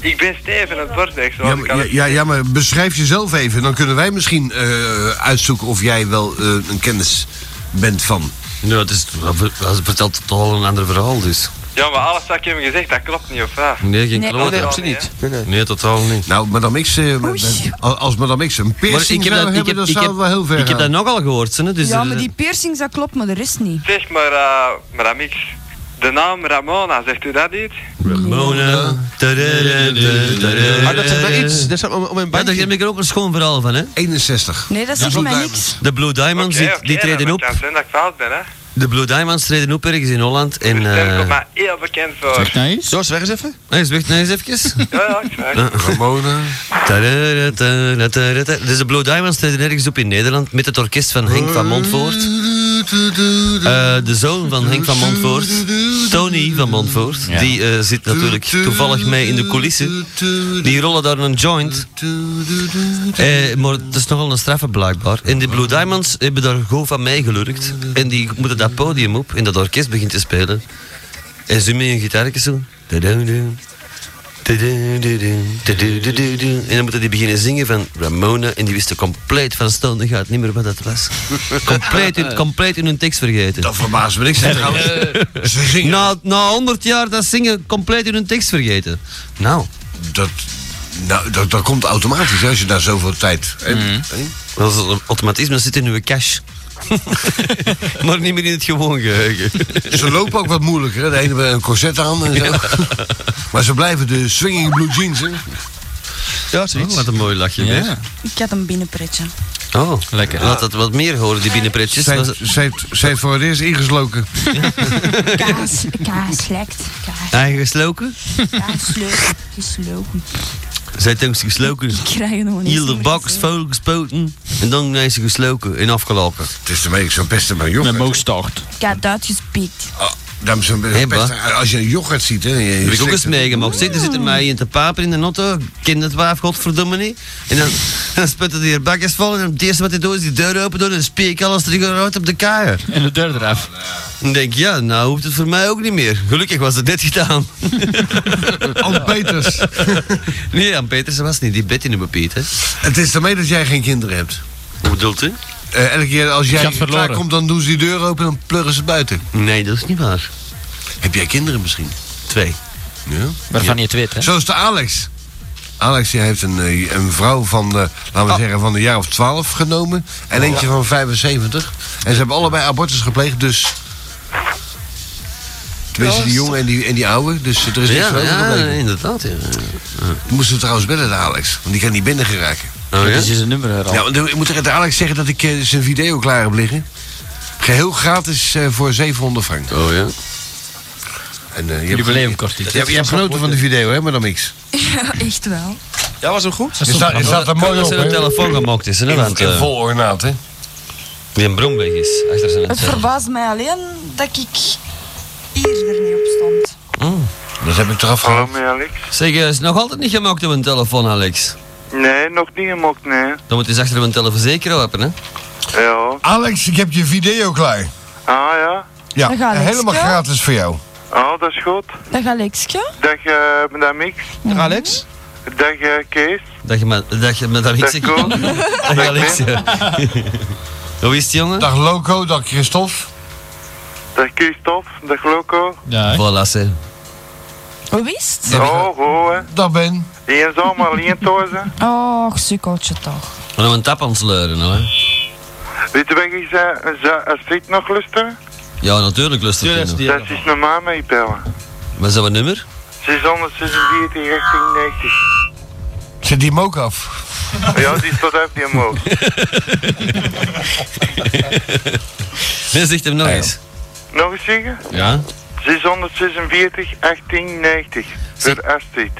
Speaker 15: Ik ben Steven het Bordweg, zoals
Speaker 5: Ja,
Speaker 15: ik
Speaker 5: maar,
Speaker 15: al
Speaker 5: ja,
Speaker 15: heb-
Speaker 5: ja, ja, maar beschrijf jezelf even. Dan kunnen wij misschien eh, uitzoeken of jij wel eh, een kennis bent van.
Speaker 2: Nee, dat, is, dat ver- dat vertelt toch al een ander verhaal dus.
Speaker 15: Ja, maar alles wat ik heb gezegd, dat klopt niet, of wat?
Speaker 2: Nee, geen Nee. klote.
Speaker 15: Oh,
Speaker 2: Absoluut
Speaker 15: nee,
Speaker 2: niet.
Speaker 15: hè?
Speaker 2: Nee, totaal niet.
Speaker 5: Nou, Madame X, eh, als als Madame X een piercing zou hebben, dan zou het wel heel ver
Speaker 2: Ik heb
Speaker 5: gaan.
Speaker 2: dat nogal gehoord, hè, dus
Speaker 12: ja,
Speaker 2: er-
Speaker 12: maar die piercings, dat klopt, maar de rest niet.
Speaker 15: Zeg maar, eh Ramix, de naam Ramona, zegt u dat niet?
Speaker 2: Ramona.
Speaker 15: Ah, dat zegt mij iets.
Speaker 2: Eh, Dat is om, een bandje. daar heb ik er ook een schoon verhaal van, hè?
Speaker 5: 61.
Speaker 12: Nee, dat zegt mij niks.
Speaker 2: De Blue Diamonds,
Speaker 15: Oké,
Speaker 2: die,
Speaker 15: oké,
Speaker 2: die treden
Speaker 15: dan
Speaker 2: op.
Speaker 15: kan het zijn dat ik fout ben, hè?
Speaker 2: De Blue Diamonds treden op ergens in Holland. En,
Speaker 15: Daar komt
Speaker 2: eh
Speaker 15: mij heel bekend voor.
Speaker 2: Zo, is weg eens even. Nee, is weg nou eens even.
Speaker 15: Ja, ja, ik zeg.
Speaker 2: Ramona. Dus de Blue Diamonds treden ergens op in Nederland met het orkest van Henk van Montvoort. Eh, de zoon van Henk van Montvoort, Tony van Montvoort, die eh, zit natuurlijk toevallig mee in de coulissen. Die rollen daar een joint. Eh, maar het is nogal een straffe blijkbaar. En die Blue Diamonds hebben daar gewoon van meegelurkt. En die moeten dat podium op en dat orkest begint te spelen. En ze met een gitaartje zo. Da-dum-dum. Da-dum-dum-dum. Da-dum-dum-dum. En dan moeten die beginnen zingen van Ramona. En die wisten compleet van stonden gaat niet meer wat dat was. compleet,
Speaker 5: <laughs>
Speaker 2: in, compleet in hun tekst vergeten. Dat
Speaker 5: verbaast me niks. hè, trouwens. <laughs> Ze zingen.
Speaker 2: Na, na 100 jaar dat zingen compleet in hun tekst vergeten. Nou.
Speaker 5: Dat, nou, dat, dat komt automatisch hè, als je daar zoveel tijd hebt.
Speaker 2: Mhm. Dat is automatisme zit in uw cash. <laughs> maar niet meer in het gewoon geheugen.
Speaker 5: Ze lopen ook wat moeilijker. hè. De ene hebben een corset aan en zo. <laughs> Maar ze blijven de swinging blue jeans. Hè.
Speaker 2: Ja, zoiets. Oh, wat een mooi lachje,
Speaker 5: Ja.
Speaker 2: Bert.
Speaker 12: Ik had een binnenpretje.
Speaker 2: Oh, lekker. Laat dat wat meer horen, die binnenpretjes.
Speaker 5: Zij,
Speaker 2: Dat
Speaker 5: heeft-
Speaker 2: is-
Speaker 5: zij, heeft- zij heeft voor het eerst ingesloken.
Speaker 12: <laughs> Kaas, kaas lekt. Kaas,
Speaker 2: Eigen gesloken?
Speaker 12: kaas leuk. Gesloken.
Speaker 2: Zij heeft ons gesloken.
Speaker 12: Ik krijg er nog niet
Speaker 2: Heel de
Speaker 12: eens
Speaker 2: box vol gespoten. En dan is ze gesloken en afgelopen.
Speaker 5: Het is daarmee zo'n beste maar jongen. Met
Speaker 2: start.
Speaker 12: Ik had uitgespiekt. <laughs>
Speaker 5: Daarom zo'n
Speaker 2: Hey, ba.
Speaker 5: beste- Als je een yoghurt ziet. Hè, en je- je
Speaker 2: Heb ik ook
Speaker 5: slikt
Speaker 2: eens
Speaker 5: het.
Speaker 2: meegemaakt. Zeg, er zitten mij in te paper in de auto. Kindertwaaf, godverdomme niet. En dan, <laughs> dan sputten die er bakjes vol. En het eerste wat hij doet is die deur open doen. En speek alles terug eruit op de kaaien. En de deur eraf. Dan denk ik, ja, nou hoeft het voor mij ook niet meer. Gelukkig was het net gedaan.
Speaker 5: Ant Peters.
Speaker 2: nee, Ant Peters was niet. Die bed in de bepiet, hè.
Speaker 5: Het is daarmee dat jij geen kinderen hebt.
Speaker 2: Hoe bedoelt u?
Speaker 5: eh, elke keer als jij
Speaker 17: Je had verloren.
Speaker 5: klaar komt, dan doen ze die deur open en dan pluggen ze buiten.
Speaker 17: Nee, dat is niet waar.
Speaker 5: Heb jij kinderen misschien?
Speaker 17: Twee.
Speaker 5: Ja?
Speaker 8: Waarvan je het weet, hè?
Speaker 5: Zo is de Alex. Alex die heeft een, eh, een vrouw van, eh, laten
Speaker 8: Oh.
Speaker 5: we zeggen, van een jaar of twaalf genomen. En eentje van 75. En ze hebben allebei abortus gepleegd, dus... Tenminste, die jongen en die, en die oude. Dus er is niks
Speaker 2: Ja,
Speaker 5: van
Speaker 2: ja
Speaker 5: overgebleven.
Speaker 2: inderdaad. Ja.
Speaker 5: Die moesten we trouwens bellen, de Alex. Want die kan niet binnen geraken.
Speaker 2: Oh, ja?
Speaker 8: Dus is een nummer er al.
Speaker 5: Ja, want ik moet tegen de Alex zeggen dat ik eh, zijn video klaar heb liggen. Geheel gratis eh, voor 700 frank.
Speaker 2: Oh ja.
Speaker 5: En, eh, je hebt-
Speaker 8: Jubileumkorting.
Speaker 5: Je, hebt- je hebt genoten van de video, hè, madame X?
Speaker 12: Ja, echt wel.
Speaker 4: Ja, was hem goed?
Speaker 5: Er staat- er staat er mooi
Speaker 2: dat
Speaker 5: op,
Speaker 2: zijn
Speaker 5: hè?
Speaker 2: telefoon gemaakt is, hè?
Speaker 5: In-
Speaker 2: Want,
Speaker 5: in
Speaker 2: eh,
Speaker 5: vol ornaat, hè?
Speaker 2: Die een bromweg is, achter zijn
Speaker 12: Het
Speaker 2: antenne.
Speaker 12: verbaast mij alleen dat ik hier er niet op stond.
Speaker 5: Oh, Dat heb ik toch afgehaald.
Speaker 10: Hallo, met Alex.
Speaker 2: Zeg, eh, is nog altijd niet gemaakt op een telefoon, Alex.
Speaker 10: Nee, nog niet gemaakt, nee.
Speaker 2: Dan moet je eens achter een telefoonverzekering hebben, hè?
Speaker 10: Ja.
Speaker 5: Alex, ik heb je video klaar.
Speaker 10: Ah ja.
Speaker 5: Ja,
Speaker 12: Dan ga ik,
Speaker 5: helemaal
Speaker 12: ja.
Speaker 5: gratis voor jou.
Speaker 10: Ah, dat is goed.
Speaker 12: Dag Alexje.
Speaker 10: Dag, eh madame X.
Speaker 12: Dag
Speaker 4: Alex.
Speaker 10: Dag, eh, Kees.
Speaker 2: Dat je met, dat je met eh, Alex...
Speaker 10: Dag, Koen.
Speaker 2: <laughs> Dag, Alex. <laughs> Hoe is het, jongen?
Speaker 5: Dag Loco, dag Christophe.
Speaker 10: Dag, Christophe. Dag, Loco.
Speaker 2: Ja, Voilà, zeg.
Speaker 12: Hoe wist?
Speaker 10: Oh, ho, hè.
Speaker 5: Dag Ben.
Speaker 10: Eenzaam, alleen thuis, hè.
Speaker 12: Och, sukkeltje toch.
Speaker 2: We hebben een tap aan het sleuren, hoor.
Speaker 10: Weet je wat ik zei? Zou- Als ik nog lusten?
Speaker 2: Ja, natuurlijk, lustig.
Speaker 10: dat
Speaker 2: genoeg.
Speaker 10: is normaal mee bellen.
Speaker 2: Wat is dat voor nummer?
Speaker 10: 646, 1890.
Speaker 5: Zet die mok af.
Speaker 10: Ja, die staat uit die omhoog.
Speaker 2: Nee, zegt hem nog eens.
Speaker 10: Nog eens zeggen?
Speaker 2: Ja?
Speaker 10: 646, 1890. Voor Astrid.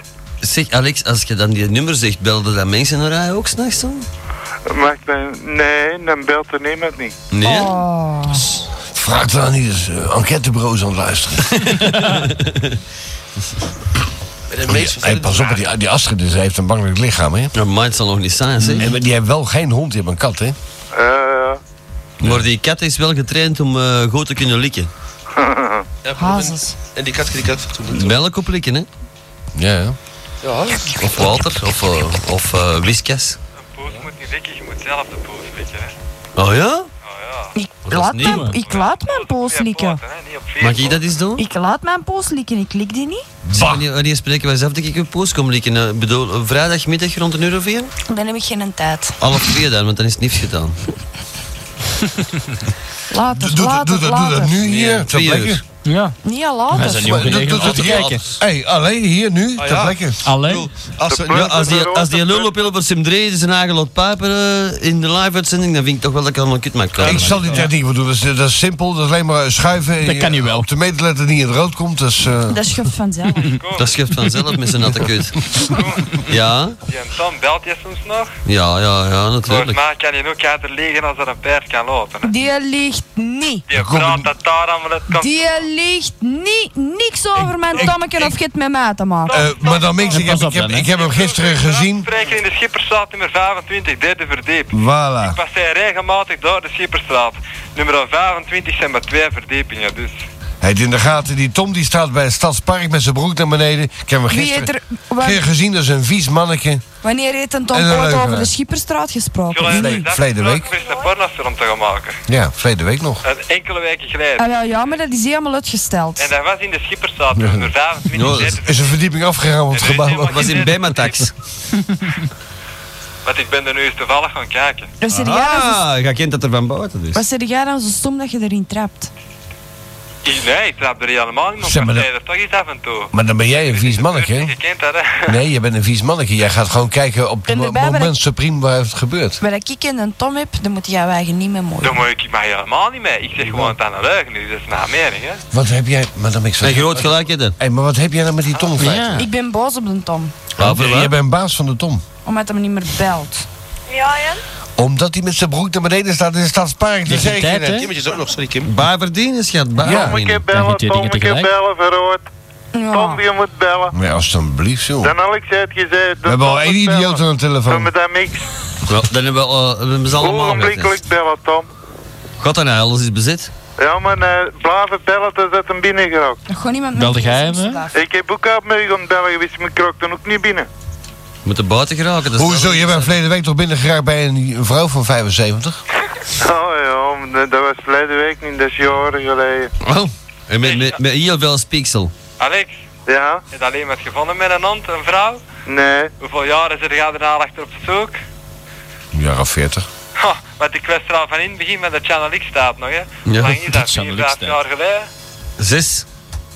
Speaker 2: Zeg, Alex, als je dan die nummer zegt, belden dan mensen naar jou ook s'nachts dan?
Speaker 10: Maakt mij... Nee, dan belt er niemand niet. Oh.
Speaker 2: Nee?
Speaker 26: Oh.
Speaker 5: Vraag dan niet eens eh, enquêtebureaus aan het luisteren.
Speaker 26: <laughs>
Speaker 5: Oh, Hey, pas op, die, die Astrid dus, heeft een bangelijk lichaam, hè?
Speaker 2: Nou, maar het zal nog niet zijn, zeg.
Speaker 5: En die heeft wel geen hond, die heeft een kat, hè?
Speaker 10: Eh...
Speaker 2: Maar die kat is wel getraind om eh, goed te kunnen likken.
Speaker 12: Hazes.
Speaker 4: En die kat die kat toen niet.
Speaker 2: Melk op likken, hè?
Speaker 5: Ja, ja.
Speaker 4: Ja.
Speaker 2: Of water, of, eh, of eh, whiskas.
Speaker 15: Je moet niet likken, je moet zelf de poos likken. Hè.
Speaker 2: Oh ja?
Speaker 12: Ik
Speaker 2: dat is
Speaker 12: laat,
Speaker 2: nieuw,
Speaker 12: mijn,
Speaker 2: hè?
Speaker 12: ik laat mijn poos likken.
Speaker 2: Mag ik dat eens doen?
Speaker 12: Ik laat mijn poos likken, ik lik die niet.
Speaker 2: Zeg, Dus Wanneer, wanneer spreken wij zelf dat ik een post kom likken? Eh, bedoel, eh, vrijdagmiddag rond een uur of vier?
Speaker 12: Dan heb ik geen tijd.
Speaker 2: Half twee dan, want dan is het niets gedaan.
Speaker 12: Laat het,
Speaker 5: Doe, dat-
Speaker 12: laat
Speaker 5: doe, dat-
Speaker 12: het,
Speaker 5: doe
Speaker 12: laat
Speaker 5: dat
Speaker 12: het.
Speaker 5: nu hier, ter
Speaker 2: twee
Speaker 5: plekke.
Speaker 2: uur.
Speaker 26: Ja.
Speaker 12: Niet al laat het.
Speaker 5: Maar doe- doe dat hier. Hey, alleen hier nu,
Speaker 2: Ah,
Speaker 5: ter
Speaker 4: ja.
Speaker 5: plekke.
Speaker 26: Alleen?
Speaker 2: Als,
Speaker 10: De
Speaker 2: ja, als, die,
Speaker 10: punten
Speaker 2: als die lul op Hilbert Sim Drees zijn eigen lot pijpen eh, in de live-uitzending, dan vind ik toch wel dat ik al een kut maak.
Speaker 5: Ik zal die techniek wel doen. Dat is, dat is simpel, dat is alleen maar schuiven. en
Speaker 26: Dat
Speaker 5: je
Speaker 26: kan je wel.
Speaker 5: Op de meterletter die in het rood komt, dat is... eh,
Speaker 12: Dat schuift
Speaker 5: <laughs>
Speaker 12: vanzelf.
Speaker 2: Dat schept vanzelf met zijn natte <laughs> kut. Ja,
Speaker 15: Die en Tom belt je soms nog.
Speaker 2: ja, ja, ja,
Speaker 15: Volgens
Speaker 2: natuurlijk.
Speaker 15: mij kan je ook uit liggen als er een paard kan lopen. hè.
Speaker 12: Die ligt niet.
Speaker 15: Die praat dat daar allemaal dat komt.
Speaker 12: Die ligt niet. Niks over mijn tommeken of je het met mij te maken.
Speaker 5: eh, madame Mix, ik heb, ik, heb, ik heb hem gisteren gezien.
Speaker 15: Spreker in de Schipperstraat nummer 25, derde verdiep.
Speaker 5: Voilà.
Speaker 2: Ah.
Speaker 15: Ik passeer regelmatig door de Schipperstraat. Nummer 25 zijn maar twee verdiepingen, dus...
Speaker 5: Hij heeft in de gaten, die Tom die staat bij het Stadspark met zijn broek naar beneden. Ik heb hem
Speaker 12: Wie heeft
Speaker 5: gisteren
Speaker 12: er, wa-
Speaker 5: keer gezien, dat is een vies manneke.
Speaker 12: wanneer heeft een Tom
Speaker 5: En een
Speaker 12: ooit over
Speaker 5: leugenaar.
Speaker 12: de Schipperstraat gesproken?
Speaker 5: Vle- verleden week.
Speaker 15: Ik een pornofilm te gaan maken.
Speaker 5: Ja, verleden week nog.
Speaker 15: Dat is enkele weken
Speaker 12: Ah,
Speaker 15: geleden.
Speaker 12: wel, ja, maar dat is helemaal uitgesteld.
Speaker 15: En dat was in de Schipperstraat nummer 25,
Speaker 2: Ja, dat
Speaker 15: derde
Speaker 2: is-
Speaker 5: Is een verdieping afgegaan, want het gebouw
Speaker 2: Dat was in Bematax.
Speaker 15: <laughs> Want ik ben er nu eens toevallig gaan kijken.
Speaker 12: Dus er jaren-
Speaker 2: Ah, je kent dat er van buiten dus.
Speaker 12: Wat zit jij dan zo stom dat je erin trapt?
Speaker 15: Ik- Nee, ik trap er helemaal niet op.
Speaker 5: Zeg maar dat-
Speaker 15: Nee, dat is toch iets af en toe.
Speaker 5: Maar dan ben jij een
Speaker 15: <laughs>
Speaker 5: vies manneke, hè?
Speaker 15: Je kent dat, hè? <laughs>
Speaker 5: Nee, je bent een vies manneke. Jij gaat gewoon kijken op het
Speaker 12: En
Speaker 5: mo-
Speaker 12: erbij ben
Speaker 5: moment
Speaker 12: ik-
Speaker 5: supreme waar het gebeurt.
Speaker 12: Waar ik en een Tom heb, dan moet jij eigen niet meer mooi.
Speaker 15: Daar moet ik mij helemaal niet mee. Ik zeg gewoon dat aan de leugen is. Dat is naar mening, hè?
Speaker 5: Wat heb jij... Maar dan ben ik zo...
Speaker 2: Een groot gelijk, hè? dan.
Speaker 5: Hey, maar wat heb jij nou met die Tom? feitelijk?
Speaker 12: Ik ben boos op de Tom,
Speaker 2: Ah, voor
Speaker 5: Jij
Speaker 2: wat?
Speaker 5: bent baas van de Tom.
Speaker 12: omdat hij me niet meer belt.
Speaker 3: Ja, Jan?
Speaker 5: Omdat hij met zijn broek naar beneden staat in het Stadspark. Dat zeg ik je
Speaker 26: Digniteit,
Speaker 5: net.
Speaker 26: hè?
Speaker 4: Kimmetjes ook nog, sorry Kim.
Speaker 2: Bij verdienen, schat. Bij
Speaker 5: Ja.
Speaker 10: Tom, ik
Speaker 2: verdienen.
Speaker 10: heb bellen,
Speaker 26: twee
Speaker 10: Tom,
Speaker 26: dingen
Speaker 10: ik heb
Speaker 26: tegelijk.
Speaker 10: bellen, verhoord.
Speaker 12: Ja.
Speaker 10: Tom, je moet bellen.
Speaker 5: Maar alsjeblieft, joh.
Speaker 10: Dan Alex heeft gezegd...
Speaker 5: We hebben al één idioot aan de
Speaker 10: Dan
Speaker 5: telefoon.
Speaker 10: met hem niks.
Speaker 2: Ja, dan hebben we, eh, we hebben ze allemaal
Speaker 10: Ogenblikkelijk bellen, Tom.
Speaker 2: Gaat dan alles is bezit?
Speaker 10: Ja, maar eh, blijven bellen totdat hem binnen geraakt.
Speaker 12: Dat gewoon iemand
Speaker 26: Belde
Speaker 12: met
Speaker 26: jij
Speaker 12: een
Speaker 26: hem, hè?
Speaker 12: staaf.
Speaker 10: Ik heb ook uit mee gaan bellen geweest, maar ik raak dan ook niet
Speaker 12: <laughs>
Speaker 10: binnen.
Speaker 2: We moeten buiten geraken. dat is
Speaker 5: Hoezo?
Speaker 2: wel-
Speaker 5: Je bent verleden week toch binnen geraakt bij een, een vrouw van 75?
Speaker 10: Oh ja, maar dat- dat was verleden week niet, dat is jaren geleden.
Speaker 2: Oh, en met, met, met heel veel speeksel.
Speaker 15: Alex,
Speaker 10: Ja?
Speaker 15: je hebt alleen maar gevonden met een hond, een vrouw.
Speaker 10: Nee.
Speaker 15: Hoeveel jaren zit jij er al achter op zoek?
Speaker 5: Een jaar of 40.
Speaker 15: Ha, want ik was er al van in het begin met de Channel X staat nog, hè.
Speaker 5: Ja,
Speaker 15: Hoe Lang is
Speaker 5: de
Speaker 15: dat? Vier,
Speaker 5: Channel X
Speaker 15: vijf
Speaker 5: staat.
Speaker 15: jaar geleden.
Speaker 2: Zes.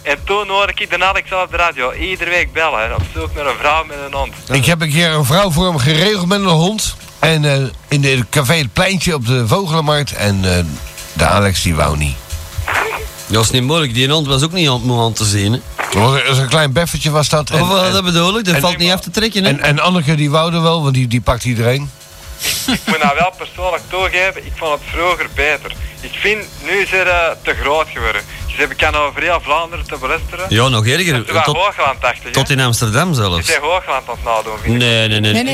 Speaker 15: En toen hoorde ik de Alex al op de radio iedere week bellen, hè, op zoek naar een vrouw met een hond.
Speaker 5: Ik heb een keer een vrouw voor hem geregeld met een hond. En eh, in de café Het Pleintje op de Vogelenmarkt. En eh, de Alex die wou niet.
Speaker 2: Dat was niet moeilijk, die hond was ook niet aan, aan te zien. Hè.
Speaker 5: Er was een- er was een klein beffertje was dat.
Speaker 2: Oh, wel, dat bedoel ik, dat valt niet af te trekken. Hè?
Speaker 5: En, en Anneke die wou er wel, want die, die pakt iedereen.
Speaker 15: Ik moet nou wel persoonlijk toegeven, ik vond het vroeger beter. Ik vind, nu is het eh, te groot geworden. Dus ik kan over heel Vlaanderen te belusteren.
Speaker 2: Ja, nog erger.
Speaker 15: Toen was
Speaker 2: Tot-
Speaker 15: Hoogland, dacht ik.
Speaker 2: Tot in Amsterdam
Speaker 15: Je
Speaker 2: zelfs.
Speaker 15: bent Hoogland nou aan het nadoen, vind ik.
Speaker 2: Nee, nee, nee.
Speaker 15: Nee, nee,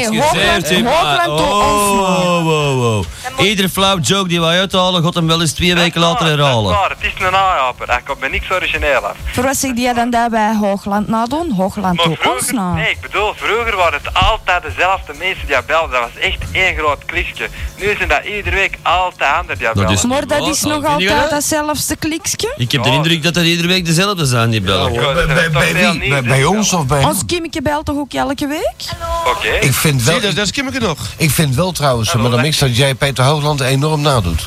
Speaker 15: Hoogland-
Speaker 2: Excuseert u, maar-
Speaker 15: Hoogland door
Speaker 2: oh,
Speaker 15: ons, man.
Speaker 2: wow, wow, wow. Iedere flauw joke die wij uithalen, god hem wel eens twee weken later herhalen.
Speaker 15: Maar het is een aanjaper, hij komt met niks origineel af.
Speaker 12: Voor wat zeg jij dan dat bij Hoogland nadoen? Hoogland
Speaker 15: Maar
Speaker 12: doet ons nou? na.
Speaker 15: Nee, ik bedoel, vroeger waren het altijd dezelfde mensen die belden. Dat was echt één groot klisje. Nu zijn dat iedere week altijd anderen die bellen.
Speaker 12: maar dat is
Speaker 3: nou,
Speaker 12: nog
Speaker 2: Vind je dat?
Speaker 12: altijd datzelfde kliksje.
Speaker 2: Ik heb de indruk dat er iedere week dezelfde zijn die bellen.
Speaker 5: bij, bij, bij wie? Bij, bij ons of bij
Speaker 12: Ons Kimmetje belt toch ook elke week?
Speaker 15: Oké.
Speaker 5: Ik vind wel...
Speaker 4: Zie, dat, dat is Kimmeke nog.
Speaker 5: Ik vind wel trouwens, madame Mix, dat jij Peter Hoogland enorm nadoet.
Speaker 2: <laughs>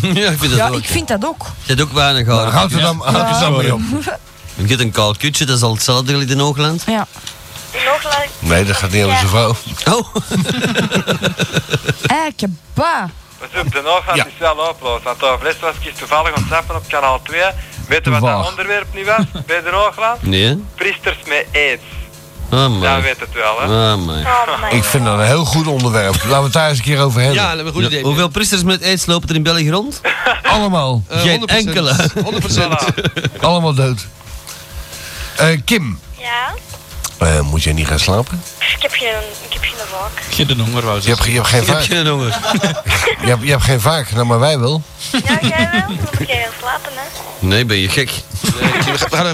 Speaker 2: ja, ik vind dat
Speaker 12: Ja,
Speaker 2: ook.
Speaker 12: ik vind dat ook.
Speaker 2: Je hebt ook weinig haar.
Speaker 5: Nou, houd er dan- houd er dan mee op.
Speaker 2: Je hebt een kaal kutje, dat is al hetzelfde gelijk in Hoogland.
Speaker 12: Ja.
Speaker 5: Nee, dat gaat niet over zijn vrouw.
Speaker 2: Oh.
Speaker 12: Eike ba.
Speaker 15: Pas op, de Noordland is wel hopeloos. Want overlast was ik eens toevallig ontzettend op kanaal 2. Weet je wat dat
Speaker 2: Toevallig.
Speaker 15: onderwerp nu was bij de Noordland?
Speaker 2: Nee?
Speaker 15: Priesters met aids.
Speaker 2: Oh, man.
Speaker 15: Ja, weet het wel, hè. <laughs>
Speaker 5: Ah, Ik vind dat een heel goed onderwerp. Laten we het daar eens een keer over hebben.
Speaker 4: Ja, dat is een goed idee.
Speaker 2: Hoeveel priesters met aids lopen er in België rond?
Speaker 5: <laughs> Allemaal.
Speaker 2: Eh, Geen 100%. enkele.
Speaker 5: 100%. Allemaal dood. Eh, Kim,
Speaker 3: Ja?
Speaker 5: eh, moet jij niet gaan slapen?
Speaker 3: Ik heb geen, ik heb geen wak.
Speaker 5: Je hebt een honger, Je hebt, geen
Speaker 2: Ik heb
Speaker 5: vaak.
Speaker 2: geen honger.
Speaker 5: <laughs> Je hebt, je hebt geen vaak, nou maar wij wel.
Speaker 3: <laughs> Ja, jij wel? Dan moet jij gaan slapen, hè?
Speaker 2: Nee, ben je gek?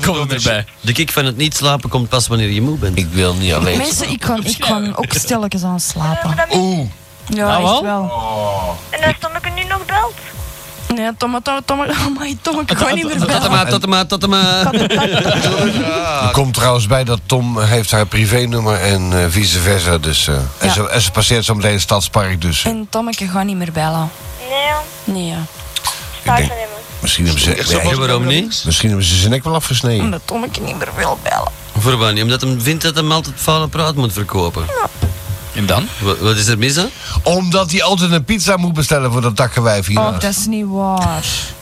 Speaker 2: Kom erbij. De kick van het niet slapen komt pas wanneer je moe bent.
Speaker 5: Ik wil niet
Speaker 12: Mensen, ik kan, ik kan ook stilletjes aan slapen.
Speaker 5: Oeh.
Speaker 12: Ja,
Speaker 3: Nou wel?
Speaker 12: echt wel.
Speaker 3: En als Tommeke nu nog belt?
Speaker 12: Nee, Tomme, Tomme, Tomme, <laughs> oh my Tomme, ik kan niet meer
Speaker 2: Tot
Speaker 12: bellen.
Speaker 2: maar, tot maar, tot maar. Ah.
Speaker 5: Er komt trouwens bij dat Tom heeft haar privénummer en eh, vice versa. Dus, eh, en,
Speaker 12: Ja.
Speaker 5: ze, en ze passeert zo meteen het stadspark, dus
Speaker 12: En Tommeke gaat niet meer bellen.
Speaker 3: Nee,
Speaker 12: Nee.
Speaker 3: staat van hem.
Speaker 5: misschien hebben ze...
Speaker 2: Echt zo vast- waarom niet?
Speaker 5: Misschien hebben ze zijn nek wel afgesneden.
Speaker 12: Omdat Tommeke niet meer wil bellen.
Speaker 2: Voor wat niet? Omdat hij vindt dat hij altijd falen praat moet verkopen. En dan? Wat, wat is er mis aan?
Speaker 5: Omdat hij altijd een pizza moet bestellen voor dat dakkenwijf
Speaker 12: Oh,
Speaker 5: hiernaast.
Speaker 12: dat is niet waar.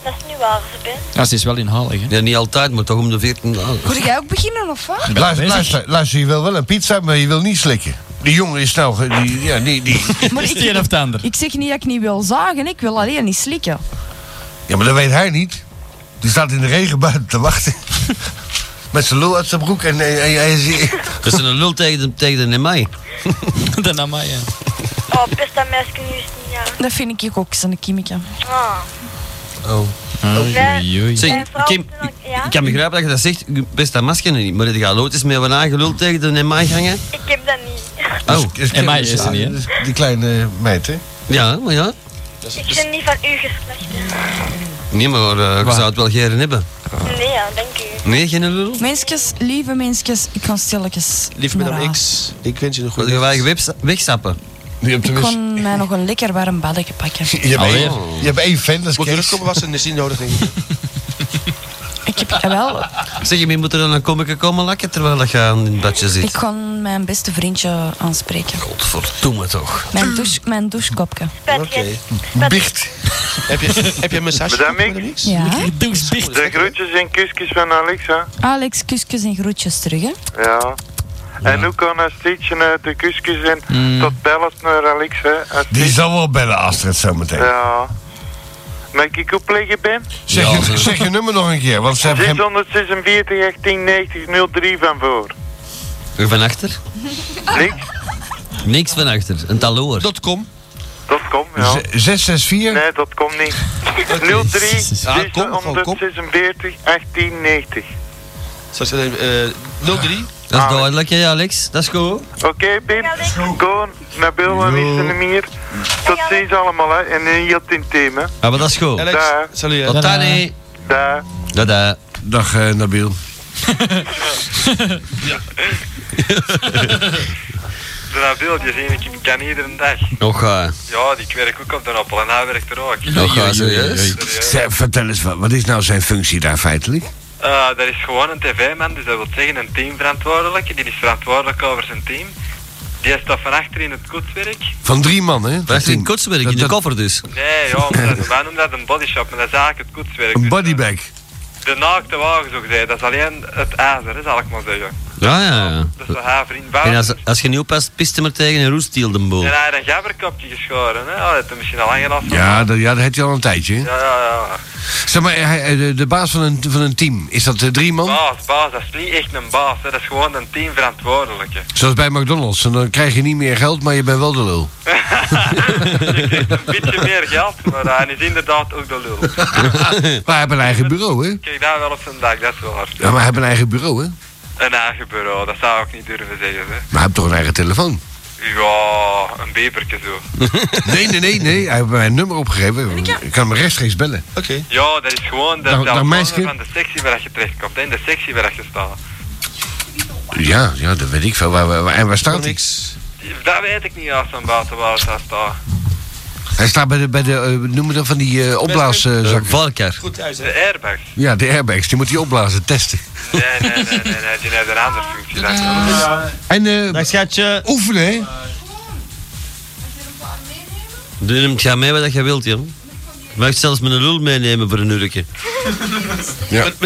Speaker 3: Dat is niet waar, ze bent.
Speaker 2: Ja, ze is wel inhalig. Ja, niet altijd, maar toch om de 14 dagen.
Speaker 12: Moet jij ook beginnen of wat?
Speaker 5: Luister, luister, luister, je wil wel een pizza, maar je wil niet slikken. Die jongen is nou... ge- Die, ja, die, <laughs> die.
Speaker 12: Maar ik-
Speaker 5: een of het ander.
Speaker 12: Ik zeg niet dat ik niet wil zagen, ik wil alleen niet slikken.
Speaker 5: Ja, maar dat weet hij niet. Die staat in de regen buiten te <laughs> wachten. Met zijn lul uit zijn broek en eh, hij hij is...
Speaker 2: Dat is een lul tegen de, tegen de
Speaker 5: <laughs>
Speaker 2: Nemai. de Nemai, ja.
Speaker 3: Oh, pest dat meisje nu eens niet aan.
Speaker 12: Dat vind ik ook zo'n kimmetje.
Speaker 3: Ah.
Speaker 2: Oh.
Speaker 3: Oei, oei.
Speaker 2: Zeg,
Speaker 3: En vooral-
Speaker 2: Kim, ik, ik kan begrijpen dat je dat zegt, je best dat masker niet, maar dat gaat nooit eens meer van aangeluld tegen de Nemai gangen.
Speaker 3: Ik heb dat niet.
Speaker 2: Oh,
Speaker 5: en mij is er niet, hè? Die kleine meid, hè?
Speaker 2: Ja, maar ja.
Speaker 3: Ik ben niet van uw geslacht.
Speaker 2: Nee, maar eh, je zou het wel geren hebben.
Speaker 3: Nee, ja, dank u.
Speaker 2: Nee, geen lul?
Speaker 12: Mensjes, lieve mensjes, ik kan stilletjes
Speaker 4: Lief
Speaker 12: naar
Speaker 4: madame
Speaker 12: huis.
Speaker 4: X, ik wens je een
Speaker 2: Wil
Speaker 4: goede
Speaker 2: je wel gewebs- wegstappen?
Speaker 5: Je hebt
Speaker 12: Ik kon mij nog een lekker warm badje pakken.
Speaker 5: Je hebt, één, je hebt één fan, dat is
Speaker 4: Moet
Speaker 5: Kees.
Speaker 4: terugkomen was een innodiging.
Speaker 12: Ik heb eh, wel...
Speaker 2: Zeg, je mee moet er dan een komiker komen lakken terwijl dat je aan het badje
Speaker 12: Ik
Speaker 2: zit.
Speaker 12: kan mijn beste vriendje aanspreken.
Speaker 2: Godverdomme toch.
Speaker 12: Mijn, douche, mijn douchekopje.
Speaker 3: Oké.
Speaker 5: Bicht.
Speaker 4: Heb je, heb je een massage?
Speaker 10: Madame X?
Speaker 12: Ja.
Speaker 10: De groetjes en kusjes van Alexa.
Speaker 12: Alex, kusjes en groetjes terug, hè.
Speaker 10: Ja. En hoe kan Astridje uit de kusjes en
Speaker 2: Mm.
Speaker 10: tot bellen naar Alexa? Astrid?
Speaker 5: Die zal wel bellen, Astrid, zometeen.
Speaker 10: Ja. Mag ik opleggen, Ben?
Speaker 5: Zeg, je, zeg je nummer nog een keer, want ze hebben geen...
Speaker 10: 646 1890 03 van voor.
Speaker 2: En van achter?
Speaker 10: Niks.
Speaker 2: Niks van achter. Een taloor.
Speaker 4: Dot com.
Speaker 10: Dat komt, ja.
Speaker 5: 664?
Speaker 10: Nee, dat komt <laughs> niet. 03 646 1890.
Speaker 4: Zoals je dat, eh, 03
Speaker 2: Dat is duidelijk, hè, Alex? Dat is goed.
Speaker 10: Oké, Pim. Koon, Nabil en Issenemir. Tot ziens allemaal, hè. En in je team, hè.
Speaker 2: Ja, maar dat is goed.
Speaker 10: Alex, salut, hè.
Speaker 2: Tot dan, hè.
Speaker 10: Daar.
Speaker 2: Dada.
Speaker 5: Dag eh, Nabil.
Speaker 15: De Nabil, die zie ik, ik ken iedere dag.
Speaker 2: Nog, eh,
Speaker 15: Ja, die werk ook op de appel en hij werkt er ook.
Speaker 2: nog, eh, serieus?
Speaker 5: Zeg, vertel eens, wat, wat is nou zijn functie daar feitelijk?
Speaker 15: Eh, dat is gewoon een tv-man, dus dat wil zeggen een teamverantwoordelijke. Die is verantwoordelijk over zijn team. Die staat van achter in het koetswerk.
Speaker 5: Van drie man, hè?
Speaker 2: Dat is in kotswerk, in de koffer dus.
Speaker 15: Nee, ja,
Speaker 2: <laughs>
Speaker 15: omdat, wij noemen dat een bodyshop, maar dat is eigenlijk het koetswerk.
Speaker 5: Een bodybag.
Speaker 15: De naakte wagen, zo gezegd, dat is alleen het ijzer, hè, zal ik maar zeggen.
Speaker 2: Ja, ja, ja.
Speaker 15: Dat is wel haar vriend
Speaker 2: En
Speaker 15: Wouter.
Speaker 2: als, als je niet oppast, pist hem er tegen en roest hij de boel.
Speaker 15: En hij had een gabberkopje geschoren, hè? Oh, dat heeft hij misschien al lang af.
Speaker 5: Ja, dat, ja, dat heeft hij al een tijdje. hè?
Speaker 15: Ja, ja, ja.
Speaker 5: Zeg maar, hij, hij- de, de baas van een, van een team, is dat eh, drie man?
Speaker 15: Baas, baas, dat is niet echt een baas, hè. dat is gewoon een teamverantwoordelijke.
Speaker 5: Zoals bij McDonald's, en dan krijg je niet meer geld, maar je bent wel de lul.
Speaker 15: Een beetje meer geld, maar eh, hij is inderdaad ook de lul.
Speaker 5: <laughs> maar hij heeft een eigen bureau, hè?
Speaker 15: Kijk, daar wel op zijn dag, dat is wel hard.
Speaker 5: Ja, maar hij heeft een eigen bureau, hè?
Speaker 15: Een eigen bureau, dat zou ik niet durven zeggen, hè.
Speaker 5: Maar hij heeft toch een eigen telefoon?
Speaker 15: Ja, een beperke
Speaker 5: <laughs>
Speaker 15: zo.
Speaker 5: Nee, nee, nee, nee. Hij heeft mijn nummer opgegeven. Ik kan hem rechtstreeks bellen. Oké.
Speaker 15: Ja, dat is gewoon de
Speaker 5: Dag- dag,
Speaker 15: telefoon
Speaker 5: Nou, meisje.
Speaker 15: van de sectie waar je terechtkomt, hè, in de sectie waar je staat.
Speaker 5: Ja, ja, dat weet ik veel. Waar, waar- waar- en waar staat hij?
Speaker 15: Dat weet ik niet als van buiten waar het daar staat.
Speaker 5: Hij staat bij de, bij de eh, noem het dan van die eh opblaaszakken.
Speaker 15: Goed thuis, De airbags.
Speaker 5: Ja, de airbags. Die moet hij opblazen, testen.
Speaker 15: Nee, nee, nee, nee, nee, die heeft een andere functie. Dat
Speaker 5: En eh oefenen, hè?
Speaker 2: Doe hem, ga mee wat je wilt, joh. Je mag zelfs met een lul meenemen voor een uurtje.
Speaker 5: Ja.